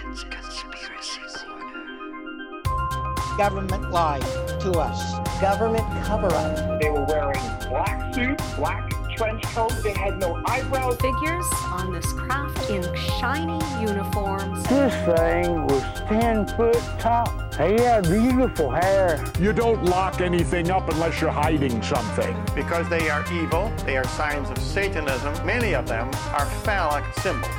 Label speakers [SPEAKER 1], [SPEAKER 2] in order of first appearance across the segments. [SPEAKER 1] Conspiracy Corner.
[SPEAKER 2] government lied to us.
[SPEAKER 3] government cover up.
[SPEAKER 4] They were wearing black suits, black trench coats. They had no eyebrows.
[SPEAKER 5] figures on this craft in shiny uniforms.
[SPEAKER 6] This thing was 10 foot tall. He had beautiful hair.
[SPEAKER 7] You don't lock anything up unless you're hiding something.
[SPEAKER 8] Because they are evil, they are signs of Satanism. Many of them are phallic symbols.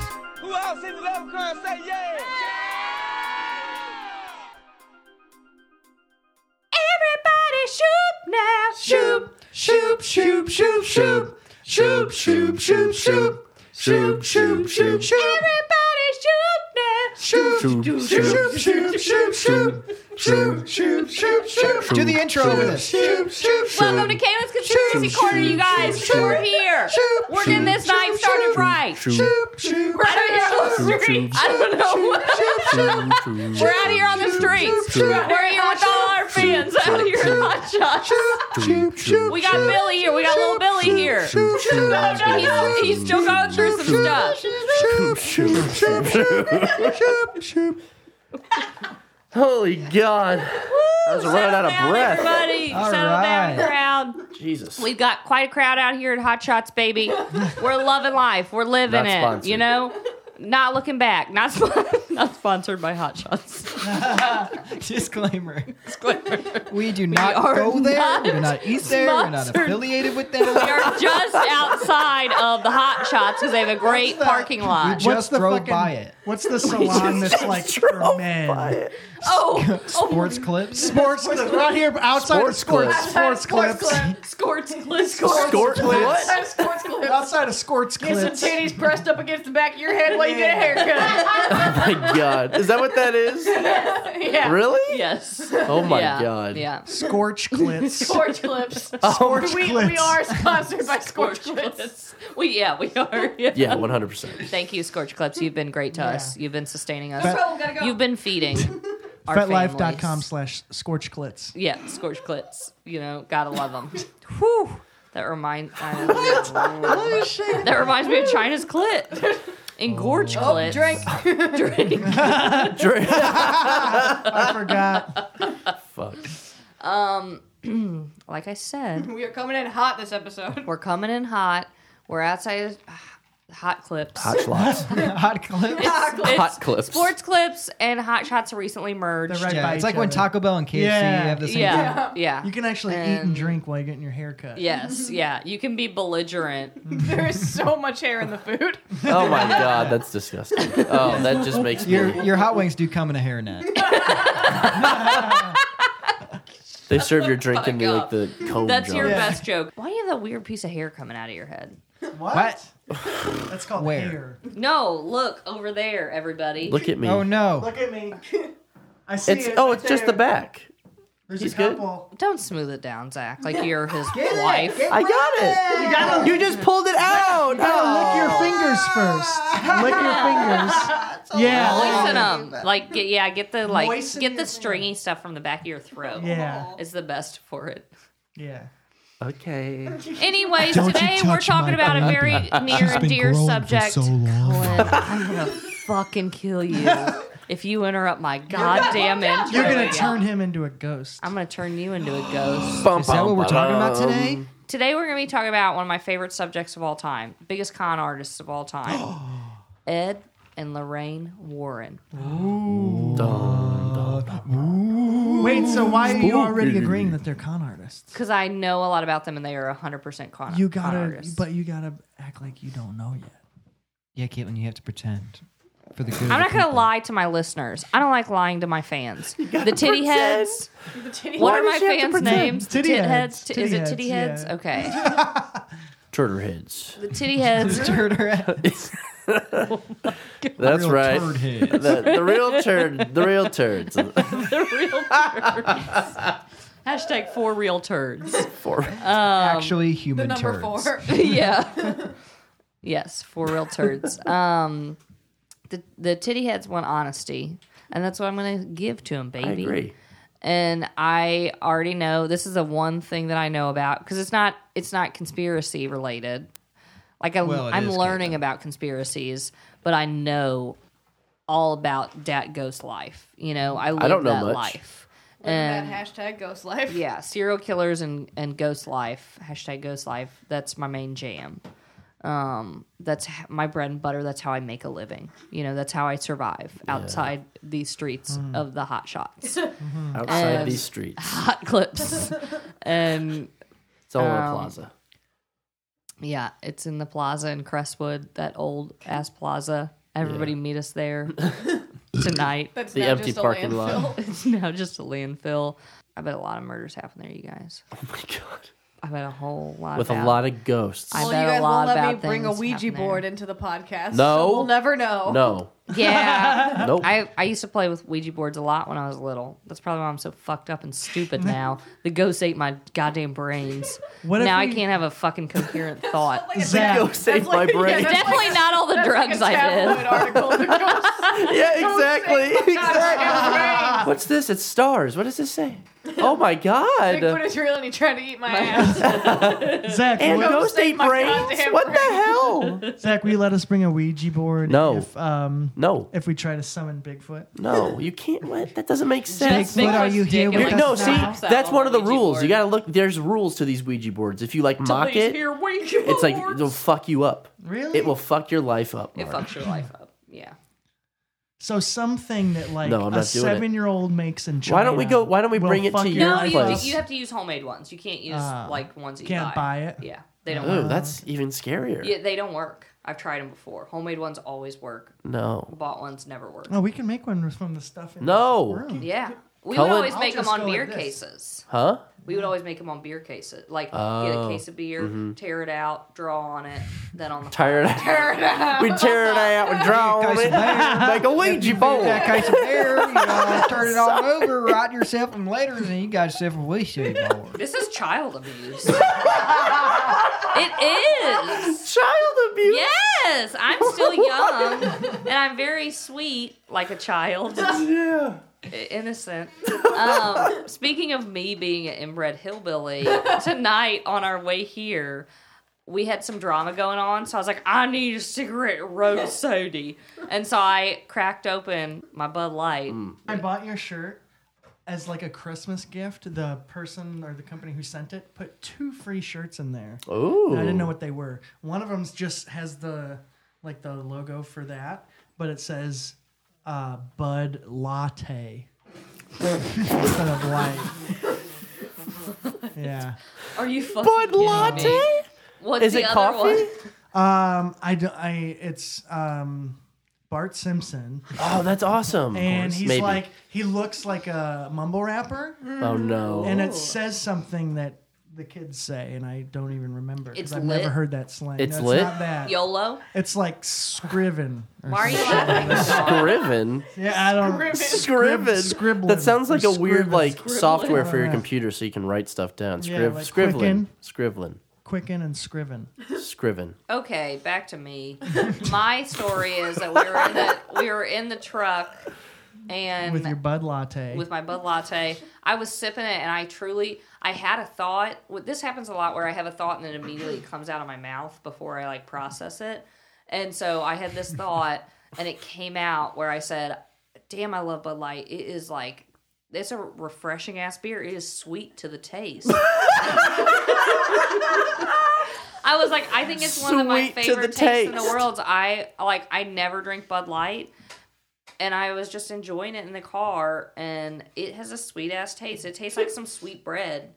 [SPEAKER 5] Everybody shoot now! Shoot!
[SPEAKER 9] Shoop, shoop, shoop, shoop. Shoop, shoop, shoop, shoop. Shoop, shoop, shoop, shoop.
[SPEAKER 5] Everybody shoot now!
[SPEAKER 9] Shoop, shoop, shoop, shoop, shoop, shoop. Shoop, shoop, shoop, shoop.
[SPEAKER 2] Do the intro with us.
[SPEAKER 9] Shoop, shoop, shoop.
[SPEAKER 5] Welcome to Caitlin's Conspiracy
[SPEAKER 9] Shoot,
[SPEAKER 5] Corner, you
[SPEAKER 9] shoot,
[SPEAKER 5] guys.
[SPEAKER 9] shoot,
[SPEAKER 5] We're
[SPEAKER 9] shoot,
[SPEAKER 5] here.
[SPEAKER 9] shoot,
[SPEAKER 5] We're getting this
[SPEAKER 9] shoot,
[SPEAKER 5] night
[SPEAKER 9] shoot,
[SPEAKER 5] started
[SPEAKER 9] shoot,
[SPEAKER 5] right.
[SPEAKER 9] Shoop, shoot,
[SPEAKER 5] We're out here on the street. I don't know. We're out here on the streets. We're here with all our fans out here watching us.
[SPEAKER 9] shoop, shoot.
[SPEAKER 5] We got Billy here. We got little Billy here.
[SPEAKER 9] Shoop, shoop,
[SPEAKER 5] He's, he's still going through some stuff.
[SPEAKER 9] shoop, shoop, shoop, shoop, shoop, shoop.
[SPEAKER 10] Holy God. I was running out
[SPEAKER 5] Settle
[SPEAKER 10] of
[SPEAKER 5] down,
[SPEAKER 10] breath.
[SPEAKER 5] Everybody,
[SPEAKER 2] All
[SPEAKER 5] settle down,
[SPEAKER 2] right.
[SPEAKER 5] crowd.
[SPEAKER 10] Jesus.
[SPEAKER 5] We've got quite a crowd out here at Hot Shots, baby. We're loving life. We're living
[SPEAKER 10] Not
[SPEAKER 5] it.
[SPEAKER 10] sponsored.
[SPEAKER 5] You know, not looking back. Not sp- not sponsored by Hot Shots.
[SPEAKER 2] Disclaimer.
[SPEAKER 5] Disclaimer.
[SPEAKER 2] We do not
[SPEAKER 5] are
[SPEAKER 2] go there.
[SPEAKER 5] not
[SPEAKER 2] we do not eat there. We're not
[SPEAKER 5] sponsored.
[SPEAKER 2] affiliated with them.
[SPEAKER 5] we are just outside of the Hot Shots because they have a great parking
[SPEAKER 2] We
[SPEAKER 5] lot.
[SPEAKER 2] just drove by it.
[SPEAKER 9] What's the salon that's like for men?
[SPEAKER 5] oh,
[SPEAKER 2] Sports clips.
[SPEAKER 9] Sports clips. Right here outside of
[SPEAKER 10] Sports
[SPEAKER 9] sports.
[SPEAKER 10] clips.
[SPEAKER 9] Sports clips.
[SPEAKER 5] Scorts Clips.
[SPEAKER 10] Scor- what?
[SPEAKER 11] Sports clips.
[SPEAKER 9] Outside of sports clips.
[SPEAKER 11] Titties pressed up against the back of your head while you get a haircut.
[SPEAKER 10] Oh my God. Is that what that is?
[SPEAKER 11] yeah.
[SPEAKER 10] Really?
[SPEAKER 5] Yes.
[SPEAKER 10] Oh my
[SPEAKER 5] yeah.
[SPEAKER 10] God.
[SPEAKER 5] Yeah.
[SPEAKER 9] Scorch clips.
[SPEAKER 11] Scorch clips.
[SPEAKER 10] Oh,
[SPEAKER 9] Scorch
[SPEAKER 11] We, we
[SPEAKER 9] clips.
[SPEAKER 11] are sponsored by Scorch
[SPEAKER 5] Scorch
[SPEAKER 11] clips.
[SPEAKER 5] Clips. We yeah we are.
[SPEAKER 10] yeah, 100%.
[SPEAKER 5] Thank you, Scorch Clips. You've been great to us. You've been sustaining us.
[SPEAKER 11] problem, gotta go.
[SPEAKER 5] You've been feeding our
[SPEAKER 9] FetLife.com
[SPEAKER 5] families.
[SPEAKER 9] slash scorch clips.
[SPEAKER 5] Yeah, Scorch Clits. You know, gotta love them. Whew. That reminds that reminds me of China's clit. Engorge oh, clit.
[SPEAKER 11] Drink.
[SPEAKER 5] drink.
[SPEAKER 10] Drink.
[SPEAKER 9] I forgot.
[SPEAKER 10] Fuck.
[SPEAKER 5] Like I said,
[SPEAKER 11] We are coming in hot this episode.
[SPEAKER 5] we're coming in hot. We're outside of ah, hot clips.
[SPEAKER 10] Hot slots.
[SPEAKER 9] Hot clips.
[SPEAKER 5] It's-
[SPEAKER 10] Hot clips.
[SPEAKER 5] Sports clips and hot shots are recently merged.
[SPEAKER 9] They're right
[SPEAKER 2] Yeah,
[SPEAKER 9] by
[SPEAKER 2] it's
[SPEAKER 9] each
[SPEAKER 2] like when
[SPEAKER 9] other.
[SPEAKER 2] Taco Bell and KFC
[SPEAKER 9] Yeah.
[SPEAKER 2] have the same. thing.
[SPEAKER 5] Yeah, yeah.
[SPEAKER 9] You can actually eat and drink while you're getting your hair cut.
[SPEAKER 5] Yes, yeah. You can be belligerent
[SPEAKER 11] There is so much hair in the food.
[SPEAKER 10] Oh my God. That's disgusting. Oh, that just makes me.
[SPEAKER 2] Your your hot wings do come in a hairnet.
[SPEAKER 10] They serve your drink in me like the cone
[SPEAKER 5] That's your
[SPEAKER 10] jar.
[SPEAKER 5] best joke. Why do you have that weird piece of hair coming out of your head?
[SPEAKER 2] What?
[SPEAKER 9] That's called
[SPEAKER 2] Where?
[SPEAKER 9] hair.
[SPEAKER 5] No, look over there, everybody.
[SPEAKER 10] Look at me.
[SPEAKER 2] Oh no.
[SPEAKER 9] Look at me. I see
[SPEAKER 10] It's
[SPEAKER 9] it
[SPEAKER 10] oh,
[SPEAKER 9] right
[SPEAKER 10] it's just the
[SPEAKER 9] there.
[SPEAKER 10] back.
[SPEAKER 9] There's
[SPEAKER 10] He's
[SPEAKER 9] a
[SPEAKER 10] good.
[SPEAKER 9] couple.
[SPEAKER 5] Don't smooth it down, Zach. Like you're his wife.
[SPEAKER 10] I got it. You, just pulled it out.
[SPEAKER 9] Oh, Lick your fingers first. Lick your fingers. Yeah.
[SPEAKER 5] Moisten them. Oh, um, Like get, yeah, get the like
[SPEAKER 9] Moisten
[SPEAKER 5] get the
[SPEAKER 9] your
[SPEAKER 5] stringy stuff from the back of your throat.
[SPEAKER 9] Yeah.
[SPEAKER 5] Is the best for it.
[SPEAKER 9] Yeah.
[SPEAKER 10] Oh. Okay.
[SPEAKER 5] Anyways,
[SPEAKER 2] Don't you
[SPEAKER 5] today we're
[SPEAKER 2] touch
[SPEAKER 5] talking
[SPEAKER 2] my
[SPEAKER 5] about a
[SPEAKER 2] baby.
[SPEAKER 5] very near and dear subject.
[SPEAKER 2] long.
[SPEAKER 5] Glenn, I'm gonna fucking kill you if you interrupt my goddamn intro.
[SPEAKER 9] You're gonna
[SPEAKER 5] again.
[SPEAKER 9] turn him into a ghost.
[SPEAKER 5] I'm gonna turn you into a ghost.
[SPEAKER 10] Bum,
[SPEAKER 2] Is that what
[SPEAKER 10] bum,
[SPEAKER 2] we're talking about
[SPEAKER 10] bum.
[SPEAKER 2] today?
[SPEAKER 5] Today we're going to be talking about one of my favorite subjects of all time, biggest con artists of all time, Ed and Lorraine Warren.
[SPEAKER 10] Dun, dun, dun.
[SPEAKER 9] Wait, so why are you already agreeing that they're con artists?
[SPEAKER 5] Because I know a lot about them and they are 100% con
[SPEAKER 9] You
[SPEAKER 5] con
[SPEAKER 9] gotta,
[SPEAKER 5] artists.
[SPEAKER 9] but you gotta act like you don't know yet.
[SPEAKER 2] Yeah, Caitlin, you have to pretend for the good.
[SPEAKER 5] I'm not going to lie to my listeners. I don't like lying to my fans. The titty heads.
[SPEAKER 11] The titty.
[SPEAKER 5] What are
[SPEAKER 10] does
[SPEAKER 5] my
[SPEAKER 10] she have to
[SPEAKER 5] fans'
[SPEAKER 10] pretend?
[SPEAKER 5] names?
[SPEAKER 9] Titty
[SPEAKER 5] Tit
[SPEAKER 9] heads.
[SPEAKER 5] T-
[SPEAKER 9] Titty
[SPEAKER 5] Is it
[SPEAKER 9] heads,
[SPEAKER 5] titty heads?
[SPEAKER 9] yeah.
[SPEAKER 5] Okay.
[SPEAKER 10] Turtle heads.
[SPEAKER 5] The titty heads.
[SPEAKER 10] That's
[SPEAKER 2] Real
[SPEAKER 10] right.
[SPEAKER 2] turd heads.
[SPEAKER 5] Um,
[SPEAKER 10] The, the real turd. The real turds.
[SPEAKER 5] the real turds. Hashtag for real turds.
[SPEAKER 10] Four.
[SPEAKER 2] Actually, human
[SPEAKER 11] Number
[SPEAKER 2] turds.
[SPEAKER 11] four.
[SPEAKER 5] yeah. yes, for real turds. Um, the the titty heads want honesty, and that's what I'm gonna give to him,
[SPEAKER 10] I
[SPEAKER 5] baby.
[SPEAKER 10] agree.
[SPEAKER 5] And I already know this is the one thing that I know about because it's not it's not conspiracy related. Like I,
[SPEAKER 2] Well, it
[SPEAKER 5] I'm
[SPEAKER 2] is,
[SPEAKER 5] learning
[SPEAKER 2] Caitlin.
[SPEAKER 5] about conspiracies, but I know all about dat ghost life. You know, I live
[SPEAKER 10] don't know
[SPEAKER 5] that
[SPEAKER 10] much.
[SPEAKER 5] life.
[SPEAKER 11] Look at
[SPEAKER 5] And-
[SPEAKER 11] that hashtag ghost life.
[SPEAKER 5] yeah, serial killers and, and ghost life, hashtag ghost life. That's my main jam. Um, that's h- my bread and butter. That's how I make a living. You know, that's how I survive outside these streets
[SPEAKER 2] Hmm.
[SPEAKER 5] of the hot shots,
[SPEAKER 10] outside
[SPEAKER 5] Um,
[SPEAKER 10] these streets.
[SPEAKER 5] hot clips, and
[SPEAKER 10] It's all in a
[SPEAKER 5] um,
[SPEAKER 10] plaza.
[SPEAKER 5] yeah, it's in the plaza in Crestwood, that old ass plaza. Everybody meet us there tonight.
[SPEAKER 11] That's
[SPEAKER 10] The
[SPEAKER 11] not
[SPEAKER 10] empty
[SPEAKER 11] just a
[SPEAKER 10] parking lot.
[SPEAKER 11] landfill.
[SPEAKER 5] It's now just a landfill. I bet a lot of murders happen there, you guys.
[SPEAKER 10] Oh my god.
[SPEAKER 5] I bet a whole lot.
[SPEAKER 10] With
[SPEAKER 5] about-
[SPEAKER 10] a lot of ghosts.
[SPEAKER 5] I
[SPEAKER 11] Well,
[SPEAKER 5] bet
[SPEAKER 11] you
[SPEAKER 5] a
[SPEAKER 11] guys
[SPEAKER 5] lot
[SPEAKER 11] will let me
[SPEAKER 5] about
[SPEAKER 11] bring a
[SPEAKER 5] things
[SPEAKER 11] Ouija
[SPEAKER 5] happen there.
[SPEAKER 11] board into the podcast.
[SPEAKER 10] No.
[SPEAKER 11] so we'll never know.
[SPEAKER 10] no.
[SPEAKER 5] Yeah.
[SPEAKER 10] Nope.
[SPEAKER 5] I, I used to play with Ouija boards a lot when I was little. That's probably why I'm so fucked up and stupid now. The ghosts ate my goddamn brains.
[SPEAKER 2] What if
[SPEAKER 5] now I
[SPEAKER 2] we-
[SPEAKER 5] can't have a fucking coherent thought.
[SPEAKER 11] Like,
[SPEAKER 2] Zach.
[SPEAKER 10] Go save
[SPEAKER 11] That's like-
[SPEAKER 10] my brain.
[SPEAKER 11] yeah,
[SPEAKER 10] Yeah,
[SPEAKER 11] that's-
[SPEAKER 5] Definitely not all the
[SPEAKER 11] that's like
[SPEAKER 5] drugs
[SPEAKER 11] a
[SPEAKER 5] I
[SPEAKER 11] tabloid
[SPEAKER 5] did.
[SPEAKER 11] article that goes-
[SPEAKER 10] exactly.
[SPEAKER 11] That's
[SPEAKER 10] What's this? It's stars. What does this say? Oh my
[SPEAKER 11] great. Bigfoot
[SPEAKER 10] god.
[SPEAKER 11] is real and he tried to eat my ass.
[SPEAKER 2] Zach,
[SPEAKER 10] And
[SPEAKER 2] will,
[SPEAKER 10] ghost
[SPEAKER 11] save
[SPEAKER 10] ate
[SPEAKER 11] my
[SPEAKER 10] brains?
[SPEAKER 11] goddamn
[SPEAKER 10] What the
[SPEAKER 11] brain.
[SPEAKER 10] hell?
[SPEAKER 2] Zach, will you let us bring a Ouija board?
[SPEAKER 10] No.
[SPEAKER 2] If, um,
[SPEAKER 10] No,
[SPEAKER 2] if we try to summon Bigfoot.
[SPEAKER 10] no, you can't. What? That doesn't make sense.
[SPEAKER 2] Bigfoot, are
[SPEAKER 5] Bigfoot's
[SPEAKER 2] you
[SPEAKER 5] dick
[SPEAKER 2] here
[SPEAKER 5] and,
[SPEAKER 2] with
[SPEAKER 5] like,
[SPEAKER 2] us
[SPEAKER 10] no,
[SPEAKER 5] That's
[SPEAKER 10] see,
[SPEAKER 2] now?
[SPEAKER 5] not-
[SPEAKER 10] that's one of the
[SPEAKER 5] Ouija
[SPEAKER 10] rules.
[SPEAKER 5] board.
[SPEAKER 10] You gotta look. There's rules to these Ouija boards. If you like mock it,
[SPEAKER 11] Ouija
[SPEAKER 10] it's like it'll fuck you up.
[SPEAKER 2] Really?
[SPEAKER 10] It will fuck your life up.
[SPEAKER 5] It
[SPEAKER 10] Mark.
[SPEAKER 5] fucks your life up. Yeah.
[SPEAKER 2] So something that like
[SPEAKER 10] No, I'm
[SPEAKER 2] a
[SPEAKER 10] not doing it.
[SPEAKER 2] seven-year-old makes in China.
[SPEAKER 10] Why don't we go- why don't we
[SPEAKER 2] will
[SPEAKER 10] bring it
[SPEAKER 2] fuck
[SPEAKER 10] to
[SPEAKER 2] your
[SPEAKER 10] your
[SPEAKER 5] No,
[SPEAKER 2] life
[SPEAKER 5] you,
[SPEAKER 2] up.
[SPEAKER 10] place.
[SPEAKER 5] you have to use homemade ones. You can't use
[SPEAKER 2] Ah.
[SPEAKER 5] like ones that you
[SPEAKER 2] Can't buy it?
[SPEAKER 5] Yeah. They don't
[SPEAKER 10] Ooh,
[SPEAKER 5] work.
[SPEAKER 10] that's even scarier.
[SPEAKER 5] Yeah, they don't work. I've tried them before. Homemade ones always work.
[SPEAKER 10] No,
[SPEAKER 5] Bought ones never work.
[SPEAKER 2] Oh, we can make one from the stuff. In
[SPEAKER 10] No.
[SPEAKER 2] this room.
[SPEAKER 5] Yeah. We
[SPEAKER 10] Cullen-
[SPEAKER 5] would always
[SPEAKER 2] I'll
[SPEAKER 5] make them
[SPEAKER 2] just
[SPEAKER 5] on
[SPEAKER 2] go
[SPEAKER 5] beer
[SPEAKER 2] like this.
[SPEAKER 5] cases.
[SPEAKER 10] huh?
[SPEAKER 5] We would always make them on beer cases. Like get a
[SPEAKER 10] Oh.
[SPEAKER 5] case of beer, tear it out, draw on it, then on the
[SPEAKER 10] Tired.
[SPEAKER 5] Tear it out.
[SPEAKER 10] we tear it out and draw on
[SPEAKER 2] Guys,
[SPEAKER 10] it.
[SPEAKER 2] there.
[SPEAKER 10] Make a Ouija
[SPEAKER 2] That
[SPEAKER 10] board.
[SPEAKER 2] case of beer, you know, turn it all over, write yourself some letters, and you got yourself a Ouija board.
[SPEAKER 5] This is child abuse. it is.
[SPEAKER 10] Child abuse.
[SPEAKER 5] Yes, I'm still young and I'm very sweet like a child.
[SPEAKER 10] Yeah.
[SPEAKER 5] innocent. Um, speaking of me being an inbred hillbilly, tonight on our way here, we had some drama going on, so I was like, I need a cigarette road soda. And so I cracked open my Bud Light.
[SPEAKER 10] Mm.
[SPEAKER 2] I bought your shirt as like a Christmas gift. The person or the company who sent it put two free shirts in there.
[SPEAKER 10] Ooh.
[SPEAKER 2] And I didn't know what they were. One of them's just has the like the logo for that, but it says uh, Bud Latte instead of light. yeah.
[SPEAKER 5] Are you fucking
[SPEAKER 10] Bud
[SPEAKER 5] kidding me?
[SPEAKER 10] latte?
[SPEAKER 5] What's
[SPEAKER 10] Is
[SPEAKER 5] the
[SPEAKER 10] it
[SPEAKER 5] other
[SPEAKER 10] coffee?
[SPEAKER 5] one?
[SPEAKER 2] Um, I do, I it's um Bart Simpson,
[SPEAKER 10] Oh, that's awesome. Of
[SPEAKER 2] and
[SPEAKER 10] course,
[SPEAKER 2] he's
[SPEAKER 10] Maybe.
[SPEAKER 2] like he looks like a mumble rapper,
[SPEAKER 10] oh no.
[SPEAKER 2] and it says something that the kids say, and I don't even remember
[SPEAKER 5] It's
[SPEAKER 2] because I've
[SPEAKER 5] lit?
[SPEAKER 2] never heard that slang.
[SPEAKER 10] It's
[SPEAKER 2] No,
[SPEAKER 10] lit?
[SPEAKER 2] Not that.
[SPEAKER 5] YOLO?
[SPEAKER 2] It's like Scriven. or
[SPEAKER 5] Why are you laughing?
[SPEAKER 10] Scriven.
[SPEAKER 2] Yeah, I don't.
[SPEAKER 10] Scriven.
[SPEAKER 2] Scrib- Scriblin.
[SPEAKER 10] That sounds like
[SPEAKER 2] Or
[SPEAKER 10] a weird
[SPEAKER 2] Scriven.
[SPEAKER 10] like
[SPEAKER 5] Scribbling.
[SPEAKER 10] software for your
[SPEAKER 2] Yeah.
[SPEAKER 10] computer so you can write stuff down.
[SPEAKER 2] Yeah,
[SPEAKER 10] Scriv-
[SPEAKER 2] like
[SPEAKER 10] Scrivlin. Scrivlin.
[SPEAKER 2] Quicken and Scriven.
[SPEAKER 10] Scriven.
[SPEAKER 5] Okay, back to me. My story is that we were in the, we were in the truck and
[SPEAKER 2] With your Bud Latte.
[SPEAKER 5] with my Bud Latte. I was sipping it, and I truly, I had a thought. What- This happens a lot, where I have a thought and then immediately it comes out of my mouth before I like process it. And so I had this thought, and it came out where I said, "Damn, I love Bud Light. It is like." It's a refreshing ass beer. It is sweet to the taste. I was like, I think it's one of my
[SPEAKER 10] Sweet to the
[SPEAKER 5] favorite tastes in the
[SPEAKER 10] taste.
[SPEAKER 5] world. I like, I never drink Bud Light, and I was just enjoying it in the car, and it has a sweet ass taste. It tastes like some sweet bread.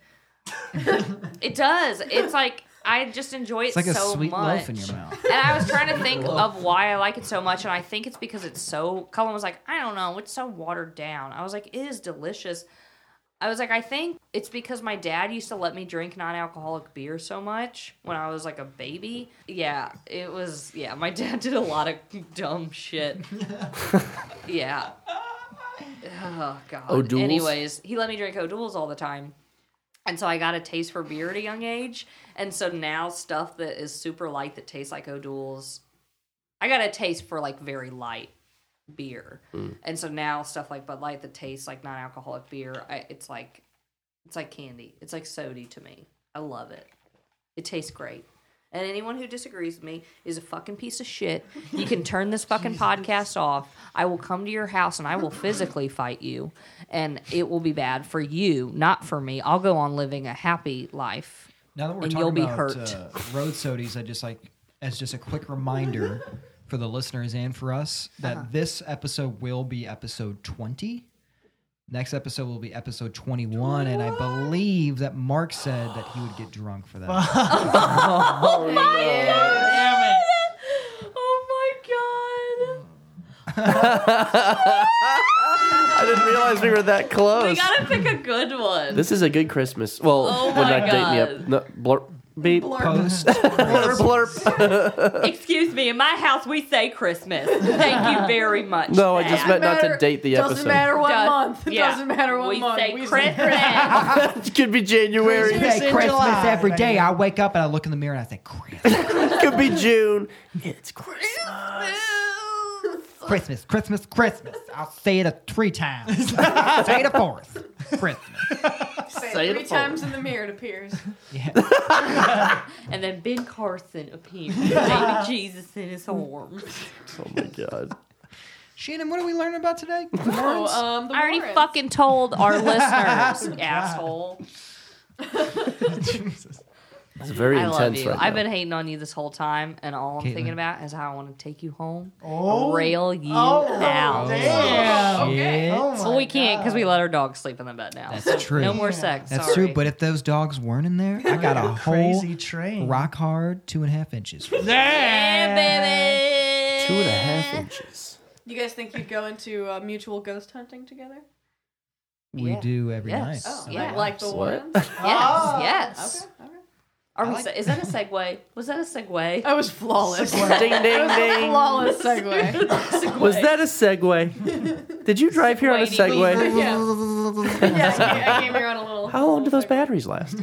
[SPEAKER 5] it does. It's like I just enjoy it
[SPEAKER 2] it's like a
[SPEAKER 5] so
[SPEAKER 2] sweet
[SPEAKER 5] much.
[SPEAKER 2] loaf in your mouth.
[SPEAKER 5] And I was trying to think of why I like it so much, and I think it's because it's so. Cullen was like, I don't know, it's so watered down. I was like, it is delicious. I was like, I think it's because my dad used to let me drink non alcoholic beer so much when I was like a baby. Yeah, it was, yeah, my dad did a lot of dumb shit. yeah. Oh, God.
[SPEAKER 10] O'Doul's?
[SPEAKER 5] Anyways, he let me drink O'Doul's all the time. And so I got a taste for beer at a young age. And so now stuff that is super light that tastes like O'Doul's, I got a taste for like very light beer.
[SPEAKER 1] Mm.
[SPEAKER 5] And so now stuff like Bud Light that tastes like non-alcoholic beer, I, it's like it's like candy. It's like sody to me. I love it. It tastes great. And anyone who disagrees with me is a fucking piece of shit. You can turn this fucking podcast off. I will come to your house and I will physically fight you. And it will be bad for you, not for me. I'll go on living a happy life.
[SPEAKER 1] Now that we're
[SPEAKER 5] and
[SPEAKER 1] talking
[SPEAKER 5] you'll be
[SPEAKER 1] about
[SPEAKER 5] hurt.
[SPEAKER 1] Uh, road sodies, I just like as just a quick reminder for the listeners and for us that this episode will be episode twenty. Next episode will be episode twenty-one, and I believe that Mark said that he would get drunk for that.
[SPEAKER 5] oh my god!
[SPEAKER 2] Damn it.
[SPEAKER 5] Oh my god!
[SPEAKER 10] I didn't realize we were that
[SPEAKER 5] We
[SPEAKER 10] close.
[SPEAKER 5] gotta pick a good one.
[SPEAKER 10] This is a good Christmas. Well,
[SPEAKER 5] Oh
[SPEAKER 10] would
[SPEAKER 5] my
[SPEAKER 10] not date me up.
[SPEAKER 5] God.
[SPEAKER 10] No, blurp. Beep.
[SPEAKER 1] Post
[SPEAKER 10] Blurp. blurp.
[SPEAKER 5] Excuse me, in my house we say Christmas. Thank you very much.
[SPEAKER 10] no, I just meant not to
[SPEAKER 11] Matter-
[SPEAKER 10] date the
[SPEAKER 11] doesn't
[SPEAKER 10] episode.
[SPEAKER 11] matter what
[SPEAKER 5] Does-
[SPEAKER 11] month. It
[SPEAKER 5] yeah.
[SPEAKER 11] doesn't matter what
[SPEAKER 5] we
[SPEAKER 11] month.
[SPEAKER 5] Say
[SPEAKER 11] we
[SPEAKER 5] Christmas.
[SPEAKER 10] it could be January.
[SPEAKER 2] Christmas
[SPEAKER 1] Hey,
[SPEAKER 2] in
[SPEAKER 1] Christmas
[SPEAKER 2] July,
[SPEAKER 1] every day.
[SPEAKER 2] baby.
[SPEAKER 1] I wake up and I look in the mirror and I think Christmas,
[SPEAKER 10] It could be June. It's Christmas.
[SPEAKER 1] Christmas, Christmas, Christmas. I'll say it a three times. say it a fourth. Christmas.
[SPEAKER 11] Say
[SPEAKER 10] Say
[SPEAKER 11] it
[SPEAKER 10] it
[SPEAKER 11] three
[SPEAKER 10] forward.
[SPEAKER 11] times in the mirror it appears.
[SPEAKER 1] Yeah.
[SPEAKER 5] And then Ben Carson appears, with baby Jesus in his arms.
[SPEAKER 10] Oh my god.
[SPEAKER 1] Shannon, what are we learning about today?
[SPEAKER 11] Oh, um, the
[SPEAKER 5] I already
[SPEAKER 11] Warrens.
[SPEAKER 5] fucking told our listeners, asshole.
[SPEAKER 10] It's very
[SPEAKER 5] I love
[SPEAKER 10] intense
[SPEAKER 5] you.
[SPEAKER 10] right
[SPEAKER 5] I've
[SPEAKER 10] now.
[SPEAKER 5] been hating on you this whole time, and all I'm
[SPEAKER 1] Caitlin.
[SPEAKER 5] thinking about is how I want to take you home,
[SPEAKER 2] Oh.
[SPEAKER 5] rail you
[SPEAKER 2] Oh,
[SPEAKER 5] out.
[SPEAKER 2] damn.
[SPEAKER 11] Okay.
[SPEAKER 2] Oh my
[SPEAKER 5] Well, we can't
[SPEAKER 2] God.
[SPEAKER 5] because we let our dog sleep in the bed now.
[SPEAKER 1] That's
[SPEAKER 5] so
[SPEAKER 1] true.
[SPEAKER 5] No more sex.
[SPEAKER 1] That's
[SPEAKER 5] sorry.
[SPEAKER 1] true, but if those dogs weren't in there, I got a whole
[SPEAKER 2] Crazy train.
[SPEAKER 1] rock hard two and a half inches.
[SPEAKER 5] yeah, baby.
[SPEAKER 10] Two and a half inches.
[SPEAKER 11] You guys think you'd go into uh, mutual ghost hunting together?
[SPEAKER 1] We
[SPEAKER 5] Yeah.
[SPEAKER 1] do every
[SPEAKER 5] Yes.
[SPEAKER 1] night.
[SPEAKER 5] Oh,
[SPEAKER 1] So-
[SPEAKER 5] yeah.
[SPEAKER 11] Like, like the
[SPEAKER 10] What?
[SPEAKER 11] Warrens?
[SPEAKER 5] Yes,
[SPEAKER 2] Oh.
[SPEAKER 5] yes.
[SPEAKER 11] Okay.
[SPEAKER 5] Are we,
[SPEAKER 1] like-
[SPEAKER 5] se- is that a segue? Was that a segue?
[SPEAKER 10] Oh,
[SPEAKER 11] I was flawless.
[SPEAKER 10] ding ding ding.
[SPEAKER 11] flawless segue.
[SPEAKER 10] Was that a segue? Did you drive here on a
[SPEAKER 5] Segway.
[SPEAKER 10] segue?
[SPEAKER 11] yeah. yeah, I, I came here on a little.
[SPEAKER 10] How long do
[SPEAKER 11] little
[SPEAKER 10] those
[SPEAKER 11] segue.
[SPEAKER 10] batteries last?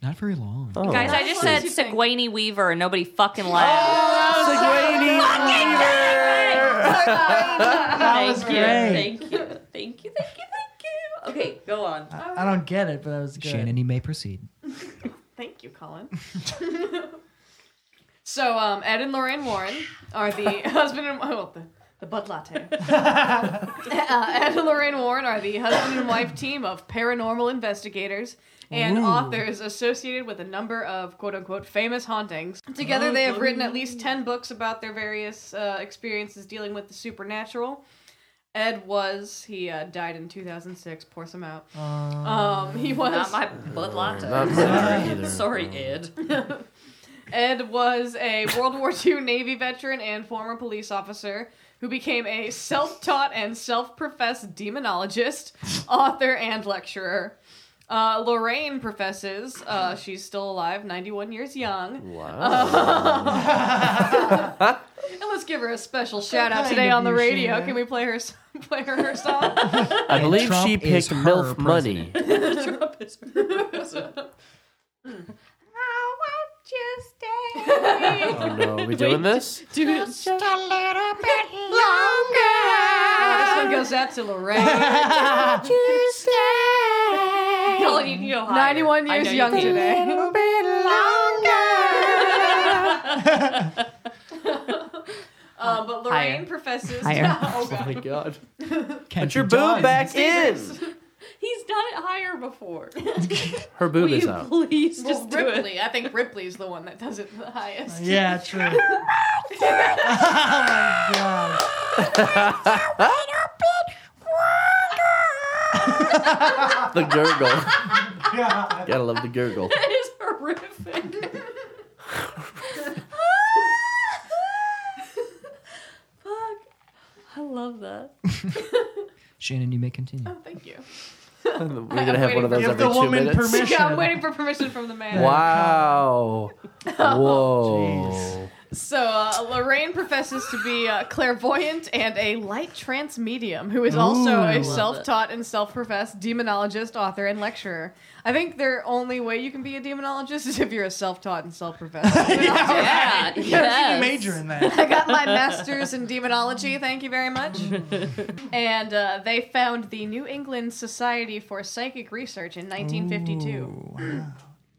[SPEAKER 1] Not very long.
[SPEAKER 10] Oh.
[SPEAKER 5] Guys, I just
[SPEAKER 11] What
[SPEAKER 5] said
[SPEAKER 11] did you think?
[SPEAKER 5] Segwayne Weaver and nobody fucking laughed.
[SPEAKER 2] That was
[SPEAKER 5] thank, you,
[SPEAKER 2] great.
[SPEAKER 5] thank you. Thank you. Thank you. Thank you. Okay, go on.
[SPEAKER 10] Uh,
[SPEAKER 2] I don't get it, but that was good.
[SPEAKER 1] Shannon, you may proceed.
[SPEAKER 11] Thank you, Colin. so, um, Ed and Lorraine Warren are the husband and oh, the, the Bud Latte. uh, Ed and Lorraine Warren are the husband and wife team of paranormal investigators and authors associated with a number of quote unquote famous hauntings. Together, they have written at least 10 books about their various uh, experiences dealing with the supernatural. Ed was, he uh, died in 2006, pour some out. um, he was.
[SPEAKER 5] Not my Bud
[SPEAKER 10] Not
[SPEAKER 5] Latte.
[SPEAKER 10] mine either.
[SPEAKER 5] Sorry, Ed.
[SPEAKER 11] Ed was a World War II Navy veteran and former police officer who became a self taught and self professed demonologist, author, and lecturer. Uh, Lorraine professes, uh, she's still alive, 91 years young.
[SPEAKER 10] Wow.
[SPEAKER 11] And let's give her a special shout out
[SPEAKER 2] kind
[SPEAKER 11] today
[SPEAKER 2] of
[SPEAKER 11] on the
[SPEAKER 2] you,
[SPEAKER 11] radio.
[SPEAKER 2] Sheena.
[SPEAKER 11] Can we play her, s- play her, her song?
[SPEAKER 10] I believe
[SPEAKER 1] Trump
[SPEAKER 10] she
[SPEAKER 1] is
[SPEAKER 10] picked
[SPEAKER 1] her
[SPEAKER 10] MILF money. Oh no, we doing this?
[SPEAKER 11] this one goes out to Lorraine.
[SPEAKER 5] Colin, you can go higher.
[SPEAKER 11] 91
[SPEAKER 5] I know
[SPEAKER 11] years
[SPEAKER 5] you
[SPEAKER 11] young
[SPEAKER 5] can.
[SPEAKER 11] today. Uh, but Lorraine
[SPEAKER 5] Higher.
[SPEAKER 11] professes.
[SPEAKER 5] Higher.
[SPEAKER 11] oh,
[SPEAKER 10] Oh my
[SPEAKER 11] God.
[SPEAKER 10] god.
[SPEAKER 1] Can
[SPEAKER 10] Put your boob back in.
[SPEAKER 5] He's done it higher before.
[SPEAKER 10] Her boob
[SPEAKER 5] Will
[SPEAKER 10] is
[SPEAKER 5] you
[SPEAKER 10] out.
[SPEAKER 5] please
[SPEAKER 11] Well,
[SPEAKER 5] just do it?
[SPEAKER 11] Ripley. I think Ripley's the one that does it the highest.
[SPEAKER 2] Yeah, true. oh my god.
[SPEAKER 10] The gurgle.
[SPEAKER 2] God.
[SPEAKER 10] Gotta love the gurgle.
[SPEAKER 5] That is horrific. Fuck. I love that.
[SPEAKER 1] Shannon, you may continue.
[SPEAKER 11] Oh, Thank you.
[SPEAKER 10] We're gonna have one of those
[SPEAKER 2] Give
[SPEAKER 10] every
[SPEAKER 2] the
[SPEAKER 10] two
[SPEAKER 2] woman
[SPEAKER 10] minutes.
[SPEAKER 2] permission.
[SPEAKER 11] Yeah, I'm waiting for permission from the man. Oh,
[SPEAKER 10] Wow. Whoa.
[SPEAKER 11] So uh, Lorraine professes to be uh, clairvoyant and a light trance medium, who is also a self-taught and self-professed demonologist, author, and lecturer. I think their only way you can be a demonologist is if you're a self-taught and self-professed. demonologist.
[SPEAKER 5] Yeah.
[SPEAKER 2] Yes.
[SPEAKER 5] yes.
[SPEAKER 2] Major in that.
[SPEAKER 11] I got my master's in demonology, thank you very much. and uh, they found the New England Society for Psychic Research in 1952.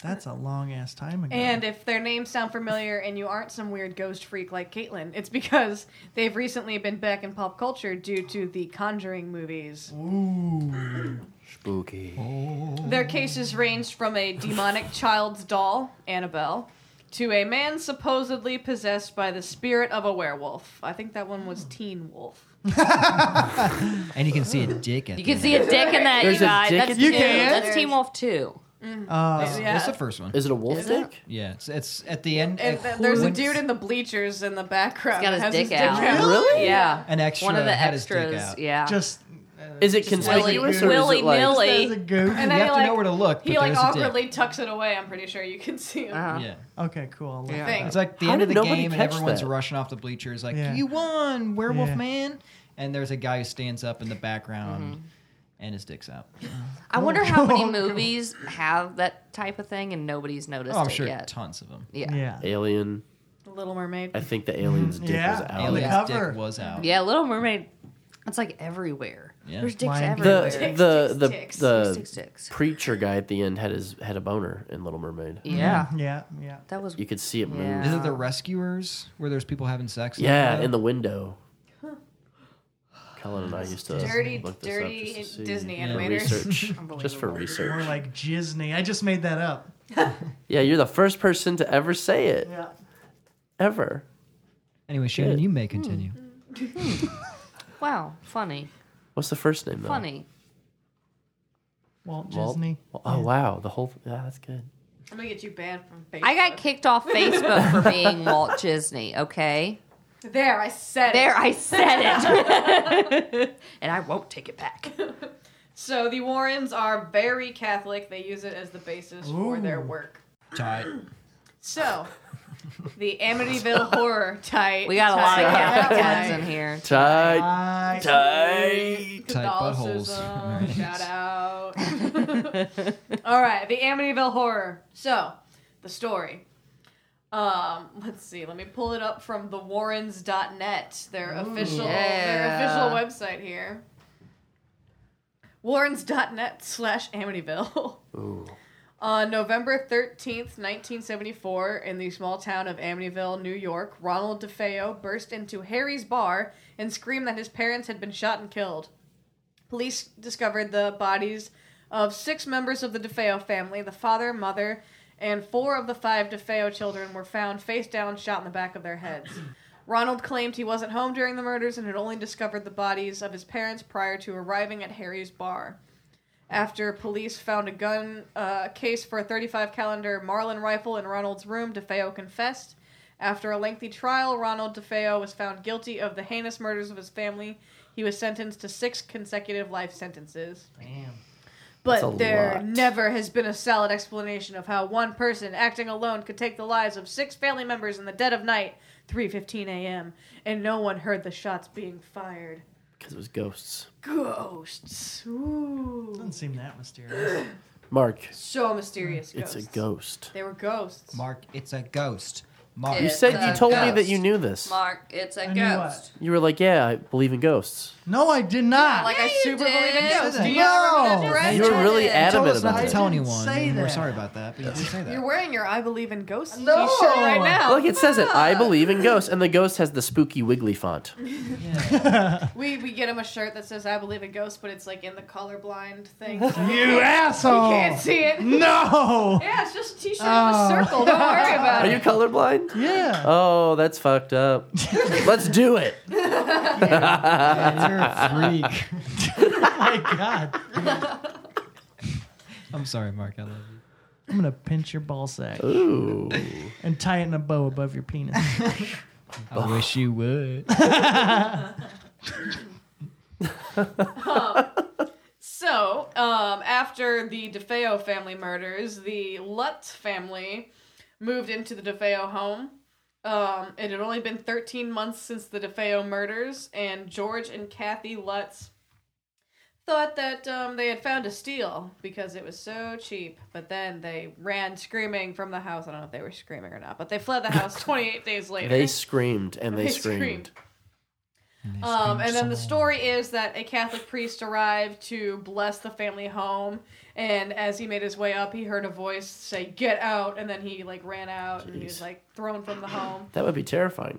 [SPEAKER 2] That's a long ass time ago.
[SPEAKER 11] And if their names sound familiar and you aren't some weird ghost freak like Caitlin, it's because they've recently been back in pop culture due to the Conjuring movies. Oh.
[SPEAKER 10] Spooky.
[SPEAKER 11] Their cases ranged from a demonic child's doll, Annabelle, to a man supposedly possessed by the spirit of a werewolf. I think that one was Teen Wolf.
[SPEAKER 1] And you can see a dick at
[SPEAKER 5] You can see a dick in that,
[SPEAKER 10] There's
[SPEAKER 5] you
[SPEAKER 10] a
[SPEAKER 5] guys.
[SPEAKER 10] dick
[SPEAKER 5] That's
[SPEAKER 10] in
[SPEAKER 5] two.
[SPEAKER 10] there?
[SPEAKER 5] That's Team Wolf two.
[SPEAKER 2] Uh,
[SPEAKER 11] Yeah.
[SPEAKER 1] That's the first one.
[SPEAKER 10] Is it a wolf dick?
[SPEAKER 1] Yeah, it's, it's at the end.
[SPEAKER 11] And
[SPEAKER 1] uh,
[SPEAKER 11] th- there's a
[SPEAKER 1] when
[SPEAKER 11] dude in the bleachers in the background.
[SPEAKER 5] He's got
[SPEAKER 11] that
[SPEAKER 5] his
[SPEAKER 11] has
[SPEAKER 5] dick out.
[SPEAKER 10] Really?
[SPEAKER 5] Yeah.
[SPEAKER 1] An extra
[SPEAKER 5] One of the
[SPEAKER 1] had his dick
[SPEAKER 5] extras.
[SPEAKER 1] out.
[SPEAKER 5] Yeah.
[SPEAKER 2] just
[SPEAKER 10] Is it
[SPEAKER 5] Willy,
[SPEAKER 10] conspicuous or is
[SPEAKER 5] willy
[SPEAKER 10] it like?
[SPEAKER 5] nilly.
[SPEAKER 2] as a goof.
[SPEAKER 11] And
[SPEAKER 1] You
[SPEAKER 11] then
[SPEAKER 1] have
[SPEAKER 11] he,
[SPEAKER 1] to
[SPEAKER 11] like,
[SPEAKER 1] know where to look.
[SPEAKER 11] He
[SPEAKER 1] but
[SPEAKER 11] like
[SPEAKER 1] there's a dick.
[SPEAKER 11] awkwardly tucks it away. I'm pretty sure you can see him.
[SPEAKER 5] Uh-huh.
[SPEAKER 1] Yeah.
[SPEAKER 2] okay, cool. I'll look
[SPEAKER 11] I
[SPEAKER 2] at
[SPEAKER 11] think.
[SPEAKER 1] It's like the
[SPEAKER 10] How
[SPEAKER 1] end of
[SPEAKER 10] did
[SPEAKER 1] the
[SPEAKER 10] nobody
[SPEAKER 1] game, and
[SPEAKER 10] catch
[SPEAKER 1] everyone's
[SPEAKER 10] that?
[SPEAKER 1] rushing off the bleachers, like
[SPEAKER 2] Yeah.
[SPEAKER 1] "You won, Werewolf
[SPEAKER 2] Yeah.
[SPEAKER 1] Man!" And there's a guy who stands up in the background,
[SPEAKER 11] Mm-hmm.
[SPEAKER 1] and his dick's out.
[SPEAKER 5] I wonder how many movies have that type of thing and nobody's noticed
[SPEAKER 1] Oh, I'm
[SPEAKER 5] it
[SPEAKER 1] sure
[SPEAKER 5] yet.
[SPEAKER 1] tons of them.
[SPEAKER 5] yeah.
[SPEAKER 2] that.
[SPEAKER 5] yeah.
[SPEAKER 2] Yeah.
[SPEAKER 10] Alien.
[SPEAKER 11] Little Mermaid.
[SPEAKER 10] I think the alien's dick
[SPEAKER 2] Yeah.
[SPEAKER 10] was
[SPEAKER 1] And
[SPEAKER 10] out.
[SPEAKER 1] the
[SPEAKER 2] Yeah. Cover.
[SPEAKER 1] dick was out.
[SPEAKER 5] Little Mermaid. It's like everywhere.
[SPEAKER 1] Yeah.
[SPEAKER 5] There's dicks
[SPEAKER 2] Lion King.
[SPEAKER 5] everywhere.
[SPEAKER 11] Ticks,
[SPEAKER 10] The
[SPEAKER 11] ticks,
[SPEAKER 10] the
[SPEAKER 11] ticks.
[SPEAKER 10] the,
[SPEAKER 5] Ticks, ticks, ticks.
[SPEAKER 10] preacher guy at the end had his had a boner in Little Mermaid.
[SPEAKER 5] Yeah.
[SPEAKER 2] Yeah, yeah.
[SPEAKER 5] That was
[SPEAKER 10] You could see it move.
[SPEAKER 5] Yeah.
[SPEAKER 10] Yeah,
[SPEAKER 1] Is it the rescuers where there's people having sex?
[SPEAKER 10] in the window. Colin and I used to
[SPEAKER 11] Dirty,
[SPEAKER 10] look this
[SPEAKER 11] dirty
[SPEAKER 10] up just to see.
[SPEAKER 11] Disney
[SPEAKER 10] for
[SPEAKER 11] animators.
[SPEAKER 10] research, just for
[SPEAKER 2] More
[SPEAKER 10] research.
[SPEAKER 2] like Disney. I just made that up.
[SPEAKER 10] Yeah, you're the first person to ever say it
[SPEAKER 2] Yeah.
[SPEAKER 10] ever.
[SPEAKER 1] Anyway, Shannon, you may continue.
[SPEAKER 2] Hmm.
[SPEAKER 5] wow. Funny.
[SPEAKER 10] What's the first name though?
[SPEAKER 5] Funny.
[SPEAKER 2] Walt
[SPEAKER 10] Walt?
[SPEAKER 2] Disney.
[SPEAKER 10] Oh wow, the whole yeah, that's good.
[SPEAKER 11] I'm gonna get you banned from Facebook.
[SPEAKER 5] I got kicked off Facebook for being Walt Disney. Okay.
[SPEAKER 11] there. I said
[SPEAKER 5] There,
[SPEAKER 11] it.
[SPEAKER 5] I said it. and I won't take it back.
[SPEAKER 11] So the Warrens are very Catholic. They use it as the basis for their
[SPEAKER 2] Ooh.
[SPEAKER 11] work.
[SPEAKER 1] Tight.
[SPEAKER 11] So the Amityville horror type.
[SPEAKER 5] We got a lot of
[SPEAKER 11] type-
[SPEAKER 5] Catholic
[SPEAKER 11] that
[SPEAKER 5] ones in
[SPEAKER 11] one.
[SPEAKER 5] here.
[SPEAKER 10] Tight,
[SPEAKER 2] I
[SPEAKER 10] tight.
[SPEAKER 1] Tight buttholes.
[SPEAKER 11] Catholicism, Shout out. All right, the Amityville horror. So, the story. Um, let's see. Let me pull it up from thewarrens.net, their official
[SPEAKER 5] Yeah.
[SPEAKER 11] their official website here. Warrens.net slash Amityville. On November 13th, 1974, in the small town of Amityville, New York, Ronald DeFeo burst into Harry's bar and screamed that his parents had been shot and killed. Police discovered the bodies of six members of the DeFeo family. The father, mother, and four of the five DeFeo children were found face down, shot in the back of their heads. Ronald claimed he wasn't home during the murders and had only discovered the bodies of his parents prior to arriving at Harry's bar. After police found a gun uh, case for a 35 caliber Marlin rifle in Ronald's room, DeFeo confessed. After a lengthy trial, Ronald DeFeo was found guilty of the heinous murders of his family. He was sentenced to six consecutive life sentences.
[SPEAKER 2] Damn.
[SPEAKER 10] That's
[SPEAKER 11] But
[SPEAKER 10] a
[SPEAKER 11] there
[SPEAKER 10] lot.
[SPEAKER 11] never has been a solid explanation of how one person acting alone could take the lives of six family members in the dead of night, 3:15 a.m., and no one heard the shots being fired.
[SPEAKER 10] Because it was ghosts.
[SPEAKER 11] Ghosts. Ooh.
[SPEAKER 2] Doesn't seem that mysterious.
[SPEAKER 10] Mark,
[SPEAKER 11] So mysterious. Ghosts.
[SPEAKER 10] it's a ghost.
[SPEAKER 11] They were ghosts.
[SPEAKER 1] Mark, it's a ghost. Mark,
[SPEAKER 10] You
[SPEAKER 5] It's
[SPEAKER 10] said
[SPEAKER 5] a
[SPEAKER 10] you told me that
[SPEAKER 5] ghost.
[SPEAKER 10] you knew this.
[SPEAKER 5] Mark, it's a
[SPEAKER 2] I knew
[SPEAKER 5] ghost.
[SPEAKER 10] You were like, yeah, I believe in ghosts.
[SPEAKER 2] No, I did not.
[SPEAKER 11] like I
[SPEAKER 5] you
[SPEAKER 11] super believe in
[SPEAKER 5] did.
[SPEAKER 11] ghosts. Do you
[SPEAKER 2] No.
[SPEAKER 11] not remember
[SPEAKER 2] You
[SPEAKER 11] that thread?
[SPEAKER 10] You were really
[SPEAKER 5] I
[SPEAKER 2] told
[SPEAKER 10] adamant
[SPEAKER 2] us not
[SPEAKER 10] about
[SPEAKER 2] to
[SPEAKER 1] I
[SPEAKER 10] it.
[SPEAKER 1] tell
[SPEAKER 2] didn't
[SPEAKER 1] anyone.
[SPEAKER 2] say
[SPEAKER 1] and We're
[SPEAKER 2] that.
[SPEAKER 1] sorry about that, but you did say that.
[SPEAKER 11] You're wearing your I believe in ghosts
[SPEAKER 2] No.
[SPEAKER 11] t-shirt right now.
[SPEAKER 10] Look, it says it. I believe in ghosts, and the ghost has the spooky wiggly font.
[SPEAKER 11] We we get him a shirt that says I believe in ghosts, but it's like in the colorblind thing. So he
[SPEAKER 2] You asshole. Oh.
[SPEAKER 11] can't see it.
[SPEAKER 2] No.
[SPEAKER 11] Yeah, it's just a t-shirt with a circle. Don't worry about
[SPEAKER 10] Are you
[SPEAKER 11] it.
[SPEAKER 10] colorblind?
[SPEAKER 2] Yeah.
[SPEAKER 10] Oh, that's fucked up. Let's do it.
[SPEAKER 1] You're a freak.
[SPEAKER 2] Oh My God.
[SPEAKER 1] I'm sorry, Mark. I love you.
[SPEAKER 2] I'm gonna pinch your ball sack
[SPEAKER 10] Ooh.
[SPEAKER 2] and tie it in a bow above your penis.
[SPEAKER 1] I wish you would.
[SPEAKER 11] So, um, after the DeFeo family murders, the Lutz family moved into the DeFeo home. Um, it had only been 13 months since the DeFeo murders, and George and Kathy Lutz thought that um, they had found a steal because it was so cheap. But then they ran screaming from the house. I don't know if they were screaming or not, but they fled the house 28 days later.
[SPEAKER 10] They screamed and they,
[SPEAKER 11] They
[SPEAKER 10] screamed.
[SPEAKER 11] screamed. Um, and then the story is that a Catholic priest arrived to bless the family home, and as he made his way up, he heard a voice say "Get out," and then he like ran out and he was
[SPEAKER 10] Jeez.
[SPEAKER 11] like thrown from the home.
[SPEAKER 10] That would be terrifying.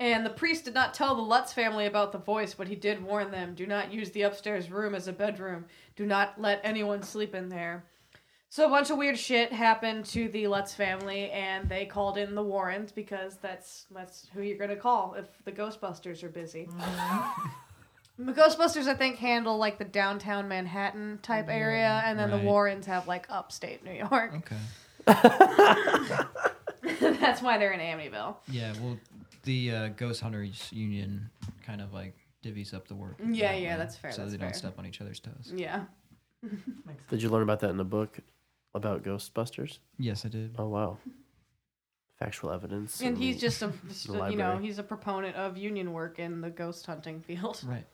[SPEAKER 11] And the priest did not tell the Lutz family about the voice, but he did warn them do not use the upstairs room as a bedroom. Do not let anyone sleep in there. So a bunch of weird shit happened to the Lutz family, and they called in the Warrens because that's that's who you're gonna call if the Ghostbusters are busy. The Ghostbusters, I think, handle like the downtown Manhattan type area, and then
[SPEAKER 1] Right.
[SPEAKER 11] the Warrens have like upstate New York.
[SPEAKER 1] Okay.
[SPEAKER 11] that's why they're in Amityville.
[SPEAKER 1] Yeah. Well, the uh, Ghost Hunters Union kind of like divvies up the work.
[SPEAKER 11] Yeah,
[SPEAKER 1] that
[SPEAKER 11] yeah,
[SPEAKER 1] way,
[SPEAKER 11] that's fair,
[SPEAKER 1] So
[SPEAKER 11] that's
[SPEAKER 1] they
[SPEAKER 11] fair.
[SPEAKER 1] don't step on each other's toes.
[SPEAKER 11] Yeah.
[SPEAKER 10] Did you learn about that in the book about Ghostbusters?
[SPEAKER 1] Yes, I did.
[SPEAKER 10] Oh wow, factual evidence.
[SPEAKER 11] And he's just a, just
[SPEAKER 10] the
[SPEAKER 11] a- you know,
[SPEAKER 10] library.
[SPEAKER 11] he's a proponent of union work in the ghost hunting field.
[SPEAKER 1] Right.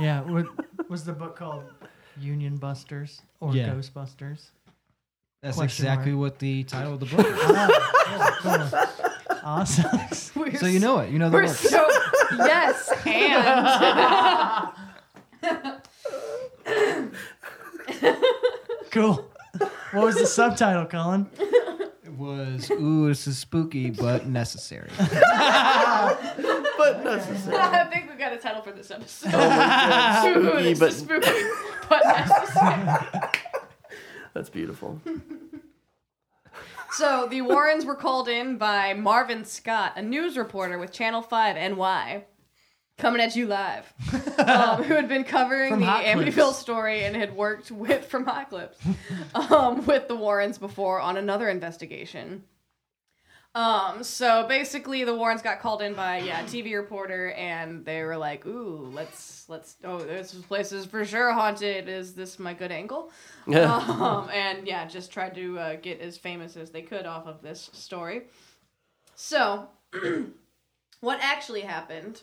[SPEAKER 2] Yeah. What was the book called? Union Busters or
[SPEAKER 1] Yeah.
[SPEAKER 2] Ghostbusters?
[SPEAKER 1] That's
[SPEAKER 2] Question Oh,
[SPEAKER 1] exactly what the title of the book. is.
[SPEAKER 2] Awesome.
[SPEAKER 11] We're
[SPEAKER 1] so you know it. You know the
[SPEAKER 11] We're
[SPEAKER 1] work.
[SPEAKER 11] so yes, and
[SPEAKER 2] cool. What was the subtitle, Colin?
[SPEAKER 1] It was ooh, this is spooky but necessary.
[SPEAKER 11] I think we got a title for this episode. spooky,
[SPEAKER 10] but-
[SPEAKER 11] but spooky, but necessary.
[SPEAKER 10] That's beautiful.
[SPEAKER 11] So the Warrens were called in by Marvin Scott, a news reporter with Channel Five NY, coming at you live, um, who had been covering
[SPEAKER 2] From
[SPEAKER 11] the
[SPEAKER 2] Hot Clips.
[SPEAKER 11] Amityville story and had worked with from Hot Clips, um, with the Warrens before on another investigation. Um, so basically the Warrens got called in by yeah, a TV reporter and they were like, "Ooh, let's let's oh, this place is for sure haunted. Is this my good angle?" um, and yeah, just tried to uh, get as famous as they could off of this story. So, what actually happened?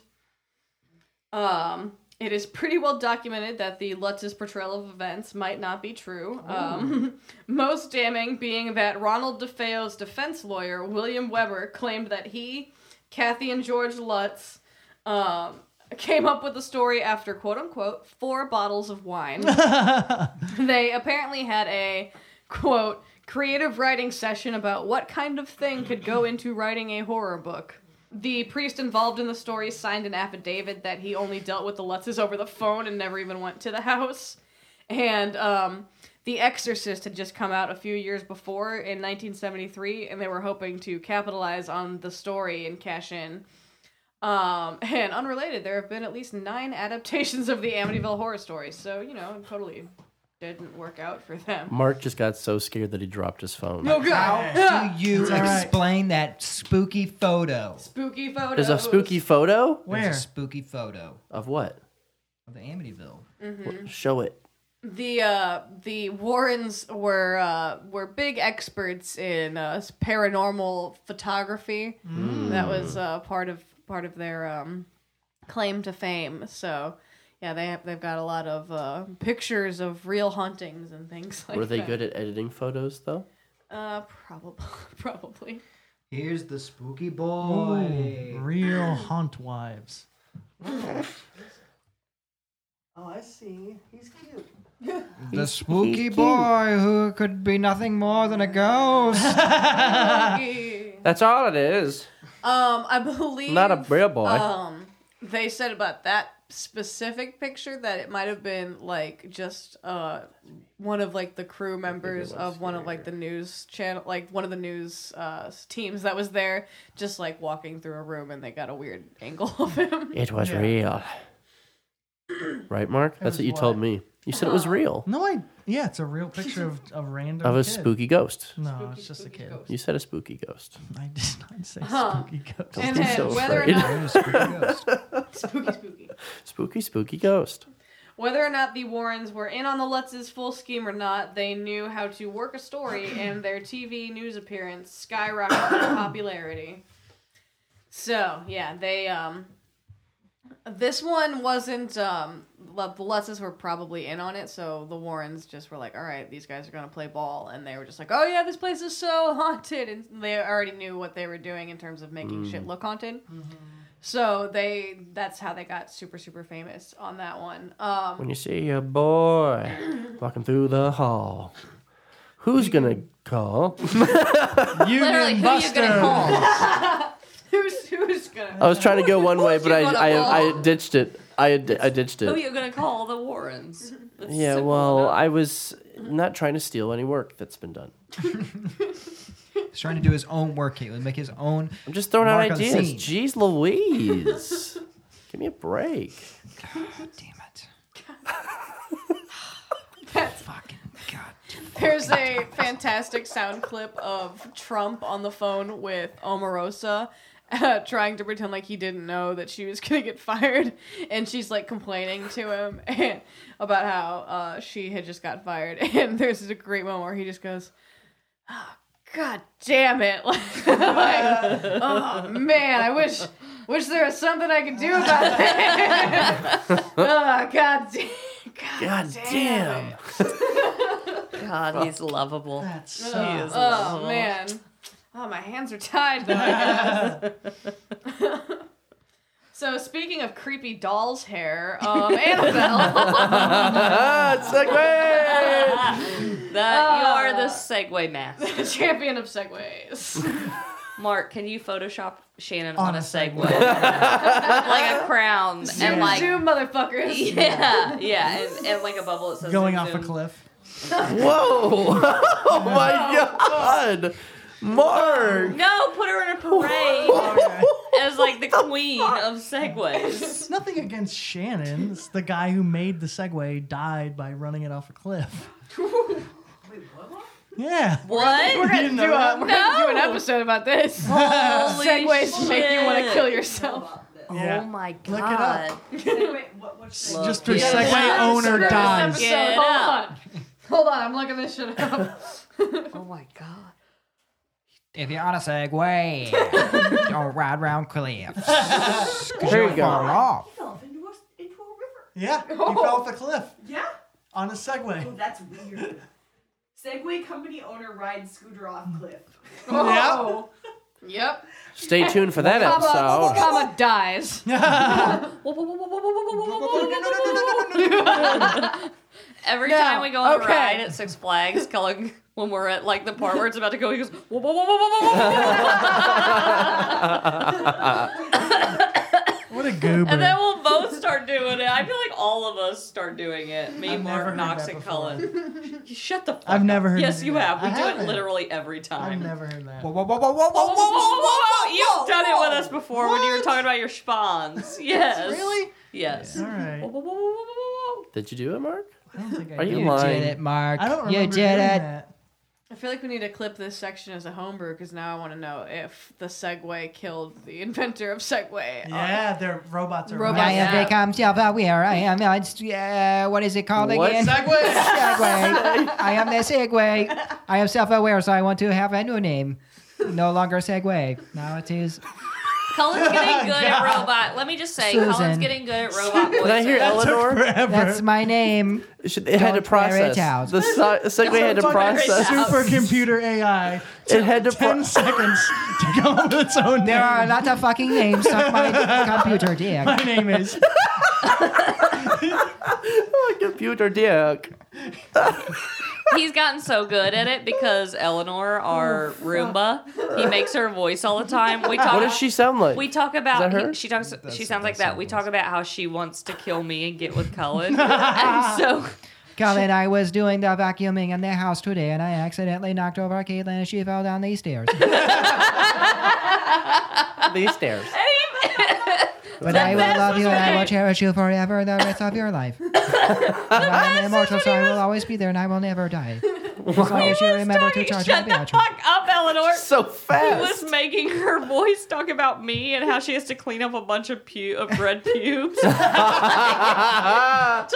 [SPEAKER 11] Um, it is pretty well documented that the Lutz's portrayal of events might not be true. Um, most damning being that Ronald DeFeo's defense lawyer, William Weber, claimed that he, Kathy, and George Lutz um, came up with the story after quote unquote four bottles of wine they apparently had a quote creative writing session about what kind of thing could go into writing a horror book. The priest involved in the story signed an affidavit that he only dealt with the Lutzes over the phone and never even went to the house. And um, The Exorcist had just come out a few years before in 1973, and they were hoping to capitalize on the story and cash in. Um, and unrelated, there have been at least nine adaptations of the Amityville horror story, so you know, totally didn't work out for them.
[SPEAKER 10] Mark just got so scared that he dropped his phone.
[SPEAKER 11] Oh god!
[SPEAKER 1] Do you
[SPEAKER 2] all right.
[SPEAKER 1] explain that spooky photo?
[SPEAKER 11] Spooky photos.
[SPEAKER 10] There's a spooky photo
[SPEAKER 2] Where?
[SPEAKER 1] There's a spooky photo
[SPEAKER 10] of what?
[SPEAKER 1] of the Amityville.
[SPEAKER 10] Show it.
[SPEAKER 11] Mm-hmm. The uh, the Warrens were uh, were big experts in uh, paranormal photography. That was uh, part of part of their um, claim to fame. So. Yeah, they have, they've got a lot of uh, pictures of real hauntings and things like that.
[SPEAKER 10] Were they good at editing photos though?
[SPEAKER 11] Uh, probably, probably.
[SPEAKER 1] Here's the spooky boy.
[SPEAKER 2] Real haunt wives.
[SPEAKER 10] Oh,
[SPEAKER 1] The spooky boy who could be nothing more than a ghost.
[SPEAKER 11] um,
[SPEAKER 10] That's all it is.
[SPEAKER 11] I believe
[SPEAKER 10] Not a real boy.
[SPEAKER 11] Um, they said about that specific picture that it might have been like just uh one of like the crew members of one of like the news channel, like one of the news uh teams that was there, just like walking through a room and they got a weird angle of him.
[SPEAKER 10] It was
[SPEAKER 2] Yeah.
[SPEAKER 10] real. Right, Mark? That's
[SPEAKER 2] was
[SPEAKER 10] what you
[SPEAKER 2] what?
[SPEAKER 10] told me. You said it
[SPEAKER 11] Uh-huh.
[SPEAKER 10] was real.
[SPEAKER 2] No, I. Yeah, it's a real picture of a random.
[SPEAKER 10] Of a
[SPEAKER 2] kid.
[SPEAKER 10] spooky ghost.
[SPEAKER 2] No, it's just a kid.
[SPEAKER 10] You said a spooky ghost.
[SPEAKER 2] I did not say
[SPEAKER 11] Huh.
[SPEAKER 2] spooky ghost.
[SPEAKER 11] And
[SPEAKER 10] be
[SPEAKER 11] then
[SPEAKER 10] so
[SPEAKER 11] whether
[SPEAKER 10] afraid.
[SPEAKER 11] or not
[SPEAKER 1] There's a spooky ghost.
[SPEAKER 11] spooky spooky.
[SPEAKER 10] Spooky, spooky ghost.
[SPEAKER 11] Whether or not the Warrens were in on the Lutz's full scheme or not, they knew how to work a story, and their TV news appearance skyrocketed in popularity. So yeah, they um, this one wasn't um, Lu- the Lutzes were probably in on it, so the Warrens just were like, all right, these guys are gonna play ball, and they were just like, oh yeah, this place
[SPEAKER 10] Mm. Mm-hmm.
[SPEAKER 11] is so haunted, and they already knew what they were doing in terms of making shit look haunted. So they that's how they got super super famous on that one. Um,
[SPEAKER 10] When you see a boy walking through the hall, who's gonna call?
[SPEAKER 5] Literally, who are you gonna call?
[SPEAKER 11] who's who's gonna
[SPEAKER 10] I was trying to go one way, but I,
[SPEAKER 5] gonna
[SPEAKER 10] I,
[SPEAKER 5] call?
[SPEAKER 10] I ditched it. I, ad- I ditched
[SPEAKER 5] Who are
[SPEAKER 10] it.
[SPEAKER 5] you gonna call? The Warrens. That's
[SPEAKER 10] Yeah,
[SPEAKER 5] simple
[SPEAKER 10] well,
[SPEAKER 5] enough.
[SPEAKER 10] I was not trying to steal any work that's been done.
[SPEAKER 1] He's trying to do his own work, Caitlin. Make his own.
[SPEAKER 10] I'm just throwing
[SPEAKER 1] Mark
[SPEAKER 10] out
[SPEAKER 1] on the
[SPEAKER 10] ideas.
[SPEAKER 1] scene.
[SPEAKER 10] Jeez Louise. Give me a break.
[SPEAKER 1] God damn it. Fucking God.
[SPEAKER 11] There's a fantastic sound clip of Trump on the phone with Omarosa. Uh, trying to pretend like he didn't know that she was gonna get fired, and she's like complaining to him and, about how uh, she had just got fired. And there's a great moment where he just goes, oh, "God damn it! like, oh man, I wish, wish there was something I could do about it. oh God, damn, God,
[SPEAKER 10] God
[SPEAKER 11] damn."
[SPEAKER 10] damn.
[SPEAKER 5] God, he's lovable.
[SPEAKER 2] That's
[SPEAKER 5] He is
[SPEAKER 11] Oh
[SPEAKER 5] lovable.
[SPEAKER 11] man. Oh, my hands are tied though. I guess. so speaking of creepy doll's hair, um, Annabelle.
[SPEAKER 10] Segway!
[SPEAKER 5] That
[SPEAKER 11] Ah.
[SPEAKER 5] you are the Segway master.
[SPEAKER 11] the champion of segways.
[SPEAKER 5] Mark, can you Photoshop Shannon
[SPEAKER 2] On
[SPEAKER 5] on, a
[SPEAKER 2] a
[SPEAKER 5] Segway? like a crown and like
[SPEAKER 11] Zoom motherfuckers.
[SPEAKER 5] yeah, yeah, and, and like a bubble that says
[SPEAKER 2] going
[SPEAKER 5] zoom,
[SPEAKER 2] off a
[SPEAKER 5] zoom.
[SPEAKER 2] cliff.
[SPEAKER 10] Whoa! Oh my god! Mark!
[SPEAKER 5] No, put her in a parade as like the queen of segways.
[SPEAKER 2] It's nothing against Shannon. It's the guy who made the Segway died by running it off a cliff. Yeah.
[SPEAKER 5] What?
[SPEAKER 11] We're gonna, do, a, we're gonna do an
[SPEAKER 5] No.
[SPEAKER 11] episode about this.
[SPEAKER 5] Holy
[SPEAKER 11] segways make you want to
[SPEAKER 5] shit.
[SPEAKER 11] kill yourself.
[SPEAKER 5] Oh my god.
[SPEAKER 2] Look it up.
[SPEAKER 5] Look
[SPEAKER 2] Just for
[SPEAKER 5] it
[SPEAKER 2] Segway
[SPEAKER 5] up.
[SPEAKER 2] owner
[SPEAKER 11] This
[SPEAKER 2] dies.
[SPEAKER 11] episode,
[SPEAKER 5] Get
[SPEAKER 11] Hold
[SPEAKER 5] up.
[SPEAKER 11] on. Hold on, I'm looking this shit up.
[SPEAKER 5] Oh my god.
[SPEAKER 1] If you're on a Segway, don't ride around cliffs.
[SPEAKER 10] There you
[SPEAKER 1] Far
[SPEAKER 10] go.
[SPEAKER 1] off.
[SPEAKER 2] Yeah. He
[SPEAKER 5] Oh.
[SPEAKER 2] fell off the cliff. Yeah. On a Segway.
[SPEAKER 3] That's weird. Segway company owner rides scooter off cliff.
[SPEAKER 11] Oh. Yep.
[SPEAKER 10] Stay tuned for that episode.
[SPEAKER 11] Comma dies.
[SPEAKER 5] Every
[SPEAKER 11] No.
[SPEAKER 5] time we go on
[SPEAKER 11] Okay.
[SPEAKER 5] a ride at Six Flags, Cullen, when we're at like the part where it's about to go, he goes, whoa, whoa, whoa, whoa, whoa, whoa, whoa.
[SPEAKER 2] What a goober.
[SPEAKER 5] and then we'll both start doing it. I feel like all of us start doing it. Me,
[SPEAKER 2] I've never
[SPEAKER 5] Mark,
[SPEAKER 2] heard
[SPEAKER 5] Knox,
[SPEAKER 2] that
[SPEAKER 5] and
[SPEAKER 2] before.
[SPEAKER 5] Cullen. You Shut the fuck
[SPEAKER 2] I've
[SPEAKER 5] up.
[SPEAKER 2] never heard
[SPEAKER 5] Yes,
[SPEAKER 2] you
[SPEAKER 5] you
[SPEAKER 2] do that.
[SPEAKER 5] have. We
[SPEAKER 2] I
[SPEAKER 5] do
[SPEAKER 2] haven't.
[SPEAKER 5] it literally every
[SPEAKER 2] I've
[SPEAKER 5] time.
[SPEAKER 2] never heard that.
[SPEAKER 1] Whoa, whoa, whoa, whoa, whoa,
[SPEAKER 5] Whoa,
[SPEAKER 1] whoa,
[SPEAKER 5] whoa, whoa,
[SPEAKER 1] whoa.
[SPEAKER 5] whoa, whoa. You've done it with us before when you were talking about your spawns. Yes.
[SPEAKER 2] Really?
[SPEAKER 5] Yes.
[SPEAKER 2] All right.
[SPEAKER 5] Whoa, whoa, whoa, whoa, whoa, whoa.
[SPEAKER 10] Did you do it, Mark?
[SPEAKER 2] I don't think I
[SPEAKER 10] Are you
[SPEAKER 2] did.
[SPEAKER 10] lying?
[SPEAKER 1] Mark.
[SPEAKER 2] I don't remember doing that.
[SPEAKER 11] I feel like we need to clip this section as a homebrew because now I want to know if the Segway killed the inventor of Segway. Uh,
[SPEAKER 2] Yeah, their robots are
[SPEAKER 11] Robots.
[SPEAKER 1] I
[SPEAKER 2] running.
[SPEAKER 1] am
[SPEAKER 11] Yeah.
[SPEAKER 1] become self-aware. I am. I, uh, what is it
[SPEAKER 11] Oh,
[SPEAKER 1] called
[SPEAKER 10] What?
[SPEAKER 1] again?
[SPEAKER 10] Segway?
[SPEAKER 1] Segway. I am the Segway. I am self-aware, so I want to have a new name. No longer Segway. Now it is.
[SPEAKER 5] Cullen's getting good at robot. Let me just say, Cullen's
[SPEAKER 1] Susan.
[SPEAKER 5] getting good at robot voice.
[SPEAKER 10] Did I hear Eleanor?
[SPEAKER 2] Forever.
[SPEAKER 1] That's my name.
[SPEAKER 10] Should- It had to
[SPEAKER 1] Don't wear it
[SPEAKER 10] process.
[SPEAKER 1] out.
[SPEAKER 10] The si- Segway had to
[SPEAKER 2] It's like
[SPEAKER 10] process.
[SPEAKER 2] Supercomputer AI.
[SPEAKER 10] It had to
[SPEAKER 2] Ten
[SPEAKER 10] process.
[SPEAKER 2] seconds to go with its own
[SPEAKER 1] There
[SPEAKER 2] name.
[SPEAKER 1] are a lot of fucking names on my computer, dick.
[SPEAKER 2] My name is.
[SPEAKER 10] Computer dick.
[SPEAKER 5] He's gotten so good at it because Eleanor, our Roomba, he makes her voice all the time. We talk.
[SPEAKER 10] What does she sound like?
[SPEAKER 5] We talk about
[SPEAKER 10] Is that her?
[SPEAKER 5] he- she talks. she sounds like that. We talk about how she wants to kill me and get with Cullen. and so
[SPEAKER 1] Colin, I was doing the vacuuming in the house today, and I accidentally knocked over Caitlin, and she fell down these stairs.
[SPEAKER 10] These stairs.
[SPEAKER 1] But I will
[SPEAKER 5] best
[SPEAKER 1] love you, and I will
[SPEAKER 5] mistake.
[SPEAKER 1] cherish you forever the rest of your life. And I am immortal, so I will always be there, and I will never die. As long as you remember to
[SPEAKER 5] Tony,
[SPEAKER 1] charge my
[SPEAKER 5] shut the
[SPEAKER 1] battery.
[SPEAKER 5] fuck up, Eleanor.
[SPEAKER 10] So
[SPEAKER 5] He
[SPEAKER 10] fast.
[SPEAKER 5] was making her voice talk about me and how she has to clean up a bunch of pu- of red pubes to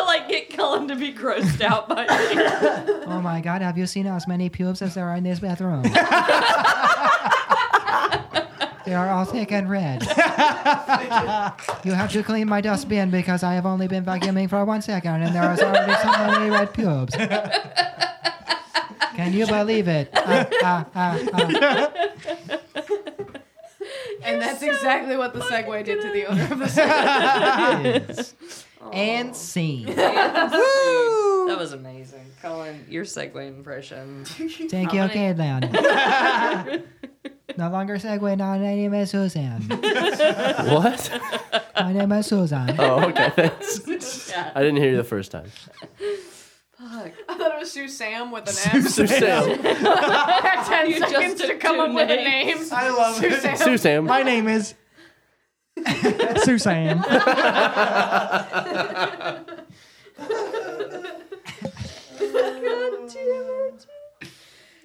[SPEAKER 5] like get Cullen to be grossed out by me.
[SPEAKER 1] Oh my God, have you seen as many pubes as there are in this bathroom? they are all thick and red. you have to clean my dustbin because I have only been vacuuming for one second, and there are already so many red pubes. Can you believe it? Ah, ah, ah, ah.
[SPEAKER 11] and that's exactly what the segue did to the owner of the
[SPEAKER 2] Yes. And scene. Woo!
[SPEAKER 5] That was amazing. Colin, your segue impression.
[SPEAKER 2] Take your kid down. no longer segue. Now my name is Susan.
[SPEAKER 12] What?
[SPEAKER 2] My name is Susan.
[SPEAKER 12] Oh, okay. Thanks.
[SPEAKER 11] Yeah.
[SPEAKER 12] I didn't hear you the first time.
[SPEAKER 11] Fuck. I thought it was Sue Sam with an
[SPEAKER 12] Sue
[SPEAKER 11] S.
[SPEAKER 12] Sam.
[SPEAKER 11] Back ten
[SPEAKER 5] You just
[SPEAKER 11] seconds to
[SPEAKER 5] took
[SPEAKER 11] come
[SPEAKER 5] two
[SPEAKER 11] up with a name.
[SPEAKER 5] names.
[SPEAKER 8] I love
[SPEAKER 11] Sue
[SPEAKER 8] it.
[SPEAKER 11] Sam.
[SPEAKER 12] Sue Sam.
[SPEAKER 8] My name is Susan.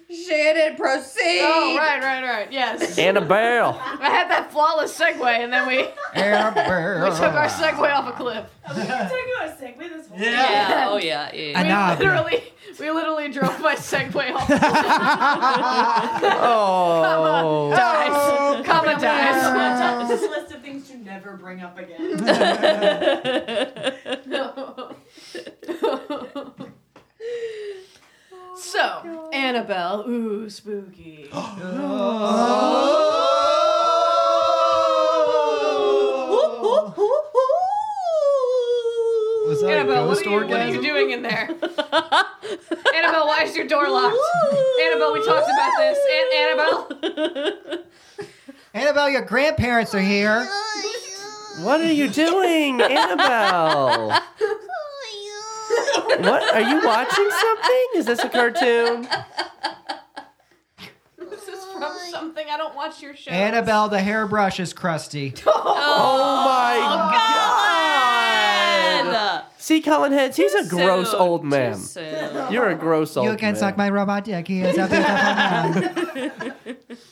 [SPEAKER 11] Shit and proceed. Oh, right, right, right. Yes.
[SPEAKER 12] Annabelle.
[SPEAKER 11] I had that flawless segue, and then we, we took our segue off a cliff.
[SPEAKER 13] talking about a segue this whole
[SPEAKER 8] Yeah.
[SPEAKER 5] Yeah. Oh yeah. yeah.
[SPEAKER 2] And
[SPEAKER 11] We
[SPEAKER 2] now-
[SPEAKER 11] literally, we literally drove my segue off. oh. Dies. Comma dies.
[SPEAKER 13] time? This is a list of things to never bring up again.
[SPEAKER 11] Oh, so, Annabelle, ooh, spooky.
[SPEAKER 2] Was that
[SPEAKER 11] Oh. Annabelle,
[SPEAKER 2] a
[SPEAKER 11] what
[SPEAKER 2] ghost
[SPEAKER 11] are, you, what are you
[SPEAKER 2] orgasm?
[SPEAKER 11] doing in there? Annabelle, why is your door locked? Annabelle, we talked about this. An- Annabelle,
[SPEAKER 2] Annabelle, your grandparents are here.
[SPEAKER 12] What are you doing, Annabelle? What are you watching something? Is this a cartoon?
[SPEAKER 11] this is from something. I don't watch your show.
[SPEAKER 2] Annabelle, the hairbrush is crusty.
[SPEAKER 12] Oh my god! See, Colin Heads, he's a gross
[SPEAKER 5] Soon,
[SPEAKER 12] old
[SPEAKER 5] too
[SPEAKER 12] man.
[SPEAKER 11] uh,
[SPEAKER 5] soon.
[SPEAKER 12] You're a gross old
[SPEAKER 2] You
[SPEAKER 12] Oh, man.
[SPEAKER 2] can suck my robot dick. He is a beautiful man.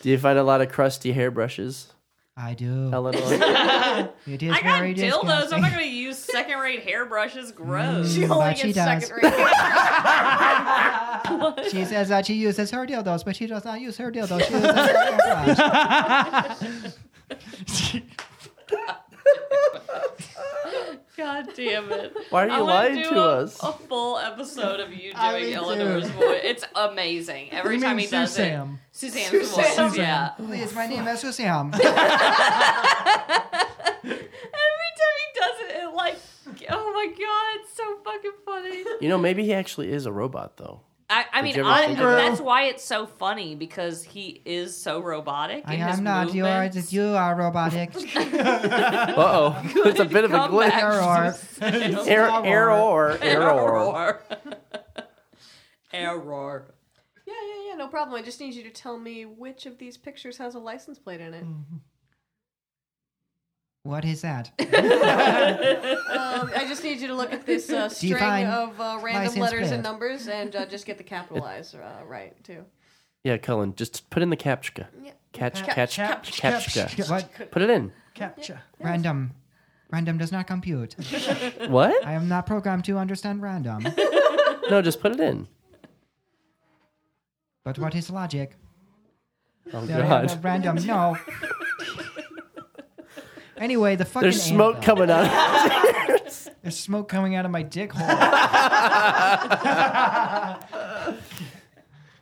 [SPEAKER 12] Do you find a lot of crusty hairbrushes,
[SPEAKER 2] I do.
[SPEAKER 12] Eleanor?
[SPEAKER 2] It is
[SPEAKER 5] I got
[SPEAKER 2] very
[SPEAKER 5] dildos. I'm
[SPEAKER 2] disgusting.
[SPEAKER 5] not gonna use second-rate hairbrushes. Gross.
[SPEAKER 11] She only
[SPEAKER 2] But she
[SPEAKER 11] gets
[SPEAKER 2] does.
[SPEAKER 11] second rate.
[SPEAKER 2] She says that she uses her dildos, but she does not use her dildos. She uses her hairbrush.
[SPEAKER 5] God damn it.
[SPEAKER 12] Why are you
[SPEAKER 5] I wanna
[SPEAKER 12] lying
[SPEAKER 5] do
[SPEAKER 12] to
[SPEAKER 5] a,
[SPEAKER 12] us?
[SPEAKER 5] A full episode of you
[SPEAKER 2] I
[SPEAKER 5] doing
[SPEAKER 2] mean,
[SPEAKER 5] Eleanor's
[SPEAKER 2] too.
[SPEAKER 5] voice. It's amazing. Every
[SPEAKER 8] You
[SPEAKER 5] time
[SPEAKER 8] mean
[SPEAKER 5] he does
[SPEAKER 8] Suzanne.
[SPEAKER 5] it. Suzanne's
[SPEAKER 11] Suzanne.
[SPEAKER 5] voice. Yeah.
[SPEAKER 2] Please, Oh, my name is Sam.
[SPEAKER 5] Every time he does it, it like, oh my god, it's so fucking funny.
[SPEAKER 12] you know, maybe he actually is a robot, though.
[SPEAKER 5] I, I
[SPEAKER 12] Did
[SPEAKER 5] mean,
[SPEAKER 12] you ever
[SPEAKER 5] honestly,
[SPEAKER 12] think of
[SPEAKER 5] that's why it's so funny because he is so robotic.
[SPEAKER 2] I
[SPEAKER 5] in his
[SPEAKER 2] am not
[SPEAKER 5] movements.
[SPEAKER 2] yours. You are robotic.
[SPEAKER 12] Uh oh. it's a bit of a
[SPEAKER 5] Come
[SPEAKER 12] glitch.
[SPEAKER 5] back.
[SPEAKER 2] Error. Error.
[SPEAKER 12] Error. Error. Error.
[SPEAKER 5] Error. Error.
[SPEAKER 11] Yeah, yeah, yeah, no problem. I just need you to tell me which of these pictures has a license plate in it.
[SPEAKER 2] What is that?
[SPEAKER 11] Um, I just need you to look at this uh, string
[SPEAKER 2] Define
[SPEAKER 11] of uh,
[SPEAKER 2] license
[SPEAKER 11] random letters
[SPEAKER 2] plate.
[SPEAKER 11] and numbers and uh, just get the capitalized uh, right, too.
[SPEAKER 12] Yeah, Colin, just put in the captcha.
[SPEAKER 11] Yeah.
[SPEAKER 12] Catch,
[SPEAKER 11] Cap-
[SPEAKER 12] catch,
[SPEAKER 8] cap-
[SPEAKER 12] catch,
[SPEAKER 8] cap-
[SPEAKER 12] captcha.
[SPEAKER 2] What?
[SPEAKER 12] Put it in.
[SPEAKER 8] Captcha.
[SPEAKER 2] Random. Random does not compute.
[SPEAKER 12] What?
[SPEAKER 2] I am not programmed to understand random.
[SPEAKER 12] No, just put it in.
[SPEAKER 2] But what is logic?
[SPEAKER 12] Oh,
[SPEAKER 2] There is no
[SPEAKER 12] God.
[SPEAKER 2] Random. No. Anyway, the fucking
[SPEAKER 12] There's smoke
[SPEAKER 2] Annabelle.
[SPEAKER 12] coming out.
[SPEAKER 2] There's smoke coming out of my dick hole.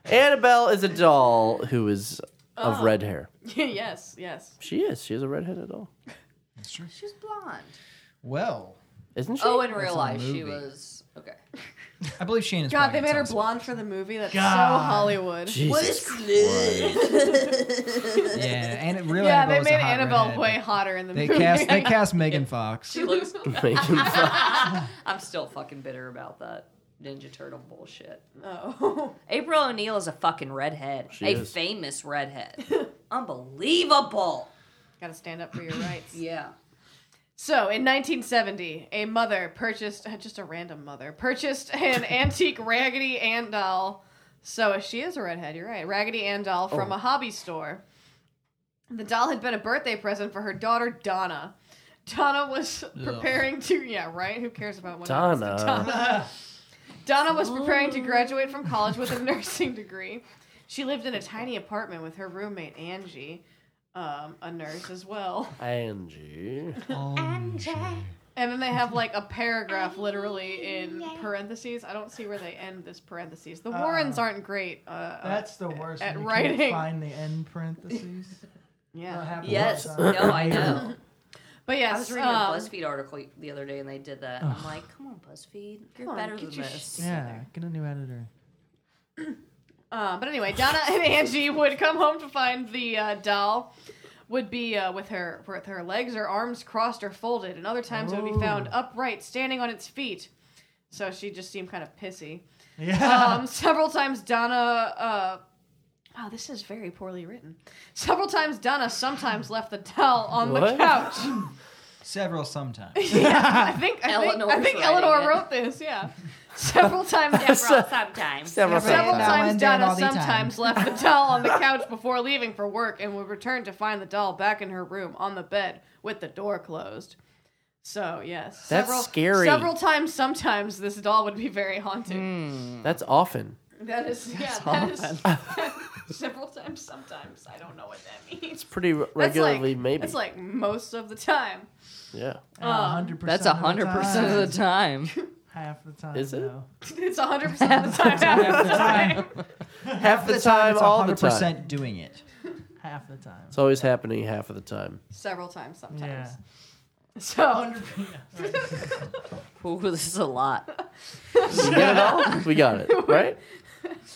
[SPEAKER 12] Annabelle is a doll who is of
[SPEAKER 11] Oh.
[SPEAKER 12] red hair.
[SPEAKER 11] yes, yes.
[SPEAKER 12] She is. She is a redheaded doll.
[SPEAKER 5] She's blonde.
[SPEAKER 2] well,
[SPEAKER 12] Isn't she?
[SPEAKER 5] Oh, in real
[SPEAKER 2] a
[SPEAKER 5] life, she
[SPEAKER 2] movie.
[SPEAKER 5] was. Okay.
[SPEAKER 2] I believe Shane is.
[SPEAKER 11] God,
[SPEAKER 2] probably
[SPEAKER 11] they made her
[SPEAKER 2] got some-
[SPEAKER 11] blonde for the movie. That's
[SPEAKER 8] God.
[SPEAKER 11] so Hollywood.
[SPEAKER 12] Jesus Christ.
[SPEAKER 2] Yeah, and it really.
[SPEAKER 11] yeah,
[SPEAKER 2] Annabelle was
[SPEAKER 11] they
[SPEAKER 2] a
[SPEAKER 11] made
[SPEAKER 2] hot
[SPEAKER 11] Annabelle
[SPEAKER 2] redhead,
[SPEAKER 11] way
[SPEAKER 2] but
[SPEAKER 11] hotter in the
[SPEAKER 2] They
[SPEAKER 11] movie.
[SPEAKER 2] cast. They cast Megan Fox.
[SPEAKER 5] She looks.
[SPEAKER 12] Making fun.
[SPEAKER 5] I'm still fucking bitter about that Ninja Turtle bullshit.
[SPEAKER 11] oh.
[SPEAKER 5] April O'Neil is a fucking redhead.
[SPEAKER 12] She
[SPEAKER 5] a
[SPEAKER 12] is.
[SPEAKER 5] famous redhead. Unbelievable.
[SPEAKER 11] Gotta stand up for your rights.
[SPEAKER 5] Yeah.
[SPEAKER 11] So, in 1970, a mother purchased, uh, just a random mother, purchased an antique Raggedy Ann doll. So, she is a redhead, you're right. Raggedy Ann doll from
[SPEAKER 2] Oh.
[SPEAKER 11] a hobby store. The doll had been a birthday present for her daughter, Donna. Donna was preparing to, yeah, right? Who cares about what happens to
[SPEAKER 12] Donna.
[SPEAKER 11] Donna? Donna was preparing to graduate from college with a nursing degree. She lived in a tiny apartment with her roommate, Angie, um, a nurse as well.
[SPEAKER 12] Angie.
[SPEAKER 11] And then they have like a paragraph literally in parentheses. I don't see where they end this parentheses. The Warrens aren't great. Uh, uh,
[SPEAKER 8] That's the worst.
[SPEAKER 11] At
[SPEAKER 8] when you
[SPEAKER 11] writing.
[SPEAKER 8] Can't find the end parentheses.
[SPEAKER 11] Yeah.
[SPEAKER 2] happens
[SPEAKER 5] Yes. No,
[SPEAKER 2] outside.
[SPEAKER 5] I know.
[SPEAKER 11] But yes,
[SPEAKER 5] I was reading
[SPEAKER 11] um,
[SPEAKER 5] a BuzzFeed article the other day and they did that. I'm like, come on, BuzzFeed, you're
[SPEAKER 11] Come on,
[SPEAKER 5] better
[SPEAKER 11] get
[SPEAKER 5] than
[SPEAKER 11] your shit
[SPEAKER 5] this.
[SPEAKER 2] Yeah, get a new editor.
[SPEAKER 11] Uh, but anyway, Donna and Angie would come home to find the uh, doll would be uh, with her with her legs or arms crossed or folded, and other times it would be found upright, standing on its feet. So she just seemed kind of pissy.
[SPEAKER 2] Yeah.
[SPEAKER 11] Um, several times Donna. Uh, wow, this is very poorly written. Several times Donna sometimes left the doll on the
[SPEAKER 10] What?
[SPEAKER 11] couch.
[SPEAKER 1] Several sometimes.
[SPEAKER 11] yeah, I think I think, I
[SPEAKER 5] Eleanor's
[SPEAKER 11] think
[SPEAKER 5] writing
[SPEAKER 11] Eleanor
[SPEAKER 5] it.
[SPEAKER 11] wrote this. Yeah, several times
[SPEAKER 5] Several sometimes.
[SPEAKER 10] Several
[SPEAKER 11] Several
[SPEAKER 10] times.
[SPEAKER 11] times
[SPEAKER 2] down
[SPEAKER 11] Donna
[SPEAKER 2] all the time.
[SPEAKER 11] sometimes left the doll on the couch before leaving for work and would return to find the doll back in her room on the bed with the door closed. So, yes.
[SPEAKER 10] That's
[SPEAKER 11] several,
[SPEAKER 10] scary.
[SPEAKER 11] Several times sometimes this doll would be very
[SPEAKER 2] Hmm.
[SPEAKER 11] haunting.
[SPEAKER 10] That's often.
[SPEAKER 11] That is, yeah, that is. several times sometimes. I don't know what that means.
[SPEAKER 10] Pretty re- regularly, maybe.
[SPEAKER 11] It's like most of the time.
[SPEAKER 10] yeah.
[SPEAKER 11] Um,
[SPEAKER 2] hundred
[SPEAKER 5] That's hundred percent of the time.
[SPEAKER 2] Half the time.
[SPEAKER 10] Is it?
[SPEAKER 2] though.
[SPEAKER 11] it's 100% of the time. half the time.
[SPEAKER 10] Half the time,
[SPEAKER 1] it's
[SPEAKER 10] all the time.
[SPEAKER 1] doing it.
[SPEAKER 2] Half the time.
[SPEAKER 10] It's always happening half of the time.
[SPEAKER 11] Several times sometimes.
[SPEAKER 2] Yeah.
[SPEAKER 11] So,
[SPEAKER 5] Ooh, this is a lot.
[SPEAKER 10] We got it all? We got it, right?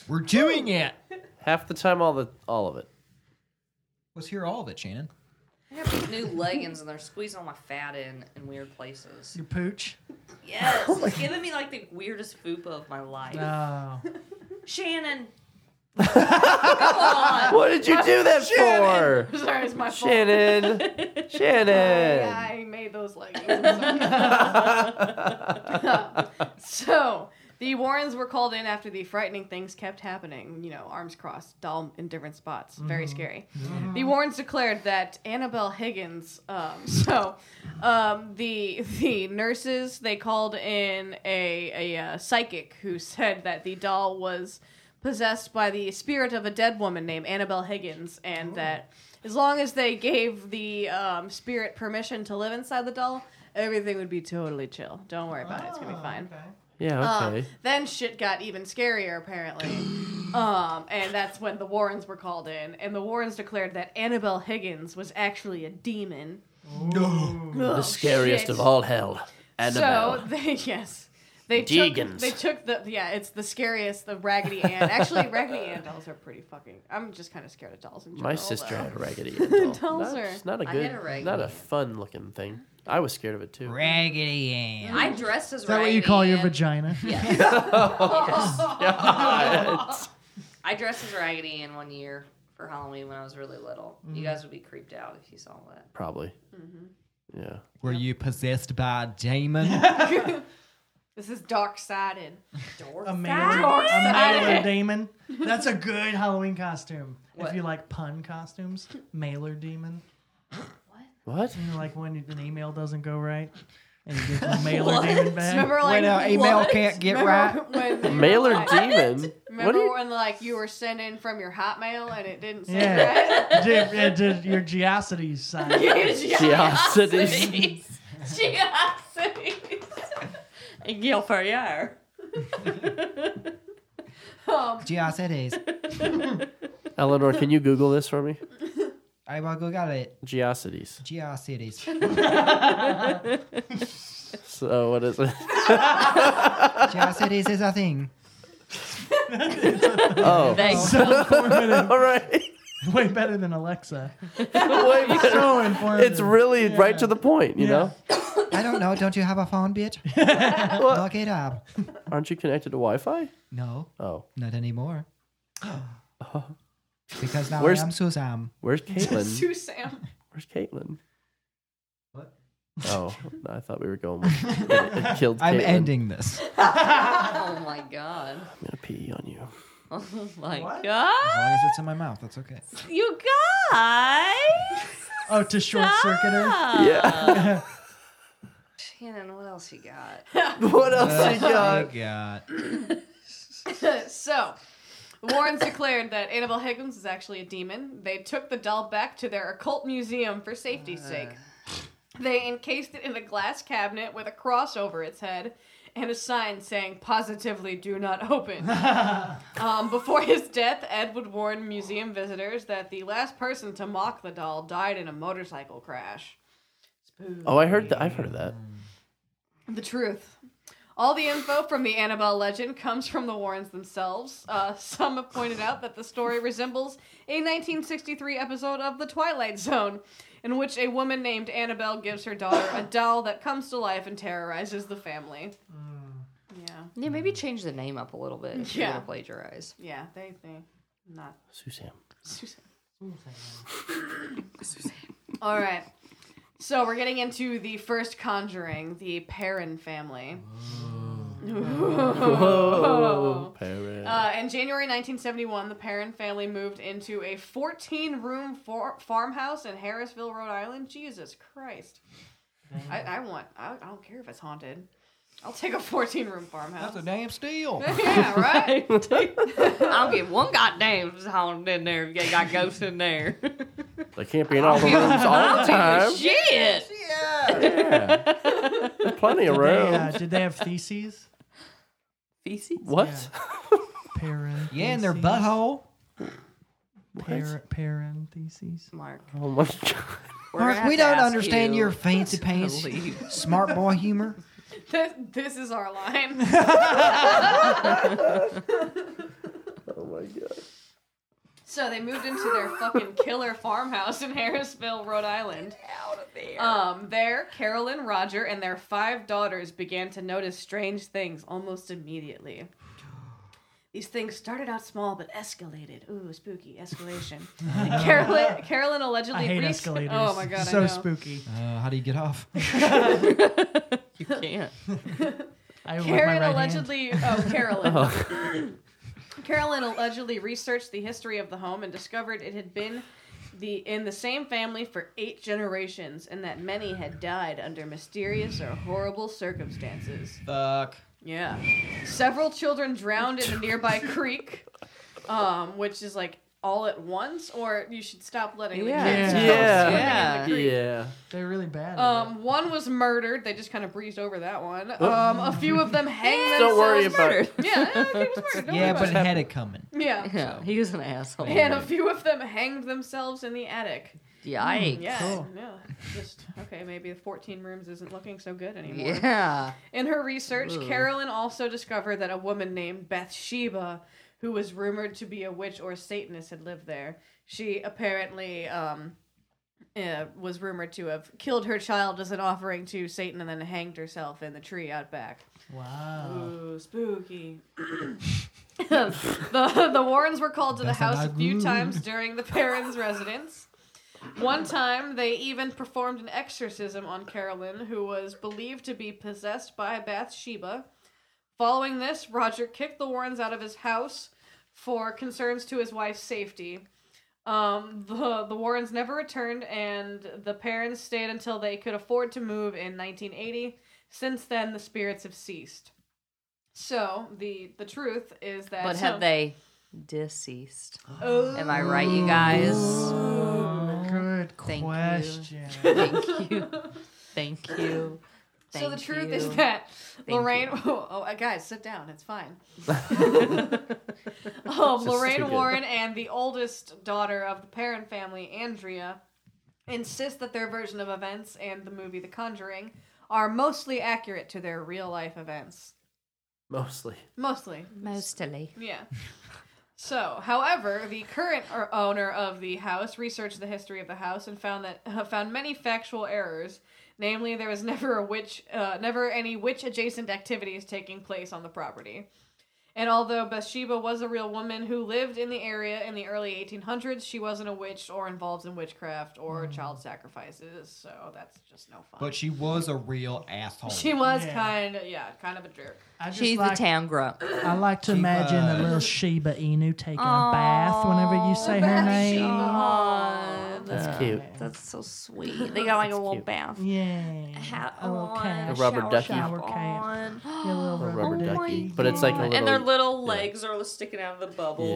[SPEAKER 1] We're doing it.
[SPEAKER 10] Half the time, all the all of it.
[SPEAKER 1] Let's hear all of it, Shannon.
[SPEAKER 5] I have these new leggings and they're squeezing all my fat in in weird places.
[SPEAKER 2] Your pooch.
[SPEAKER 5] Yes,
[SPEAKER 10] Oh
[SPEAKER 5] it's giving me like the weirdest fupa of my life.
[SPEAKER 1] Oh.
[SPEAKER 2] No.
[SPEAKER 5] Shannon,
[SPEAKER 10] What did you do that for?
[SPEAKER 11] sorry, it's my fault.
[SPEAKER 10] Shannon. Shannon.
[SPEAKER 11] Oh, Yeah, I made those leggings. I'm sorry. so the Warrens were called in after the frightening things kept happening. You know, arms crossed, doll in different spots. Very
[SPEAKER 10] Mm-hmm.
[SPEAKER 11] scary. The Warrens declared that Annabelle Higgins. Um, so um, the the nurses they called in a a uh, psychic who said that the doll was possessed by the spirit of a dead woman named Annabelle Higgins, and that as long as they gave the um, spirit permission to live inside the doll, everything would be totally chill. Don't worry about it; it's gonna be fine. Um,
[SPEAKER 10] Yeah, okay.
[SPEAKER 11] Then shit got even scarier, apparently. um, and that's when the Warrens were called in, and the Warrens declared that Annabelle Higgins was actually a demon.
[SPEAKER 2] Oh.
[SPEAKER 11] No,
[SPEAKER 10] the scariest of all hell. Annabelle.
[SPEAKER 11] so they yes. They took,
[SPEAKER 10] Deegans.
[SPEAKER 11] they took the yeah it's the scariest the Raggedy Ann actually Raggedy Ann dolls are pretty fucking I'm just kind of scared of dolls in general
[SPEAKER 10] My sister
[SPEAKER 11] though.
[SPEAKER 10] had a raggedy Ann doll.
[SPEAKER 11] Dolls
[SPEAKER 10] not,
[SPEAKER 11] are-
[SPEAKER 10] it's not a
[SPEAKER 5] I
[SPEAKER 10] good,
[SPEAKER 5] had a Raggedy
[SPEAKER 10] not a
[SPEAKER 5] Ann.
[SPEAKER 10] fun looking thing. I was scared of it too.
[SPEAKER 1] Raggedy Ann.
[SPEAKER 5] I dressed as
[SPEAKER 2] Is that what you
[SPEAKER 5] Raggedy
[SPEAKER 2] call your
[SPEAKER 5] Ann.
[SPEAKER 2] vagina?
[SPEAKER 10] God.
[SPEAKER 5] I dressed as Raggedy Ann one year for Halloween when I was really little.
[SPEAKER 2] Mm-hmm.
[SPEAKER 5] You guys would be creeped out if you saw that.
[SPEAKER 10] Probably. Yeah.
[SPEAKER 1] Were you possessed by a demon?
[SPEAKER 11] This is dark sided.
[SPEAKER 2] A Mailer, a Mailer Damon. That's a good Halloween costume. If
[SPEAKER 5] What?
[SPEAKER 2] you like pun costumes, Mailer Demon.
[SPEAKER 10] What?
[SPEAKER 2] You know, like when an email doesn't go right and you get the Mailer Demon back.
[SPEAKER 11] Remember like
[SPEAKER 1] when an email
[SPEAKER 11] what?
[SPEAKER 1] can't get
[SPEAKER 11] Remember
[SPEAKER 1] right.
[SPEAKER 11] when
[SPEAKER 10] Mailer
[SPEAKER 11] like,
[SPEAKER 10] demon. What
[SPEAKER 11] Remember
[SPEAKER 10] do you?
[SPEAKER 11] when like you were sending from your Hotmail and it didn't send right?
[SPEAKER 2] Yeah. Did, it did your Geocities E sign.
[SPEAKER 10] Geocities.
[SPEAKER 5] Geocities. And Gil Ferrier.
[SPEAKER 11] Um,
[SPEAKER 1] Geocities.
[SPEAKER 10] Eleanor, can you Google this for me?
[SPEAKER 1] I will go got it.
[SPEAKER 10] Geocities.
[SPEAKER 1] Geocities.
[SPEAKER 10] So what is it?
[SPEAKER 1] Geocities is a thing.
[SPEAKER 10] Oh,
[SPEAKER 5] Thanks.
[SPEAKER 10] all right.
[SPEAKER 2] Way better than Alexa.
[SPEAKER 10] Wait,
[SPEAKER 2] So informative.
[SPEAKER 10] it's really right to the point, you
[SPEAKER 2] Yeah.
[SPEAKER 10] know?
[SPEAKER 1] I don't know. Don't you have a phone, bitch? Look it up.
[SPEAKER 10] Aren't you connected to Wi-Fi?
[SPEAKER 1] No,
[SPEAKER 10] Oh,
[SPEAKER 1] not anymore. Because now
[SPEAKER 10] Where's-
[SPEAKER 1] I am Suzanne.
[SPEAKER 10] where's Caitlin?
[SPEAKER 11] Sue Sam.
[SPEAKER 10] Where's Caitlin?
[SPEAKER 1] What?
[SPEAKER 10] Oh, I thought we were going. With, it, it killed.
[SPEAKER 1] I'm
[SPEAKER 10] Caitlin.
[SPEAKER 1] ending this.
[SPEAKER 5] Oh my god.
[SPEAKER 10] I'm gonna pee on you.
[SPEAKER 5] Oh my
[SPEAKER 2] What?
[SPEAKER 1] As
[SPEAKER 5] god.
[SPEAKER 1] long as it's in my mouth, that's okay.
[SPEAKER 5] You guys.
[SPEAKER 2] Oh, to short circuit her.
[SPEAKER 10] Yeah.
[SPEAKER 5] Shannon, what else you got?
[SPEAKER 10] what else you
[SPEAKER 1] I
[SPEAKER 10] got?
[SPEAKER 1] got
[SPEAKER 11] so, the Warrens declared that Annabelle Higgins
[SPEAKER 10] Uh.
[SPEAKER 11] is actually a demon. They took the doll back to their occult museum for safety's sake. They encased it in a glass cabinet with a cross over its head and a sign saying "Positively do not open." um, before his death, Ed would warn museum visitors that the last person to mock the doll died in a motorcycle crash. Spooky.
[SPEAKER 10] Oh, I heard that. I've heard of that.
[SPEAKER 11] The truth. All the info from the Annabelle legend comes from the Warrens themselves. Uh, some have pointed out that the story resembles a 1963 episode of The Twilight Zone, in which a woman named Annabelle gives her daughter a doll that comes to life and terrorizes the family. Yeah.
[SPEAKER 5] Yeah, maybe change the name up a little bit if you're
[SPEAKER 11] Yeah.
[SPEAKER 5] gonna plagiarize.
[SPEAKER 11] Yeah, they, they, not
[SPEAKER 10] Suzanne.
[SPEAKER 11] Suzanne. All right. So we're getting into the first Conjuring, the Perrin family.
[SPEAKER 10] Whoa, Perrin.
[SPEAKER 11] Uh, in January 1971, the Perrin family moved into a 14 room for- farmhouse in Harrisville, Rhode Island. Jesus Christ. I, I want, I, I don't care if it's haunted. I'll take a 14 room farmhouse.
[SPEAKER 1] That's a damn steal.
[SPEAKER 11] yeah, right?
[SPEAKER 5] I'll get one goddamn haunted in there if you got ghosts in there.
[SPEAKER 10] They can't be in all the rooms all the
[SPEAKER 5] I'll
[SPEAKER 10] time.
[SPEAKER 5] do shit.
[SPEAKER 10] Yeah. There's plenty of
[SPEAKER 2] Did they, uh,
[SPEAKER 10] room.
[SPEAKER 2] did they have feces?
[SPEAKER 5] Feces?
[SPEAKER 10] What?
[SPEAKER 2] Parent.
[SPEAKER 1] Yeah, in their butthole.
[SPEAKER 2] Par- parentheses.
[SPEAKER 5] Mark.
[SPEAKER 10] Oh my god.
[SPEAKER 5] we're gonna
[SPEAKER 1] Mark,
[SPEAKER 5] have
[SPEAKER 1] we
[SPEAKER 5] to
[SPEAKER 1] don't
[SPEAKER 5] ask
[SPEAKER 1] understand
[SPEAKER 5] you
[SPEAKER 1] your fancy
[SPEAKER 5] to
[SPEAKER 1] pants,
[SPEAKER 5] leave.
[SPEAKER 1] smart boy humor.
[SPEAKER 11] this, this is our line.
[SPEAKER 10] Oh my god.
[SPEAKER 11] So they moved into their fucking killer farmhouse in Harrisville, Rhode Island.
[SPEAKER 5] out of there.
[SPEAKER 11] Um, there, Carolyn, Roger, and their five daughters began to notice strange things almost immediately. These things started out small but escalated. Ooh, spooky escalation. Carolyn, Carolyn allegedly
[SPEAKER 2] I hate
[SPEAKER 11] re-
[SPEAKER 2] escalators.
[SPEAKER 11] Oh my god,
[SPEAKER 2] so
[SPEAKER 11] I know.
[SPEAKER 2] spooky.
[SPEAKER 1] Uh, how do you get off?
[SPEAKER 5] you can't.
[SPEAKER 2] I with my
[SPEAKER 11] Karen
[SPEAKER 2] right hand.
[SPEAKER 11] allegedly. Oh, Carolyn. Carolyn allegedly researched the history of the home and discovered it had been the in the same family for eight generations, and that many had died under mysterious or horrible circumstances.
[SPEAKER 1] Fuck.
[SPEAKER 11] Yeah, several children drowned in the nearby creek, um, which is like all at once, or you should stop letting
[SPEAKER 5] Yeah.
[SPEAKER 11] the kids.
[SPEAKER 2] Yeah.
[SPEAKER 5] Yeah.
[SPEAKER 10] Yeah. Yeah.
[SPEAKER 2] They're really bad. at it.
[SPEAKER 11] Um, one was murdered. They just kind of breezed over that one. Um, a few of them hanged themselves.
[SPEAKER 10] Don't worry about it.
[SPEAKER 11] Yeah, yeah, he was murdered. Don't worry
[SPEAKER 1] Yeah,
[SPEAKER 11] about
[SPEAKER 1] but
[SPEAKER 11] it.
[SPEAKER 1] it had it coming.
[SPEAKER 11] Yeah.
[SPEAKER 5] Yeah, he was an asshole.
[SPEAKER 11] And a few of them hanged themselves in the attic.
[SPEAKER 5] Yikes.
[SPEAKER 11] Yeah, yeah. Just okay. Maybe the 14 rooms isn't looking so good anymore.
[SPEAKER 5] Yeah.
[SPEAKER 11] In her research,
[SPEAKER 5] Ugh.
[SPEAKER 11] Carolyn also discovered that a woman named Bathsheba, who was rumored to be a witch or Satanist, had lived there. She apparently um, uh, was rumored to have killed her child as an offering to Satan and then hanged herself in the tree out back.
[SPEAKER 2] wow.
[SPEAKER 11] Ooh, spooky. the, the Warrens were called to the
[SPEAKER 1] That's a
[SPEAKER 11] house a
[SPEAKER 1] nice
[SPEAKER 11] few
[SPEAKER 1] mood.
[SPEAKER 11] times during the Perrins' residence. One time, they even performed an exorcism on Carolyn, who was believed to be possessed by Bathsheba. Following this, Roger kicked the Warrens out of his house for concerns to his wife's safety. Um, the, the Warrens never returned, and the parents stayed until they could afford to move in 1980. Since then, the spirits have ceased. So the the truth is that.
[SPEAKER 5] But
[SPEAKER 11] so-
[SPEAKER 5] have they deceased?
[SPEAKER 11] Oh.
[SPEAKER 5] Am I right, you guys?
[SPEAKER 2] Ooh, good
[SPEAKER 5] Thank you.
[SPEAKER 2] question.
[SPEAKER 5] Thank you. Thank you. Thank
[SPEAKER 11] so the truth is
[SPEAKER 5] you.
[SPEAKER 11] that
[SPEAKER 5] Thank
[SPEAKER 11] Lorraine. Oh, oh, uh, guys, sit down. It's fine. um,
[SPEAKER 10] too
[SPEAKER 11] Lorraine
[SPEAKER 10] good.
[SPEAKER 11] Warren and the oldest daughter of the parent family, Andrea, insist that their version of events and the movie The Conjuring are mostly accurate to their real life events.
[SPEAKER 10] Mostly.
[SPEAKER 11] Mostly.
[SPEAKER 5] mostly.
[SPEAKER 11] Yeah. So, however, the current er- owner of the house researched the history of the house and found that found many factual errors. Namely, there was never a witch, uh, never any witch adjacent activities taking place on the property. And although Bathsheba was a real woman who lived in the area in the early 1800s, she wasn't a witch or involved in witchcraft or
[SPEAKER 2] Hmm.
[SPEAKER 11] child sacrifices. So that's just no fun.
[SPEAKER 1] But she was a real asshole.
[SPEAKER 11] she was
[SPEAKER 2] Yeah.
[SPEAKER 11] kind of yeah, kind of a jerk.
[SPEAKER 2] I just
[SPEAKER 5] She's
[SPEAKER 2] like,
[SPEAKER 5] the town grump.
[SPEAKER 2] I like to imagine a little Sheba Inu taking a bath whenever you say her name.
[SPEAKER 5] That's,
[SPEAKER 10] That's cute.
[SPEAKER 5] that's so sweet. They got like a little
[SPEAKER 10] cute.
[SPEAKER 5] bath
[SPEAKER 2] Yeah.
[SPEAKER 5] hat
[SPEAKER 2] A little
[SPEAKER 5] on,
[SPEAKER 2] cap.
[SPEAKER 5] a
[SPEAKER 10] A rubber
[SPEAKER 5] shower
[SPEAKER 10] ducky.
[SPEAKER 5] cap
[SPEAKER 2] Shower cap.
[SPEAKER 5] on.
[SPEAKER 2] Your little
[SPEAKER 10] A
[SPEAKER 2] rubber
[SPEAKER 10] rubber
[SPEAKER 2] duck.
[SPEAKER 10] ducky.
[SPEAKER 5] my
[SPEAKER 10] But it's like a
[SPEAKER 5] God.
[SPEAKER 10] little.
[SPEAKER 5] and their little legs are sticking out of the bubbles.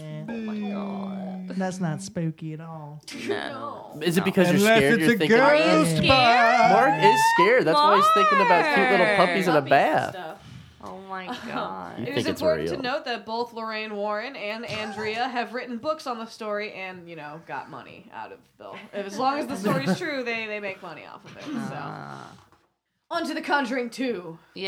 [SPEAKER 10] Yeah.
[SPEAKER 5] Oh my god.
[SPEAKER 2] That's not spooky at all.
[SPEAKER 5] No.
[SPEAKER 10] Is it because you're
[SPEAKER 2] Unless
[SPEAKER 10] scared?
[SPEAKER 2] it's
[SPEAKER 10] you're
[SPEAKER 2] a
[SPEAKER 10] thinking
[SPEAKER 2] ghost Are you scared?
[SPEAKER 10] Mark is scared. That's why he's thinking about cute little puppies in a bath.
[SPEAKER 5] Oh my
[SPEAKER 10] You
[SPEAKER 5] god.
[SPEAKER 11] It
[SPEAKER 10] think
[SPEAKER 11] is
[SPEAKER 10] it's
[SPEAKER 11] important
[SPEAKER 10] real.
[SPEAKER 11] to note that both Lorraine Warren and Andrea have written books on the story and, you know, got money out of Bill. As long as the story's true, they, they make money off of it. So.
[SPEAKER 5] Ah.
[SPEAKER 11] On to The Conjuring 2.
[SPEAKER 5] Yay.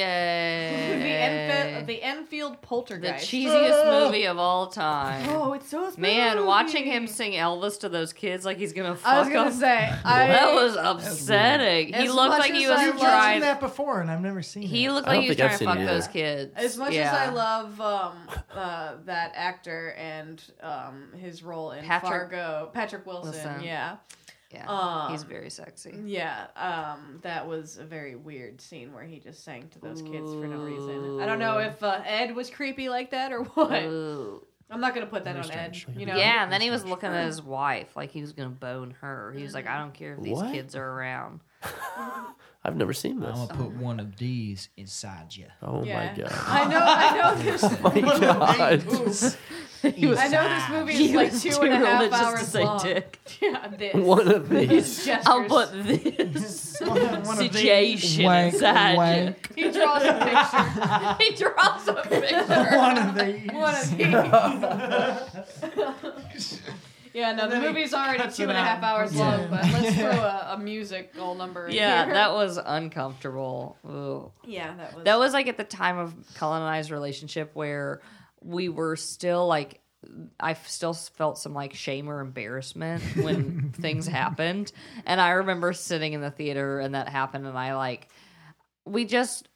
[SPEAKER 11] the, Enfi- the Enfield
[SPEAKER 5] The
[SPEAKER 11] Poltergeist.
[SPEAKER 5] cheesiest movie of all time.
[SPEAKER 11] Oh, it's so spooky.
[SPEAKER 5] Man, watching him sing Elvis to those kids like he's gonna fuck
[SPEAKER 11] I was gonna
[SPEAKER 5] up-
[SPEAKER 11] say, I-
[SPEAKER 5] that was upsetting.
[SPEAKER 11] As
[SPEAKER 5] He looked
[SPEAKER 11] much
[SPEAKER 5] like he
[SPEAKER 11] as
[SPEAKER 5] was
[SPEAKER 11] I
[SPEAKER 2] I've
[SPEAKER 11] love-
[SPEAKER 2] seen
[SPEAKER 5] trying.
[SPEAKER 2] that before, and I've never seen.
[SPEAKER 5] He
[SPEAKER 2] it.
[SPEAKER 5] looked
[SPEAKER 10] I
[SPEAKER 5] like
[SPEAKER 10] don't
[SPEAKER 5] he was
[SPEAKER 10] think I've
[SPEAKER 5] trying to
[SPEAKER 10] seen it
[SPEAKER 5] fuck those
[SPEAKER 10] either.
[SPEAKER 5] kids.
[SPEAKER 11] As much
[SPEAKER 5] Yeah.
[SPEAKER 11] as I love um, uh, that actor and um, his role in
[SPEAKER 5] Patrick-
[SPEAKER 11] Fargo, Patrick Wilson,
[SPEAKER 5] Wilson.
[SPEAKER 11] yeah,
[SPEAKER 5] yeah,
[SPEAKER 11] um,
[SPEAKER 5] he's very sexy.
[SPEAKER 11] yeah, um, that was a very weird scene where he just sang to those kids for no reason. I don't know if uh, Ed was creepy like that or what.
[SPEAKER 5] Ooh.
[SPEAKER 11] I'm not gonna put that on Ed. You know,
[SPEAKER 5] yeah, and then he was looking at his wife like he was gonna bone her. He was like, I don't care if these
[SPEAKER 10] What?
[SPEAKER 5] kids are around.
[SPEAKER 10] I've never seen
[SPEAKER 1] I'm
[SPEAKER 10] this.
[SPEAKER 1] gonna put one of these inside you.
[SPEAKER 10] Oh
[SPEAKER 11] Yeah.
[SPEAKER 10] my god.
[SPEAKER 11] I know, I know. There's,
[SPEAKER 10] My god.
[SPEAKER 11] I know this movie is like two and a half hours long. Yeah, this.
[SPEAKER 10] One of these.
[SPEAKER 11] Gestures.
[SPEAKER 5] I'll put this situation
[SPEAKER 2] Wank,
[SPEAKER 5] inside
[SPEAKER 2] wank.
[SPEAKER 11] He draws a picture.
[SPEAKER 5] you. He draws a picture.
[SPEAKER 2] One of these.
[SPEAKER 11] One of these. yeah, no, the
[SPEAKER 2] then he
[SPEAKER 11] movie's already
[SPEAKER 2] cuts
[SPEAKER 11] two
[SPEAKER 2] it
[SPEAKER 11] and a
[SPEAKER 2] out
[SPEAKER 11] half
[SPEAKER 2] and
[SPEAKER 11] hours
[SPEAKER 2] puts it
[SPEAKER 11] long,
[SPEAKER 2] in.
[SPEAKER 11] but let's throw a, a musical number in
[SPEAKER 5] Yeah,
[SPEAKER 11] here.
[SPEAKER 5] that was uncomfortable. Ooh.
[SPEAKER 11] yeah, that was.
[SPEAKER 5] That was like at the time of Cullen and I's relationship where we were still like, I f- still felt some like shame or embarrassment when things happened. And I remember sitting in the theater and that happened, and I like, we just,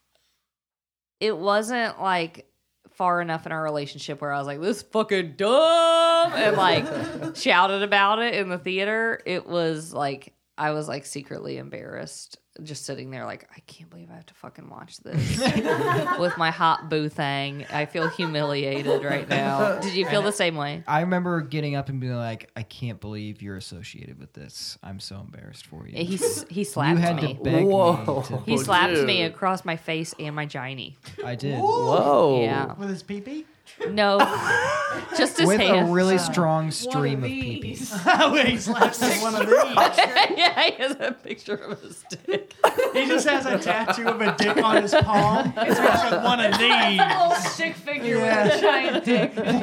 [SPEAKER 5] it wasn't like far enough in our relationship where I was like, this fucking dumb and like shouted about it in the theater. It was like I was like secretly embarrassed just sitting there like I can't believe I have to fucking watch this with my hot boo thing. I feel humiliated right now. Did you feel the same way?
[SPEAKER 1] I remember getting up and being like, I can't believe you're associated with this. I'm so embarrassed for you.
[SPEAKER 5] He s- he
[SPEAKER 1] you
[SPEAKER 5] slapped
[SPEAKER 1] had
[SPEAKER 5] me.
[SPEAKER 1] to beg
[SPEAKER 10] Whoa.
[SPEAKER 1] me. To,
[SPEAKER 5] he slapped me
[SPEAKER 10] dude.
[SPEAKER 5] across my face and my giny.
[SPEAKER 1] I did.
[SPEAKER 10] Whoa.
[SPEAKER 5] Yeah.
[SPEAKER 2] With his pee-pee?
[SPEAKER 5] No. just his
[SPEAKER 1] With
[SPEAKER 5] hand.
[SPEAKER 1] a really strong stream
[SPEAKER 11] one
[SPEAKER 1] of
[SPEAKER 11] of
[SPEAKER 1] pee
[SPEAKER 11] these.
[SPEAKER 2] Where he slaps him one of these.
[SPEAKER 5] yeah, he has a picture of a stick.
[SPEAKER 2] He just has a tattoo of a dick on his palm. It's with one of these.
[SPEAKER 11] Little stick figure with
[SPEAKER 2] Yeah.
[SPEAKER 11] a giant dick.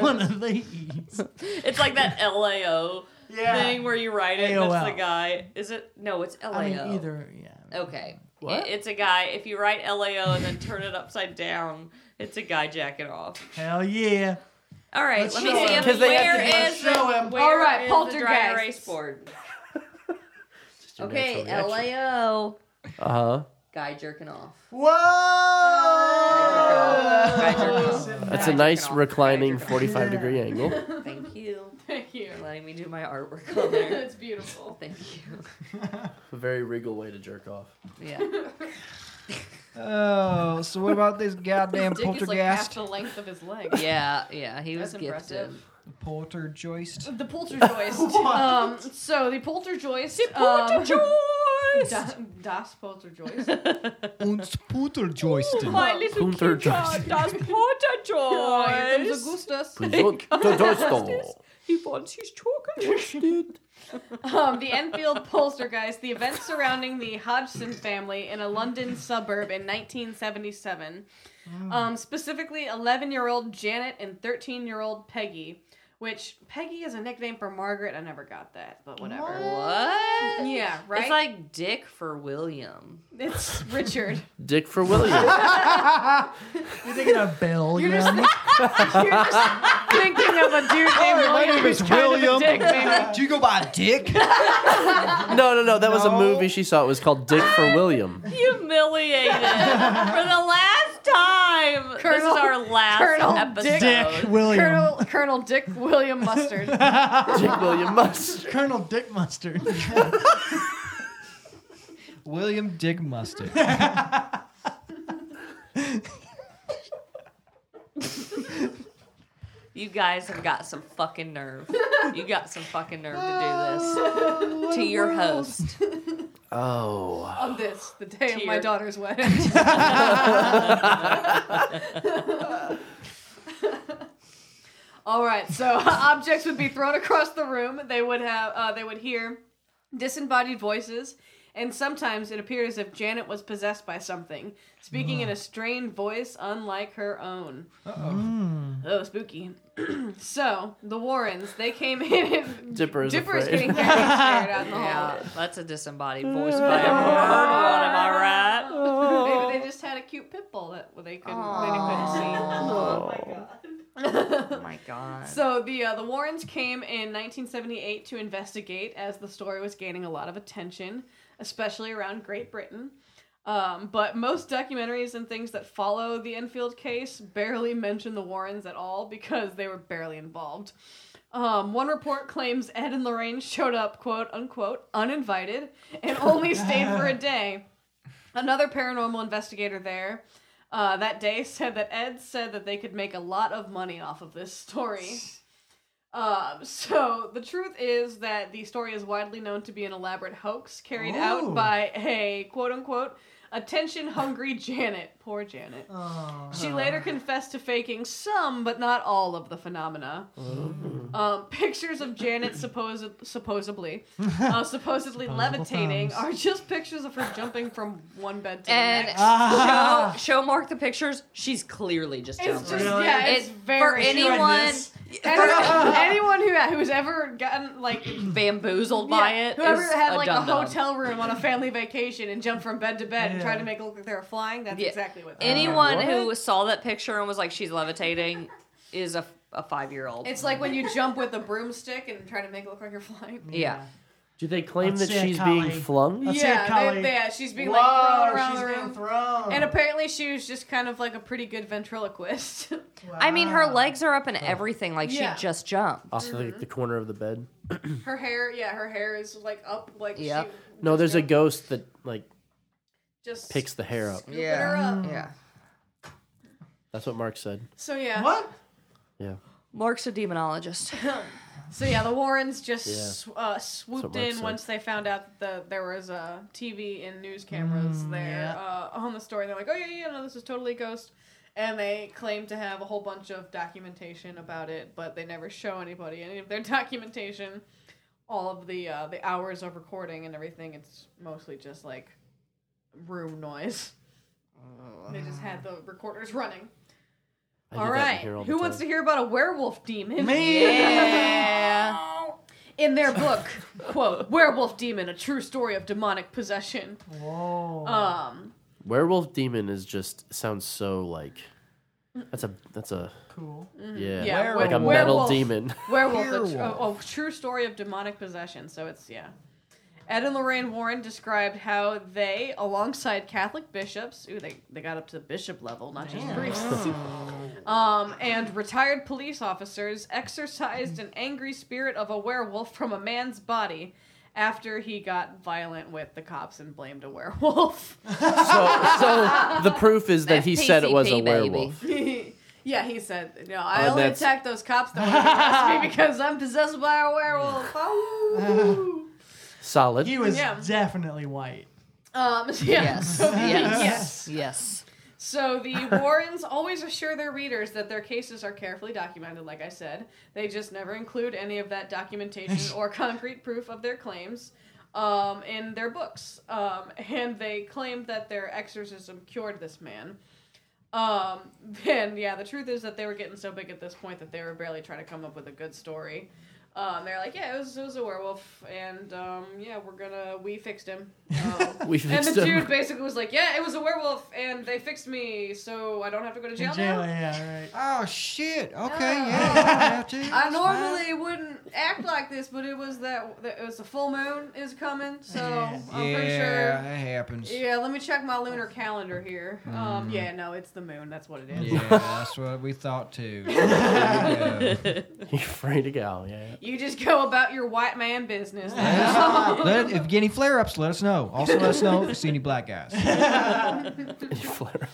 [SPEAKER 2] One of these.
[SPEAKER 5] It's like that LAO
[SPEAKER 2] Yeah.
[SPEAKER 5] thing where you write it and it's
[SPEAKER 2] AOL.
[SPEAKER 5] the guy. Is it? No, it's LAO.
[SPEAKER 2] I mean, either. Yeah.
[SPEAKER 5] Okay.
[SPEAKER 10] What?
[SPEAKER 5] It- It's a guy. If you write LAO and then turn it upside down, it's a guy jacking off.
[SPEAKER 2] Hell yeah.
[SPEAKER 5] All right, let me
[SPEAKER 2] show
[SPEAKER 5] see
[SPEAKER 2] him.
[SPEAKER 5] if
[SPEAKER 10] 'Cause they have
[SPEAKER 5] where
[SPEAKER 10] to-
[SPEAKER 5] is the
[SPEAKER 2] show him.
[SPEAKER 5] where
[SPEAKER 11] All right,
[SPEAKER 5] is the dry
[SPEAKER 11] poltergeist.
[SPEAKER 5] erase board?
[SPEAKER 10] Just a
[SPEAKER 5] Okay,
[SPEAKER 10] natural reaction.
[SPEAKER 5] LAO.
[SPEAKER 10] Uh-huh.
[SPEAKER 5] Guy jerking off.
[SPEAKER 2] Whoa!
[SPEAKER 5] Guy jerking off.
[SPEAKER 10] That's
[SPEAKER 5] Guy
[SPEAKER 10] a nice
[SPEAKER 5] jerking off.
[SPEAKER 10] reclining
[SPEAKER 5] Guy jerking
[SPEAKER 10] 45 degree angle.
[SPEAKER 5] off. Thank you
[SPEAKER 11] Thank you.
[SPEAKER 5] for letting me do my artwork on there.
[SPEAKER 11] It's beautiful.
[SPEAKER 5] Thank you.
[SPEAKER 10] A very regal way to jerk off.
[SPEAKER 5] Yeah.
[SPEAKER 1] Oh, so what about this goddamn
[SPEAKER 11] Dick is like
[SPEAKER 1] poltergeist?
[SPEAKER 11] half the length of his leg.
[SPEAKER 5] Yeah, yeah, he was
[SPEAKER 11] That's
[SPEAKER 5] gifted.
[SPEAKER 11] impressive.
[SPEAKER 1] Poltergeist.
[SPEAKER 11] The poltergeist. um, so the poltergeist. um, The
[SPEAKER 5] Poltergeist!
[SPEAKER 11] das, das poltergeist.
[SPEAKER 1] Uns poltergeist.
[SPEAKER 5] My little
[SPEAKER 10] Punter
[SPEAKER 5] Kinder,
[SPEAKER 10] Joyce.
[SPEAKER 5] das
[SPEAKER 11] Joyce.
[SPEAKER 5] Poltergeist.
[SPEAKER 11] Augustus.
[SPEAKER 5] He wants his chocolate.
[SPEAKER 11] Um, the Enfield poltergeist, the events surrounding the Hodgson family in a London suburb in 1977. Um, specifically, 11 year old Janet and 13 year old Peggy, which Peggy is a nickname for Margaret. I never got that, but whatever.
[SPEAKER 5] What?
[SPEAKER 11] Yeah, right?
[SPEAKER 5] It's like Dick for William.
[SPEAKER 11] It's Richard.
[SPEAKER 10] Dick for William.
[SPEAKER 2] You're thinking of Bill, you know?
[SPEAKER 11] You're just thinking of a dude named William.
[SPEAKER 1] name is William. Do you go by Dick?
[SPEAKER 10] no, no, no. That was a
[SPEAKER 1] No.
[SPEAKER 10] movie she saw. It was called Dick for William.
[SPEAKER 5] Humiliated for the last time. this
[SPEAKER 11] Colonel-
[SPEAKER 5] is our last
[SPEAKER 11] Colonel
[SPEAKER 5] episode.
[SPEAKER 11] Dick-
[SPEAKER 2] Dick William.
[SPEAKER 11] Colonel, Colonel Dick William Mustard.
[SPEAKER 10] Dick William Mustard.
[SPEAKER 2] Colonel Dick Mustard.
[SPEAKER 1] William Dick Mustard.
[SPEAKER 5] You guys have got some fucking nerve. You got some fucking nerve to do this to your host.
[SPEAKER 10] Oh.
[SPEAKER 11] On this, the day of
[SPEAKER 5] Tear.
[SPEAKER 11] my daughter's wedding. All right, so objects would be thrown across the room. They would have, uh, they would hear disembodied voices, and sometimes it appeared as if Janet was possessed by something, speaking
[SPEAKER 10] Mm.
[SPEAKER 11] in a strained voice unlike her own. Oh, spooky. so the Warrens, they came in. And
[SPEAKER 10] Dipper is
[SPEAKER 11] Dipper is
[SPEAKER 10] afraid.
[SPEAKER 11] getting very scared out in the hall.
[SPEAKER 5] Yeah, that's a disembodied voice, but I've heard one. Am I right?
[SPEAKER 11] Maybe they just had a cute pit bull that they couldn't, they couldn't see.
[SPEAKER 5] Oh my god.
[SPEAKER 11] So the uh, the Warrens came in 1978 to investigate as the story was gaining a lot of attention, especially around Great Britain. Um, but most documentaries and things that follow the Enfield case barely mention the Warrens at all because they were barely involved. Um, one report claims Ed and Lorraine showed up, quote unquote, uninvited and only stayed for a day. Another paranormal investigator there uh, that day said that Ed said that they could make a lot of money off of this story. Um, so the truth is that the story is widely known to be an elaborate hoax carried out
[SPEAKER 2] Ooh.
[SPEAKER 11] by a quote unquote attention hungry Janet. Poor Janet. She later confessed to faking some, but not all of the phenomena. Um, pictures of Janet supposed supposedly uh, supposedly levitating
[SPEAKER 2] thumbs.
[SPEAKER 11] are just pictures of her jumping from one bed to the
[SPEAKER 5] and
[SPEAKER 11] next. Ah.
[SPEAKER 5] show, show Mark the pictures. She's clearly just
[SPEAKER 11] It's
[SPEAKER 5] jumping.
[SPEAKER 11] just yeah, it's
[SPEAKER 5] It- for
[SPEAKER 11] very
[SPEAKER 5] anyone
[SPEAKER 11] anyone, anyone who who's ever gotten like
[SPEAKER 5] bamboozled
[SPEAKER 11] yeah,
[SPEAKER 5] by it,
[SPEAKER 11] whoever
[SPEAKER 5] is
[SPEAKER 11] had
[SPEAKER 5] a
[SPEAKER 11] like a
[SPEAKER 5] dum-dum.
[SPEAKER 11] hotel room on a family vacation and jumped from bed to bed and
[SPEAKER 2] Yeah.
[SPEAKER 11] tried to make it look like they were flying, that's
[SPEAKER 5] Yeah.
[SPEAKER 11] exactly what. they are.
[SPEAKER 5] Anyone who saw that picture and was like, "She's levitating," is a, a five year old.
[SPEAKER 11] It's like when you jump with a broomstick and try to make it look like you're flying.
[SPEAKER 5] yeah.
[SPEAKER 10] Do they claim
[SPEAKER 2] Let's
[SPEAKER 10] that
[SPEAKER 2] see it,
[SPEAKER 10] she's
[SPEAKER 2] Colleen.
[SPEAKER 10] being flung?
[SPEAKER 2] Let's hear it,
[SPEAKER 11] yeah,
[SPEAKER 2] Colleen.
[SPEAKER 11] they, yeah, she's being like
[SPEAKER 2] Whoa,
[SPEAKER 11] thrown around
[SPEAKER 2] she's
[SPEAKER 11] the
[SPEAKER 2] being
[SPEAKER 11] room.
[SPEAKER 2] thrown.
[SPEAKER 11] And apparently she was just kind of like a pretty good ventriloquist.
[SPEAKER 5] I mean, her
[SPEAKER 2] Wow.
[SPEAKER 5] legs are up and everything. Like
[SPEAKER 11] Yeah.
[SPEAKER 5] she just jumped.
[SPEAKER 10] Off the, the corner of the bed.
[SPEAKER 11] her hair, yeah, her hair is like up like
[SPEAKER 5] Yep.
[SPEAKER 11] she
[SPEAKER 10] No, there's a ghost that like
[SPEAKER 11] just
[SPEAKER 10] picks the hair up.
[SPEAKER 11] scooping her up.
[SPEAKER 5] Yeah.
[SPEAKER 10] That's what Mark said.
[SPEAKER 11] So yeah.
[SPEAKER 2] What?
[SPEAKER 10] Yeah.
[SPEAKER 5] Mark's a demonologist.
[SPEAKER 11] So yeah, the Warrens just
[SPEAKER 10] Yeah.
[SPEAKER 11] sw- uh, swooped
[SPEAKER 10] That's what Mark
[SPEAKER 11] in
[SPEAKER 10] said.
[SPEAKER 11] once they found out that there was uh, TV and news cameras there
[SPEAKER 2] yeah.
[SPEAKER 11] uh, on the story. They're like, oh yeah, yeah, no, this is totally a ghost, and they claim to have a whole bunch of documentation about it, but they never show anybody any of their documentation. All of the uh, the hours of recording and everything, it's mostly just like room noise. They just had the recorders running.
[SPEAKER 10] I
[SPEAKER 11] All
[SPEAKER 10] do that in
[SPEAKER 11] right,
[SPEAKER 10] here all the
[SPEAKER 11] who wants to
[SPEAKER 10] time.
[SPEAKER 11] hear about a werewolf demon?
[SPEAKER 2] Me.
[SPEAKER 11] in their book, quote, Werewolf Demon, a true story of demonic possession.
[SPEAKER 2] Whoa.
[SPEAKER 11] Um,
[SPEAKER 10] Werewolf demon is just sounds so like that's a that's a
[SPEAKER 2] cool.
[SPEAKER 10] yeah,
[SPEAKER 11] Mm-hmm. Yeah,
[SPEAKER 10] like a
[SPEAKER 11] werewolf.
[SPEAKER 10] metal demon.
[SPEAKER 11] werewolf, a, tr- a- a true story of demonic possession. So it's, yeah. Ed and Lorraine Warren described how they, alongside Catholic bishops, ooh, they, they got up to the bishop level, not just priests, um, and retired police officers exorcised an angry spirit of a werewolf from a man's body after he got violent with the cops and blamed a werewolf.
[SPEAKER 10] so so the proof is that
[SPEAKER 5] That
[SPEAKER 10] he said it was a
[SPEAKER 5] PCP, baby.
[SPEAKER 10] werewolf.
[SPEAKER 11] yeah, he said, no, I
[SPEAKER 10] Uh,
[SPEAKER 11] only
[SPEAKER 10] that's-
[SPEAKER 11] attack those cops that want to arrest me because I'm possessed by a werewolf. Oh.
[SPEAKER 10] Solid.
[SPEAKER 2] He was
[SPEAKER 11] Yeah.
[SPEAKER 2] definitely white.
[SPEAKER 11] um, yeah.
[SPEAKER 5] Yes.
[SPEAKER 11] So,
[SPEAKER 5] yes. Yes.
[SPEAKER 11] so the Warrens always assure their readers that their cases are carefully documented, like I said. They just never include any of that documentation or concrete proof of their claims. Um, in their books, um, and they claimed that their exorcism cured this man. Um, then yeah, the truth is that they were getting so big at this point that they were barely trying to come up with a good story. Um, they're like, yeah, it was, it was a werewolf, and um, yeah, we're gonna we fixed him. Um,
[SPEAKER 10] We
[SPEAKER 11] and
[SPEAKER 10] fixed
[SPEAKER 11] the
[SPEAKER 10] him.
[SPEAKER 11] dude basically was like, yeah, it was a werewolf, and they fixed me, so I don't have to go to
[SPEAKER 2] In
[SPEAKER 11] jail,
[SPEAKER 2] jail,
[SPEAKER 11] now.
[SPEAKER 2] yeah, right.
[SPEAKER 1] Oh shit. Okay,
[SPEAKER 11] Oh.
[SPEAKER 1] yeah. I don't have to.
[SPEAKER 11] I
[SPEAKER 1] It's fine.
[SPEAKER 11] normally wouldn't act like this, but it was that, that it was the full moon is coming, so I'm
[SPEAKER 1] yeah,
[SPEAKER 11] pretty sure.
[SPEAKER 1] it happens. Mm. Yeah.
[SPEAKER 11] Yeah, let me check my lunar calendar here. Um, yeah, no, it's the moon. That's what it is.
[SPEAKER 1] that's what we thought too. Yeah.
[SPEAKER 10] You're free to go. Yeah.
[SPEAKER 11] You just go about your white man business.
[SPEAKER 1] Let- if you get any flare ups, let us know. Also, let us know if you see any black guys.
[SPEAKER 10] And you flare.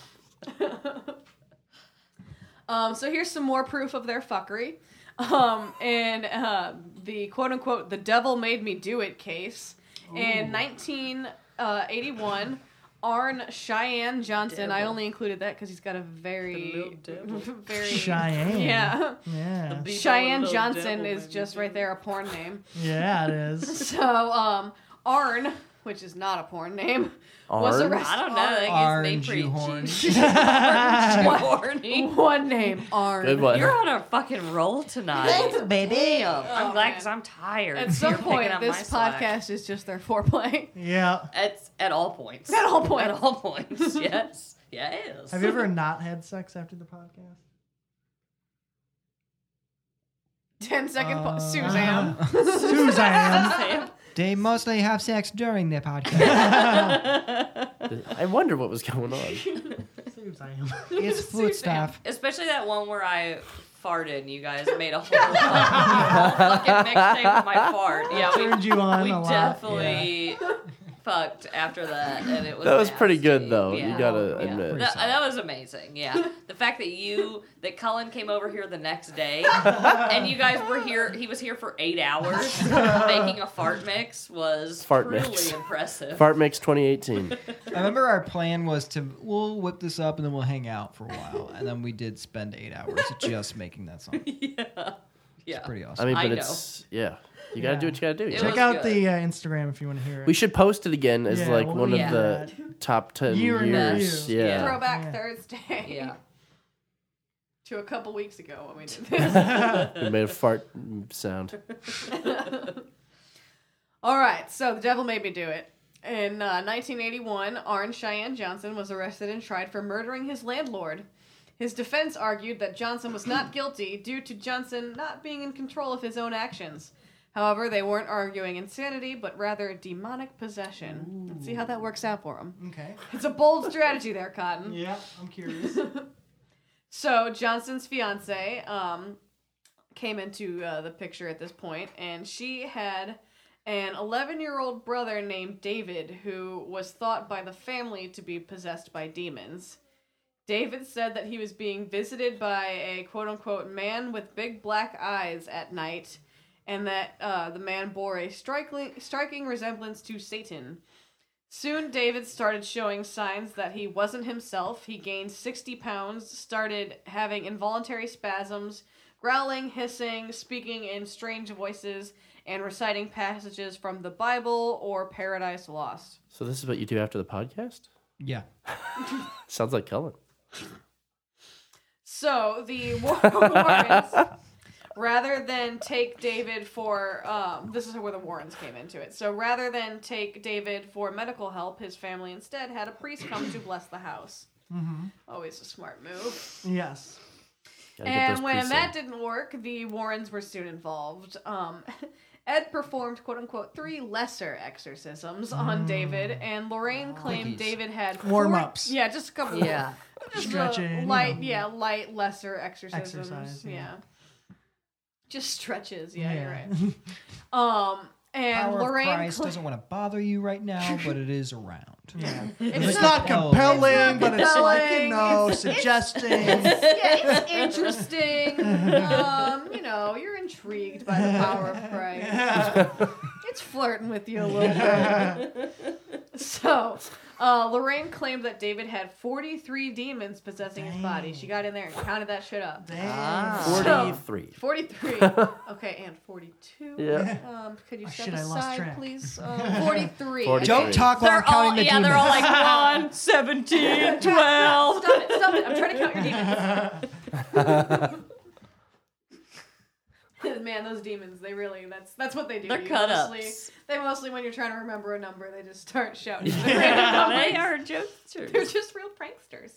[SPEAKER 11] um, so here's some more proof of their fuckery. Um, in uh, the quote unquote, the devil made me do it case in 1981. uh, Arn Cheyenne Johnson. I only included that because he's got a very, very
[SPEAKER 2] Cheyenne.
[SPEAKER 11] Yeah,
[SPEAKER 2] Yeah. The big old
[SPEAKER 11] Cheyenne
[SPEAKER 2] little
[SPEAKER 11] Johnson
[SPEAKER 2] devil,
[SPEAKER 11] is just right there a porn name.
[SPEAKER 2] Yeah, it is.
[SPEAKER 11] so, um, Arn, which is not a porn name, was
[SPEAKER 2] Arn? I
[SPEAKER 11] arrested.
[SPEAKER 2] don't know, I think Arn it's named pretty Juhorn. cheap.
[SPEAKER 11] Arn
[SPEAKER 5] Horny.
[SPEAKER 11] One name, Arn.
[SPEAKER 10] Good one.
[SPEAKER 5] You're on a fucking roll tonight,
[SPEAKER 11] baby.
[SPEAKER 5] Damn. I'm
[SPEAKER 11] Oh,
[SPEAKER 5] glad
[SPEAKER 11] man.
[SPEAKER 5] because I'm tired.
[SPEAKER 11] At some
[SPEAKER 5] You're picking
[SPEAKER 11] point,
[SPEAKER 5] up my
[SPEAKER 11] this
[SPEAKER 5] slack.
[SPEAKER 11] podcast is just their foreplay.
[SPEAKER 2] Yeah.
[SPEAKER 5] At at all points.
[SPEAKER 11] At all points.
[SPEAKER 5] At all points. Yes. Yes.
[SPEAKER 2] Have you ever not had sex after the podcast?
[SPEAKER 11] Ten second
[SPEAKER 10] Oh,
[SPEAKER 2] Uh,
[SPEAKER 11] pause. Suzanne.
[SPEAKER 2] Uh-huh. Suzanne.
[SPEAKER 1] They mostly have sex during their podcast.
[SPEAKER 10] I wonder what was going on.
[SPEAKER 1] it's food stuff.
[SPEAKER 5] Especially that one where I farted and you guys made a whole, fucking, whole fucking mixtape of my fart. Yeah, we,
[SPEAKER 2] Turned you on
[SPEAKER 5] we
[SPEAKER 2] a lot,
[SPEAKER 5] definitely fucked after that, and it was
[SPEAKER 10] that was pretty
[SPEAKER 5] nasty.
[SPEAKER 10] good though. You
[SPEAKER 5] Yeah.
[SPEAKER 10] gotta
[SPEAKER 5] Yeah.
[SPEAKER 10] admit.
[SPEAKER 5] That, that was amazing. Yeah, the fact that you that Cullen came over here the next day, and you guys were here. He was here for eight hours making a fart mix was
[SPEAKER 10] Fart
[SPEAKER 5] truly
[SPEAKER 10] mix.
[SPEAKER 5] impressive.
[SPEAKER 10] Fart Mix 2018.
[SPEAKER 1] I remember our plan was to we'll whip this up and then we'll hang out for a while, and then we did spend eight hours just making that song.
[SPEAKER 5] yeah,
[SPEAKER 1] pretty awesome.
[SPEAKER 10] I mean, but
[SPEAKER 5] know.
[SPEAKER 10] it's yeah. You gotta do what you gotta do. you
[SPEAKER 2] Check
[SPEAKER 10] know?
[SPEAKER 2] out the uh, Instagram if you want to hear it.
[SPEAKER 10] We should post it again as
[SPEAKER 2] Yeah,
[SPEAKER 10] like
[SPEAKER 2] we'll
[SPEAKER 10] one
[SPEAKER 2] do
[SPEAKER 10] of the top ten
[SPEAKER 2] Year in
[SPEAKER 10] years.
[SPEAKER 2] review.
[SPEAKER 10] Yeah.
[SPEAKER 11] Throwback Thursday.
[SPEAKER 5] Yeah.
[SPEAKER 11] To a couple weeks ago when we did this.
[SPEAKER 10] We made a fart sound.
[SPEAKER 11] All right, so the devil made me do it. In uh, 1981, Arn Cheyenne Johnson was arrested and tried for murdering his landlord. His defense argued that Johnson was not guilty due to Johnson not being in control of his own actions. However, they weren't arguing insanity, but rather demonic possession. Let's see how that works out for him.
[SPEAKER 2] Okay.
[SPEAKER 11] It's a bold strategy there, Cotton.
[SPEAKER 2] Yeah, I'm curious.
[SPEAKER 11] So Johnson's fiance um, came into uh, the picture at this point, and she had an 11 year old brother named David who was thought by the family to be possessed by demons. David said that he was being visited by a quote unquote man with big black eyes at night, and that uh, the man bore a striking, striking resemblance to Satan. Soon, David started showing signs that he wasn't himself. He gained 60 pounds, started having involuntary spasms, growling, hissing, speaking in strange voices, and reciting passages from the Bible or Paradise Lost.
[SPEAKER 10] So this is what you do after the podcast?
[SPEAKER 1] Yeah.
[SPEAKER 10] Sounds like Cullen.
[SPEAKER 11] So, the war- Warrens, rather than take David for, um, this is where the Warrens came into it. So, rather than take David for medical help, his family instead had a priest come to bless the house.
[SPEAKER 2] hmm
[SPEAKER 11] Always a smart move.
[SPEAKER 2] Yes.
[SPEAKER 11] And when that didn't work, the Warrens were soon involved. Um, Ed performed "quote unquote" three lesser exorcisms on David, and Lorraine claimed
[SPEAKER 2] Quickies.
[SPEAKER 11] David had
[SPEAKER 2] Warm-ups.
[SPEAKER 11] Yeah, just a couple.
[SPEAKER 5] Yeah.
[SPEAKER 11] just a
[SPEAKER 2] Stretching,
[SPEAKER 11] Light,
[SPEAKER 2] you know.
[SPEAKER 11] yeah, light lesser exorcisms.
[SPEAKER 2] Exercise,
[SPEAKER 11] yeah.
[SPEAKER 2] yeah.
[SPEAKER 11] just stretches. Yeah, you're
[SPEAKER 2] Yeah.
[SPEAKER 11] right. Um, and
[SPEAKER 1] Power
[SPEAKER 11] Lorraine
[SPEAKER 1] of Christ
[SPEAKER 11] cla-
[SPEAKER 1] doesn't want to bother you right now, but it is around.
[SPEAKER 2] Yeah.
[SPEAKER 11] It's
[SPEAKER 2] It's, not
[SPEAKER 11] not
[SPEAKER 2] compelling,
[SPEAKER 11] compelling,
[SPEAKER 2] but it's like, you know,
[SPEAKER 11] it's-
[SPEAKER 2] suggesting.
[SPEAKER 11] yeah, it's interesting. Um, you know, you're intrigued by the power of Christ. It's flirting with you a little bit. so, uh, Lorraine claimed that David had 43 demons possessing his body. She got in there and counted that shit up.
[SPEAKER 10] forty three.
[SPEAKER 11] 43. Okay, and 42.
[SPEAKER 10] Yeah.
[SPEAKER 11] Um, could you
[SPEAKER 2] Oh,
[SPEAKER 11] step
[SPEAKER 2] shit, I lost
[SPEAKER 11] aside,
[SPEAKER 2] track.
[SPEAKER 11] please? Um, 43.
[SPEAKER 10] Forty-
[SPEAKER 1] Don't talk while
[SPEAKER 5] They're
[SPEAKER 1] I'm
[SPEAKER 5] all
[SPEAKER 1] counting the
[SPEAKER 5] yeah.
[SPEAKER 1] demons.
[SPEAKER 5] They're all like one, 17, 12.
[SPEAKER 11] Stop it, stop it. I'm trying to count your demons. Man, those demons, they really that's that's what they do.
[SPEAKER 5] They're
[SPEAKER 11] You
[SPEAKER 5] cut
[SPEAKER 11] mostly,
[SPEAKER 5] ups.
[SPEAKER 11] They mostly when you're trying to remember a number, they just start shouting.
[SPEAKER 5] they are
[SPEAKER 11] They're
[SPEAKER 5] jokesters.
[SPEAKER 11] just real pranksters.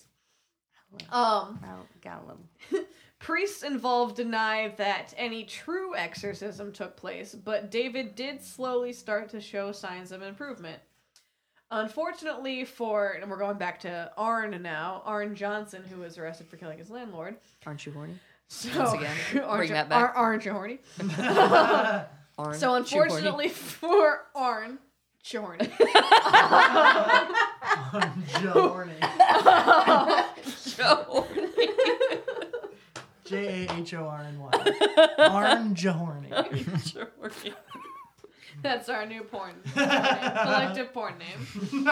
[SPEAKER 11] Um
[SPEAKER 5] Oh, gotta love 'em.
[SPEAKER 11] Priests involved deny that any true exorcism took place, but David did slowly start to show signs of improvement. Unfortunately for, and we're going back to Arn now, Arn Johnson, who was arrested for killing his landlord.
[SPEAKER 5] Aren't you horny?
[SPEAKER 11] So,
[SPEAKER 5] Once again,
[SPEAKER 11] aren't
[SPEAKER 5] bring
[SPEAKER 11] you-
[SPEAKER 5] that back.
[SPEAKER 11] Ar- aren't you horny?
[SPEAKER 5] Aren't
[SPEAKER 11] So,
[SPEAKER 5] you horny?
[SPEAKER 11] unfortunately for Arn, Jorn.
[SPEAKER 2] J A H O R N Y. Arn Jahorny.
[SPEAKER 11] That's our new porn collective porn name.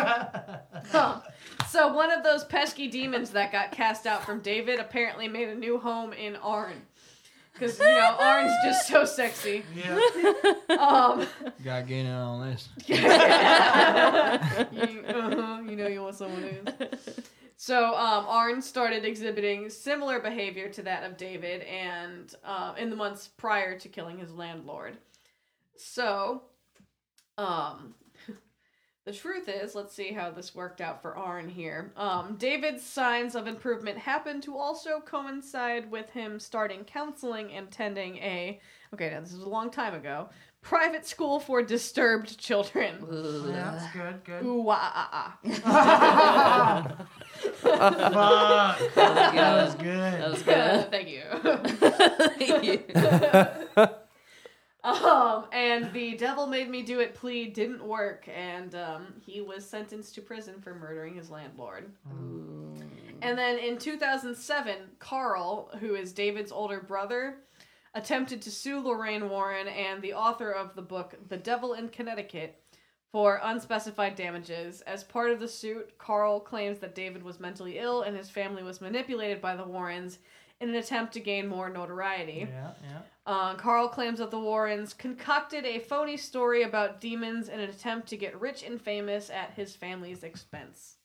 [SPEAKER 11] Huh. so one of those pesky demons that got cast out from David apparently made a new home in Arn. Because you know Arn's just so sexy.
[SPEAKER 1] Yeah.
[SPEAKER 11] Um,
[SPEAKER 1] Got gain in on this.
[SPEAKER 11] you, uh-huh, you know you want someone who's. So um, Arn started exhibiting similar behavior to that of David, and uh, in the months prior to killing his landlord. So, um, the truth is, let's see how this worked out for Arn here. Um, David's signs of improvement happened to also coincide with him starting counseling and attending a okay, now this is a long time ago private school for disturbed children.
[SPEAKER 2] Yeah, that's good, good.
[SPEAKER 11] Ooh, ah, ah, ah.
[SPEAKER 2] Fuck. That was good.
[SPEAKER 5] That was
[SPEAKER 11] Uh,
[SPEAKER 5] good.
[SPEAKER 11] Thank you.
[SPEAKER 5] Thank you.
[SPEAKER 11] um, and the devil made me do it plea didn't work, and um, he was sentenced to prison for murdering his landlord. And then in 2007, Carl, who is David's older brother, attempted to sue Lorraine Warren and the author of the book The Devil in Connecticut for unspecified damages. As part of the suit, Carl claims that David was mentally ill and his family was manipulated by the Warrens in an attempt to gain more notoriety.
[SPEAKER 2] Yeah, yeah.
[SPEAKER 11] Uh, Carl claims that the Warrens concocted a phony story about demons in an attempt to get rich and famous at his family's expense.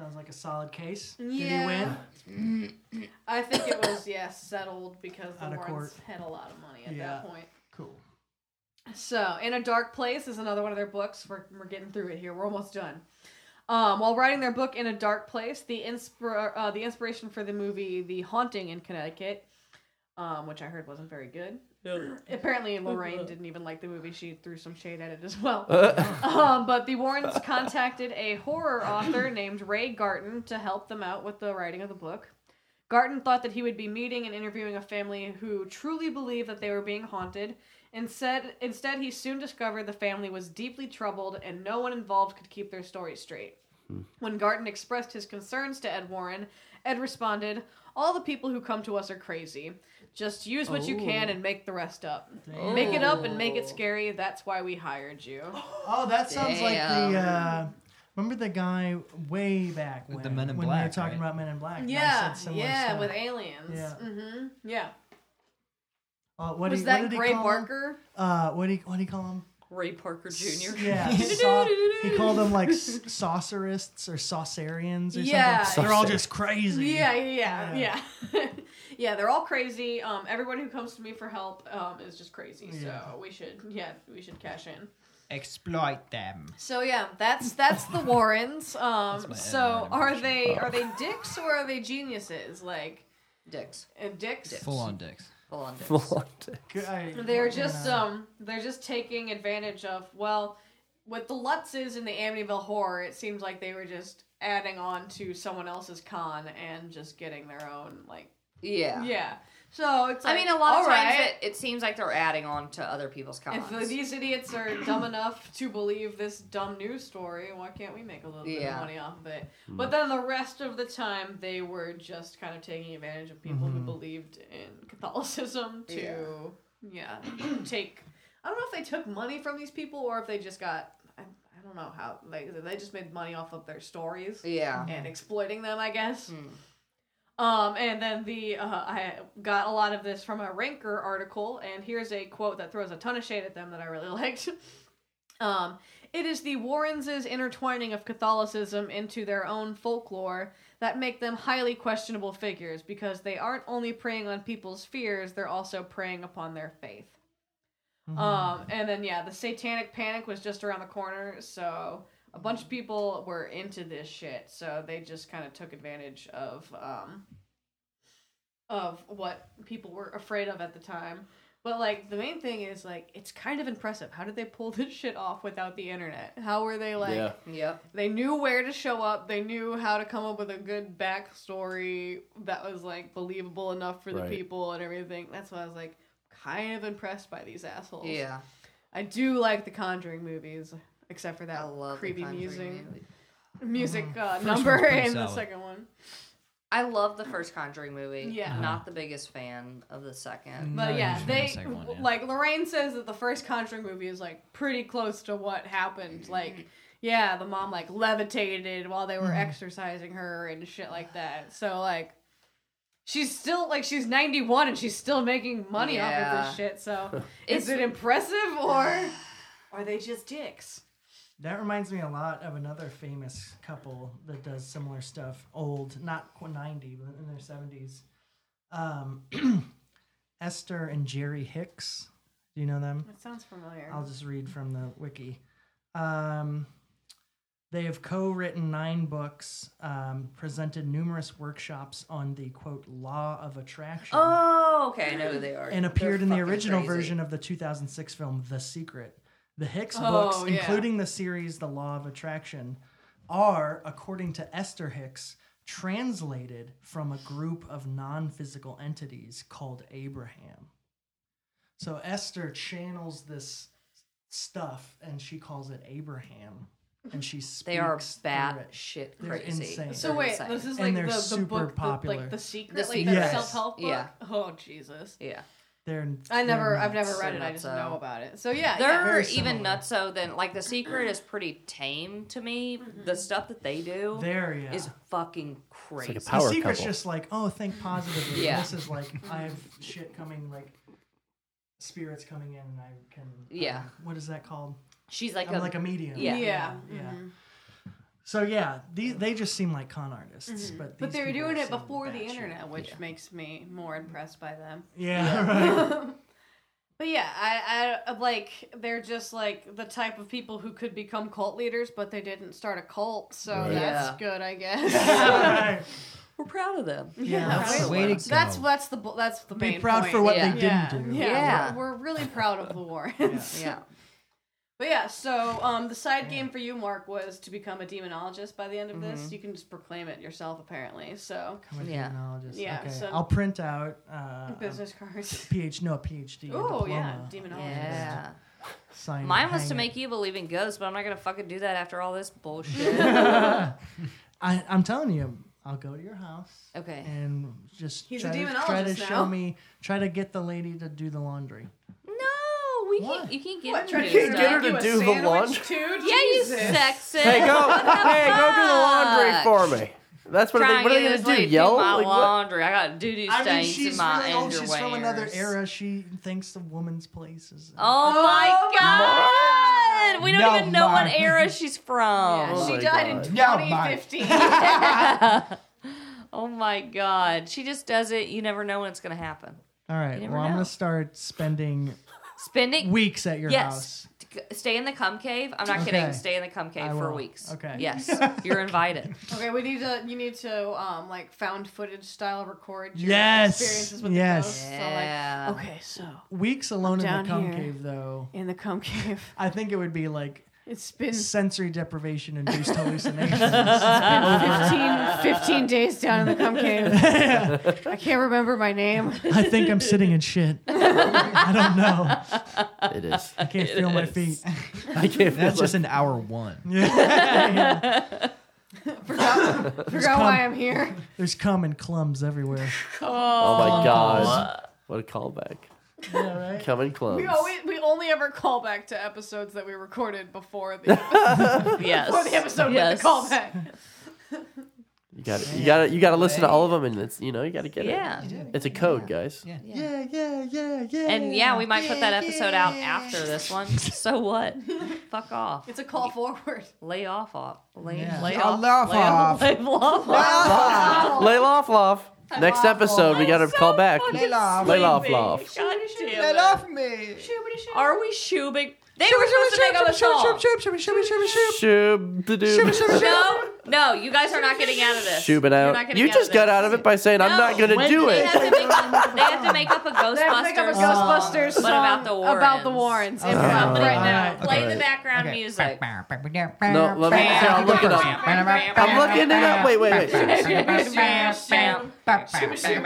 [SPEAKER 2] Sounds like a solid case.
[SPEAKER 11] Yeah.
[SPEAKER 2] Did he win?
[SPEAKER 11] I think it was, yeah, settled because the
[SPEAKER 2] Out of
[SPEAKER 11] Warrens
[SPEAKER 2] court.
[SPEAKER 11] had a lot of money at
[SPEAKER 2] Yeah.
[SPEAKER 11] that point.
[SPEAKER 2] Cool.
[SPEAKER 11] So, In a Dark Place is another one of their books. We're, we're getting through it here. We're almost done. Um, while writing their book In a Dark Place, the inspira- uh, the inspiration for the movie The Haunting in Connecticut, um, which I heard wasn't very good. Apparently, Lorraine didn't even like the movie. She threw some shade at it as well. um, but the Warrens contacted a horror author named Ray Garton to help them out with the writing of the book. Garton thought that he would be meeting and interviewing a family who truly believed that they were being haunted. Instead, instead, he soon discovered the family was deeply troubled and no one involved could keep their story straight. When Garton expressed his concerns to Ed Warren, Ed responded, All the people who come to us are crazy. Just use what you can and make the rest up. Make it up and make it scary. That's why we hired you.
[SPEAKER 2] Oh, that sounds like the.
[SPEAKER 5] Damn.
[SPEAKER 2] Uh, remember the guy way back when
[SPEAKER 1] the Men in
[SPEAKER 2] when we were
[SPEAKER 1] Black,
[SPEAKER 2] talking
[SPEAKER 1] right?
[SPEAKER 2] about Men in Black. and I
[SPEAKER 11] Yeah,
[SPEAKER 2] said similar
[SPEAKER 11] yeah,
[SPEAKER 2] stuff.
[SPEAKER 11] with aliens.
[SPEAKER 2] Yeah.
[SPEAKER 11] hmm Yeah.
[SPEAKER 2] Uh, what
[SPEAKER 11] was
[SPEAKER 2] do you-
[SPEAKER 11] that
[SPEAKER 2] what did
[SPEAKER 11] Gray
[SPEAKER 2] he call
[SPEAKER 11] Barker?
[SPEAKER 2] Him? Uh, what do you what do you call him?
[SPEAKER 5] Ray Parker Jr.
[SPEAKER 2] Yeah, saw- he called them like s- saucerists or saucerians or
[SPEAKER 11] Yeah.
[SPEAKER 2] something. They're all just crazy.
[SPEAKER 11] Yeah, yeah, yeah. Yeah. yeah, they're all crazy. Um, everyone who comes to me for help um, is just crazy.
[SPEAKER 2] Yeah.
[SPEAKER 11] So we should, yeah, we should cash in.
[SPEAKER 1] Exploit them.
[SPEAKER 11] So yeah, that's that's the Warrens. Um,
[SPEAKER 1] my uh, Oh.
[SPEAKER 11] so
[SPEAKER 1] Ed Warren
[SPEAKER 11] are they are they dicks or are they geniuses? Like
[SPEAKER 5] Dicks.
[SPEAKER 11] uh, dicks.
[SPEAKER 1] Full on dicks.
[SPEAKER 5] Full on dicks.
[SPEAKER 2] Good- I-
[SPEAKER 11] They're
[SPEAKER 2] you
[SPEAKER 11] just
[SPEAKER 2] know.
[SPEAKER 11] um they're just taking advantage of well with the Lutzes in the Amityville horror, it seems like they were just adding on to someone else's con and just getting their own like
[SPEAKER 5] Yeah.
[SPEAKER 11] yeah. So it's
[SPEAKER 5] I
[SPEAKER 11] like,
[SPEAKER 5] mean, a lot of
[SPEAKER 11] all
[SPEAKER 5] times
[SPEAKER 11] right,
[SPEAKER 5] it, it seems like they're adding on to other people's comments.
[SPEAKER 11] if these idiots are dumb enough to believe this dumb news story, why can't we make a little bit
[SPEAKER 5] Yeah. Hmm.
[SPEAKER 11] of money off of it? But then the rest of the time, they were just kind of taking advantage of people
[SPEAKER 5] Mm-hmm.
[SPEAKER 11] who believed in Catholicism to, yeah, take. I don't know if they took money from these people or if they just got. I, I don't know how. Like, they just made money off of their stories
[SPEAKER 5] yeah.
[SPEAKER 11] and exploiting them, I guess. Um, and then the uh, I got a lot of this from a Ranker article, and here's a quote that throws a ton of shade at them that I really liked. um, it is the Warrens' intertwining of Catholicism into their own folklore that make them highly questionable figures because they aren't only preying on people's fears, they're also preying upon their faith.
[SPEAKER 10] Mm-hmm.
[SPEAKER 11] Um, and then yeah, the satanic panic was just around the corner, so a bunch of people were into this shit, so they just kind of took advantage of um of what people were afraid of at the time. But like the main thing is like it's kind of impressive. How did they pull this shit off without the internet? How were they like
[SPEAKER 10] Yeah.
[SPEAKER 5] Yep.
[SPEAKER 11] they knew where to show up. They knew how to come up with a good backstory that was like believable enough for the
[SPEAKER 10] Right.
[SPEAKER 11] people and everything. That's why I was like kind of impressed by these assholes.
[SPEAKER 5] Yeah.
[SPEAKER 11] I do like the Conjuring movies, except for that
[SPEAKER 5] I love the
[SPEAKER 11] creepy
[SPEAKER 5] Conjuring
[SPEAKER 11] music
[SPEAKER 5] movie.
[SPEAKER 11] music uh,
[SPEAKER 1] Mm-hmm. First
[SPEAKER 11] number
[SPEAKER 1] one's pretty
[SPEAKER 11] and the
[SPEAKER 1] solid.
[SPEAKER 11] second one.
[SPEAKER 5] I love the first Conjuring movie.
[SPEAKER 11] Yeah.
[SPEAKER 2] Uh-huh.
[SPEAKER 5] Not the biggest fan of the second.
[SPEAKER 2] Mm.
[SPEAKER 11] But yeah, they like Lorraine says that the first Conjuring movie is like pretty close to what
[SPEAKER 5] Mm-hmm.
[SPEAKER 11] happened. Like, yeah, the mom like levitated while they were
[SPEAKER 1] Mm-hmm.
[SPEAKER 5] Mhm.
[SPEAKER 11] exercising her and shit like that. So like, she's still like she's ninety one and she's still making money off of
[SPEAKER 5] Yeah.
[SPEAKER 11] this shit. So
[SPEAKER 5] It's-
[SPEAKER 11] is it impressive or are they just dicks?
[SPEAKER 2] That reminds me a lot of another famous couple that does similar stuff. Old, not qu- 90, but in their 70s. Um, Esther and Jerry Hicks. Do you know them?
[SPEAKER 11] That sounds familiar.
[SPEAKER 2] I'll just read from the wiki. Um, they have co-written nine books, um, presented numerous workshops on the quote law of attraction.
[SPEAKER 5] Oh, okay, I know who they are.
[SPEAKER 2] And
[SPEAKER 5] They're
[SPEAKER 2] appeared in the
[SPEAKER 5] fucking
[SPEAKER 2] original
[SPEAKER 5] crazy.
[SPEAKER 2] version of the 2006 film The Secret. The Hicks
[SPEAKER 5] Oh,
[SPEAKER 2] books,
[SPEAKER 5] yeah.
[SPEAKER 2] including the series The Law of Attraction, are, according to Esther Hicks, translated from a group of non-physical entities called Abraham. So Esther channels this stuff and she calls it Abraham. And she speaks.
[SPEAKER 5] They are
[SPEAKER 2] through
[SPEAKER 5] bat
[SPEAKER 2] it.
[SPEAKER 5] shit
[SPEAKER 2] They're
[SPEAKER 5] crazy.
[SPEAKER 2] insane.
[SPEAKER 11] So wait, this is like
[SPEAKER 2] And
[SPEAKER 11] the,
[SPEAKER 2] they're
[SPEAKER 11] the
[SPEAKER 2] super
[SPEAKER 11] book,
[SPEAKER 2] popular.
[SPEAKER 11] The, like the secret,
[SPEAKER 5] The
[SPEAKER 11] like
[SPEAKER 5] Secret.
[SPEAKER 11] the
[SPEAKER 2] Yes.
[SPEAKER 11] self help book.
[SPEAKER 5] Yeah.
[SPEAKER 11] Oh Jesus.
[SPEAKER 5] Yeah.
[SPEAKER 2] They're,
[SPEAKER 11] I never,
[SPEAKER 2] they're
[SPEAKER 11] I've never
[SPEAKER 2] nuts.
[SPEAKER 11] read
[SPEAKER 5] They're
[SPEAKER 11] it. I just
[SPEAKER 5] nutso.
[SPEAKER 11] know about it. So yeah, yeah.
[SPEAKER 5] they're
[SPEAKER 2] Very
[SPEAKER 5] even
[SPEAKER 2] similar.
[SPEAKER 5] nutso than like the secret is pretty tame to me.
[SPEAKER 11] Mm-hmm.
[SPEAKER 5] The stuff that they do
[SPEAKER 2] There, yeah.
[SPEAKER 5] is fucking crazy.
[SPEAKER 10] like a
[SPEAKER 2] The
[SPEAKER 10] power
[SPEAKER 2] secret's
[SPEAKER 10] couple.
[SPEAKER 2] just like, oh, think positively.
[SPEAKER 5] Yeah.
[SPEAKER 2] This is like, I have shit coming, like spirits coming in, and I can. um,
[SPEAKER 5] Yeah.
[SPEAKER 2] what is that called?
[SPEAKER 5] She's like
[SPEAKER 2] I'm
[SPEAKER 5] a
[SPEAKER 2] like a medium.
[SPEAKER 5] Yeah.
[SPEAKER 11] Yeah. Mm-hmm.
[SPEAKER 2] Yeah. So yeah, these they just seem like con artists, but
[SPEAKER 11] Mm-hmm. But
[SPEAKER 2] these
[SPEAKER 11] they were
[SPEAKER 2] people
[SPEAKER 11] doing it
[SPEAKER 2] seem
[SPEAKER 11] before the
[SPEAKER 2] batshit.
[SPEAKER 11] internet, which makes me more impressed by them.
[SPEAKER 2] Yeah, right.
[SPEAKER 11] But yeah, I, I like they're just like the type of people who could become cult leaders, but they didn't start a cult, so
[SPEAKER 5] Right.
[SPEAKER 11] that's
[SPEAKER 5] Yeah.
[SPEAKER 11] good, I guess.
[SPEAKER 2] Right.
[SPEAKER 5] We're proud of them.
[SPEAKER 2] Yeah, that's
[SPEAKER 1] the way to
[SPEAKER 11] that's
[SPEAKER 1] go.
[SPEAKER 11] that's the bu- that's the
[SPEAKER 2] Be
[SPEAKER 11] main
[SPEAKER 2] proud
[SPEAKER 11] point.
[SPEAKER 2] for what
[SPEAKER 5] Yeah.
[SPEAKER 2] they
[SPEAKER 11] yeah.
[SPEAKER 2] didn't do.
[SPEAKER 11] Yeah,
[SPEAKER 5] Yeah.
[SPEAKER 11] We're, we're really proud of the Warrens.
[SPEAKER 5] Yeah.
[SPEAKER 11] But yeah, so um, the side game for you, Mark, was to become a demonologist by the end of
[SPEAKER 5] Mm-hmm.
[SPEAKER 11] this. You can just proclaim it yourself, apparently. So
[SPEAKER 2] I'm a
[SPEAKER 5] Yeah.
[SPEAKER 2] demonologist.
[SPEAKER 11] Yeah,
[SPEAKER 2] okay.
[SPEAKER 11] so-
[SPEAKER 2] I'll print out uh, a
[SPEAKER 11] business cards.
[SPEAKER 2] PhD, no, a PhD. a
[SPEAKER 11] Oh yeah,
[SPEAKER 2] diploma,
[SPEAKER 11] demonologist.
[SPEAKER 5] Yeah.
[SPEAKER 2] sign it,
[SPEAKER 5] Mine was
[SPEAKER 2] hang
[SPEAKER 5] to
[SPEAKER 2] it.
[SPEAKER 5] make you believe in ghosts, but I'm not gonna fucking do that after all this bullshit.
[SPEAKER 2] I, I'm telling you, I'll go to your house.
[SPEAKER 5] Okay.
[SPEAKER 2] And just
[SPEAKER 11] He's a
[SPEAKER 2] try, to, try to
[SPEAKER 11] demonologist now.
[SPEAKER 2] show me, try to get the lady to do the laundry.
[SPEAKER 5] no, we can
[SPEAKER 2] What?
[SPEAKER 5] not You can get
[SPEAKER 11] What,
[SPEAKER 5] him
[SPEAKER 11] trying to
[SPEAKER 5] do
[SPEAKER 11] get
[SPEAKER 5] stuff.
[SPEAKER 10] her to
[SPEAKER 11] you a
[SPEAKER 10] do the
[SPEAKER 11] sandwich,
[SPEAKER 10] laundry?
[SPEAKER 11] too?
[SPEAKER 5] Yeah, you
[SPEAKER 11] Jesus.
[SPEAKER 5] sexist.
[SPEAKER 10] Hey, go! hey, go do the laundry
[SPEAKER 5] fuck?
[SPEAKER 10] for me. That's what,
[SPEAKER 5] Trying
[SPEAKER 10] they, what
[SPEAKER 5] to
[SPEAKER 10] are
[SPEAKER 5] get
[SPEAKER 10] they
[SPEAKER 5] this
[SPEAKER 10] gonna
[SPEAKER 5] lady
[SPEAKER 10] do?
[SPEAKER 5] to
[SPEAKER 10] Yell?
[SPEAKER 5] my
[SPEAKER 10] Like, what?
[SPEAKER 5] laundry. I got doo doo stains
[SPEAKER 2] I mean,
[SPEAKER 5] in
[SPEAKER 2] she's
[SPEAKER 5] my
[SPEAKER 2] really old.
[SPEAKER 5] underwear.
[SPEAKER 2] She's from another era. She thinks the woman's place is.
[SPEAKER 5] Oh, my god! We don't
[SPEAKER 1] No,
[SPEAKER 5] even know what
[SPEAKER 1] my-
[SPEAKER 5] era she's from.
[SPEAKER 11] Yeah,
[SPEAKER 10] Oh
[SPEAKER 11] she
[SPEAKER 10] my
[SPEAKER 11] died in
[SPEAKER 1] God. No, Mark.
[SPEAKER 11] 2015.
[SPEAKER 5] oh my god. She just does it. You never know when it's gonna happen.
[SPEAKER 2] All right. Well,
[SPEAKER 5] never
[SPEAKER 2] I'm
[SPEAKER 5] know.
[SPEAKER 2] gonna start spending
[SPEAKER 5] Spending
[SPEAKER 2] weeks at your
[SPEAKER 5] Yes.
[SPEAKER 2] house.
[SPEAKER 5] T- Stay in the cum cave. I'm not
[SPEAKER 2] Okay.
[SPEAKER 5] kidding. Stay in the cum cave
[SPEAKER 2] I
[SPEAKER 5] for
[SPEAKER 2] will.
[SPEAKER 5] weeks.
[SPEAKER 2] Okay.
[SPEAKER 5] Yes. You're invited.
[SPEAKER 11] okay, we need to. You need to um like found footage style record your
[SPEAKER 2] Yes.
[SPEAKER 11] experiences with
[SPEAKER 2] Yes.
[SPEAKER 11] the
[SPEAKER 5] Yeah.
[SPEAKER 11] ghosts. So like, okay, so
[SPEAKER 2] Weeks alone in
[SPEAKER 11] Down
[SPEAKER 2] the cum
[SPEAKER 11] here.
[SPEAKER 2] cave, though.
[SPEAKER 11] in the cum cave,
[SPEAKER 2] I think it would be like
[SPEAKER 11] it's
[SPEAKER 5] Mm.
[SPEAKER 11] been
[SPEAKER 2] sensory deprivation induced hallucinations.
[SPEAKER 11] 15, 15 days down in the cum cave. I can't remember my name.
[SPEAKER 2] I think I'm sitting in shit. I don't know.
[SPEAKER 10] It is.
[SPEAKER 2] I can't feel my feet.
[SPEAKER 10] I can't feel
[SPEAKER 1] That's just
[SPEAKER 10] like,
[SPEAKER 1] an hour one.
[SPEAKER 11] Forgot why I'm here.
[SPEAKER 2] There's cum and clums everywhere.
[SPEAKER 10] Oh my god. What a callback.
[SPEAKER 2] Yeah, right?
[SPEAKER 10] Coming close.
[SPEAKER 11] We, always, we only ever call back to episodes that we recorded before the,
[SPEAKER 5] Yes.
[SPEAKER 11] before the episode with
[SPEAKER 5] yes.
[SPEAKER 11] the callback.
[SPEAKER 10] You got to You got to You got to listen to all of them, and it's you know you got to get
[SPEAKER 5] Yeah.
[SPEAKER 10] it. It's a code, guys.
[SPEAKER 1] Yeah.
[SPEAKER 2] Yeah, yeah, yeah, yeah.
[SPEAKER 5] And yeah, we might put that episode out after this one. So what? Fuck off.
[SPEAKER 11] It's a call forward.
[SPEAKER 5] Lay off off. Lay,
[SPEAKER 2] Yeah.
[SPEAKER 5] lay
[SPEAKER 1] Yeah,
[SPEAKER 5] off.
[SPEAKER 1] laugh
[SPEAKER 5] lay off.
[SPEAKER 1] off.
[SPEAKER 5] Lay off. off.
[SPEAKER 10] Lay off, off. Next episode, we got to call back.
[SPEAKER 5] fucking
[SPEAKER 1] off.
[SPEAKER 10] Lay off, off.
[SPEAKER 5] God damn it.
[SPEAKER 1] me.
[SPEAKER 5] Are we shoobing? They were supposed to make up a song.
[SPEAKER 10] Shoob the doob.
[SPEAKER 5] No, no, you guys are not getting out of this.
[SPEAKER 10] Shoobing
[SPEAKER 5] You're not
[SPEAKER 10] out.
[SPEAKER 5] getting
[SPEAKER 10] You
[SPEAKER 5] out
[SPEAKER 10] just
[SPEAKER 5] of
[SPEAKER 10] got
[SPEAKER 5] this.
[SPEAKER 10] out of it by saying I'm not gonna
[SPEAKER 5] When
[SPEAKER 10] do
[SPEAKER 5] they
[SPEAKER 10] it.
[SPEAKER 5] Have to make, they have to make up a Ghostbusters,
[SPEAKER 11] They have to make up a Ghostbusters
[SPEAKER 5] song,
[SPEAKER 11] song
[SPEAKER 5] but about the Warrens.
[SPEAKER 11] About the Warrens. It's up
[SPEAKER 5] Somebody
[SPEAKER 11] right now.
[SPEAKER 2] Alright.
[SPEAKER 5] play
[SPEAKER 10] Okay.
[SPEAKER 5] the background music.
[SPEAKER 10] No, let me. Here, I'll look it up. I'm looking it up. Wait, wait, wait. Here. here.
[SPEAKER 2] Here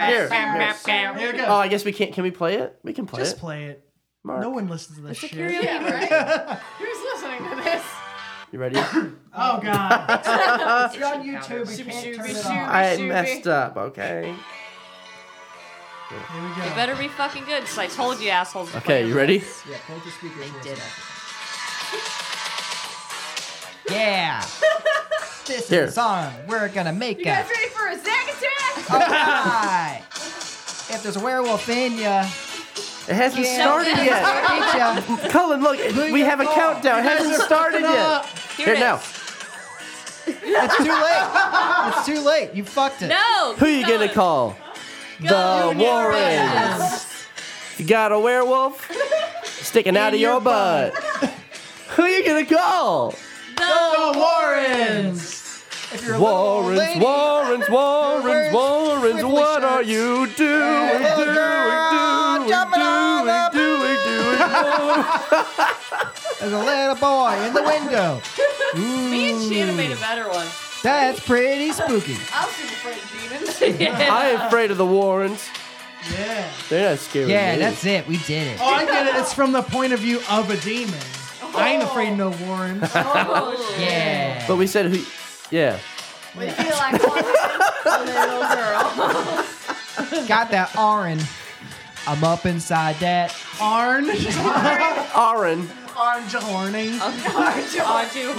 [SPEAKER 2] we
[SPEAKER 10] Oh,
[SPEAKER 2] go.
[SPEAKER 10] I guess we can't. Can we play it? We can play
[SPEAKER 2] Just
[SPEAKER 10] it.
[SPEAKER 2] play it.
[SPEAKER 10] Mark.
[SPEAKER 2] No one listens to this shit.
[SPEAKER 11] Yeah, right? Who's listening to this?
[SPEAKER 10] You ready?
[SPEAKER 2] Oh god. it's on
[SPEAKER 5] YouTube.
[SPEAKER 2] We
[SPEAKER 11] Shooby,
[SPEAKER 2] can't turn
[SPEAKER 11] shooby,
[SPEAKER 2] it
[SPEAKER 11] shooby.
[SPEAKER 2] off.
[SPEAKER 10] I
[SPEAKER 11] Ruby.
[SPEAKER 10] messed up. Okay.
[SPEAKER 2] Here we
[SPEAKER 5] It
[SPEAKER 2] go.
[SPEAKER 5] better be fucking good, because I told you assholes. to
[SPEAKER 10] Okay,
[SPEAKER 5] fucking
[SPEAKER 10] you ready?
[SPEAKER 5] listen.
[SPEAKER 1] Yeah, hold the speaker.
[SPEAKER 5] They did it.
[SPEAKER 1] Yeah. this is
[SPEAKER 10] Here.
[SPEAKER 1] the song we're gonna make
[SPEAKER 11] You
[SPEAKER 1] up.
[SPEAKER 11] guys ready for a Zack attack?
[SPEAKER 1] All right. If there's a werewolf in ya,
[SPEAKER 10] It hasn't
[SPEAKER 1] Yeah.
[SPEAKER 10] started
[SPEAKER 5] Yeah.
[SPEAKER 10] yet.
[SPEAKER 1] ain't ya?
[SPEAKER 10] Cullen, look,
[SPEAKER 1] Blew
[SPEAKER 10] we
[SPEAKER 1] your
[SPEAKER 10] have a
[SPEAKER 1] call.
[SPEAKER 10] countdown. It
[SPEAKER 1] You guys
[SPEAKER 10] hasn't
[SPEAKER 1] are
[SPEAKER 10] started
[SPEAKER 1] fucking
[SPEAKER 10] yet.
[SPEAKER 1] up.
[SPEAKER 5] Here,
[SPEAKER 10] Here
[SPEAKER 5] it
[SPEAKER 10] now.
[SPEAKER 5] is.
[SPEAKER 1] It's too late. It's too late. You fucked it.
[SPEAKER 5] No.
[SPEAKER 10] Who you gonna
[SPEAKER 5] Cullen.
[SPEAKER 10] call? The
[SPEAKER 5] Cullen
[SPEAKER 10] Warrens. You got a werewolf sticking out of your butt. Who you gonna call?
[SPEAKER 5] No.
[SPEAKER 2] Warrens. If you're a
[SPEAKER 10] Warrens,
[SPEAKER 1] lady.
[SPEAKER 10] Warrens, Warrens,
[SPEAKER 1] Wears
[SPEAKER 10] Warrens,
[SPEAKER 1] squiggly
[SPEAKER 10] what are
[SPEAKER 1] shirts.
[SPEAKER 10] you doing, doing,
[SPEAKER 1] girl,
[SPEAKER 10] doing,
[SPEAKER 1] jumping on
[SPEAKER 10] doing,
[SPEAKER 1] the
[SPEAKER 10] doing, doing?
[SPEAKER 1] There's a little boy in the window.
[SPEAKER 5] Me and Shannon made a better one.
[SPEAKER 1] That's pretty spooky.
[SPEAKER 11] I'll see the fright demons.
[SPEAKER 10] I'm afraid of the Warrens.
[SPEAKER 2] Yeah.
[SPEAKER 10] They're not scary.
[SPEAKER 1] Yeah, that's it. We did it.
[SPEAKER 2] Oh, I get it. It's from the point of view of a demon. I ain't afraid of no Warrens.
[SPEAKER 1] Yeah.
[SPEAKER 10] But we said who? Yeah.
[SPEAKER 11] What do you feel like one little girl?
[SPEAKER 1] Got that orange. I'm up inside that.
[SPEAKER 2] Orange.
[SPEAKER 10] Orange,
[SPEAKER 2] Orange horny.
[SPEAKER 5] Aren't you horny?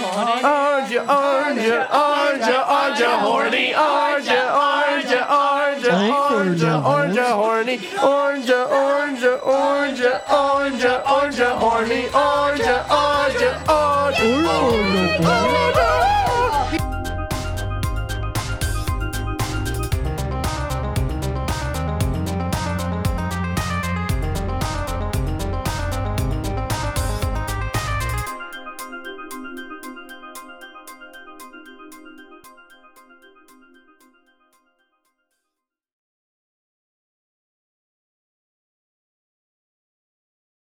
[SPEAKER 10] orange, orange, orange, orange, horny, orange, orange, orange, orange, orange, horny, orange, orange, orange, orange, orange, horny, orange, orange, orange, orange.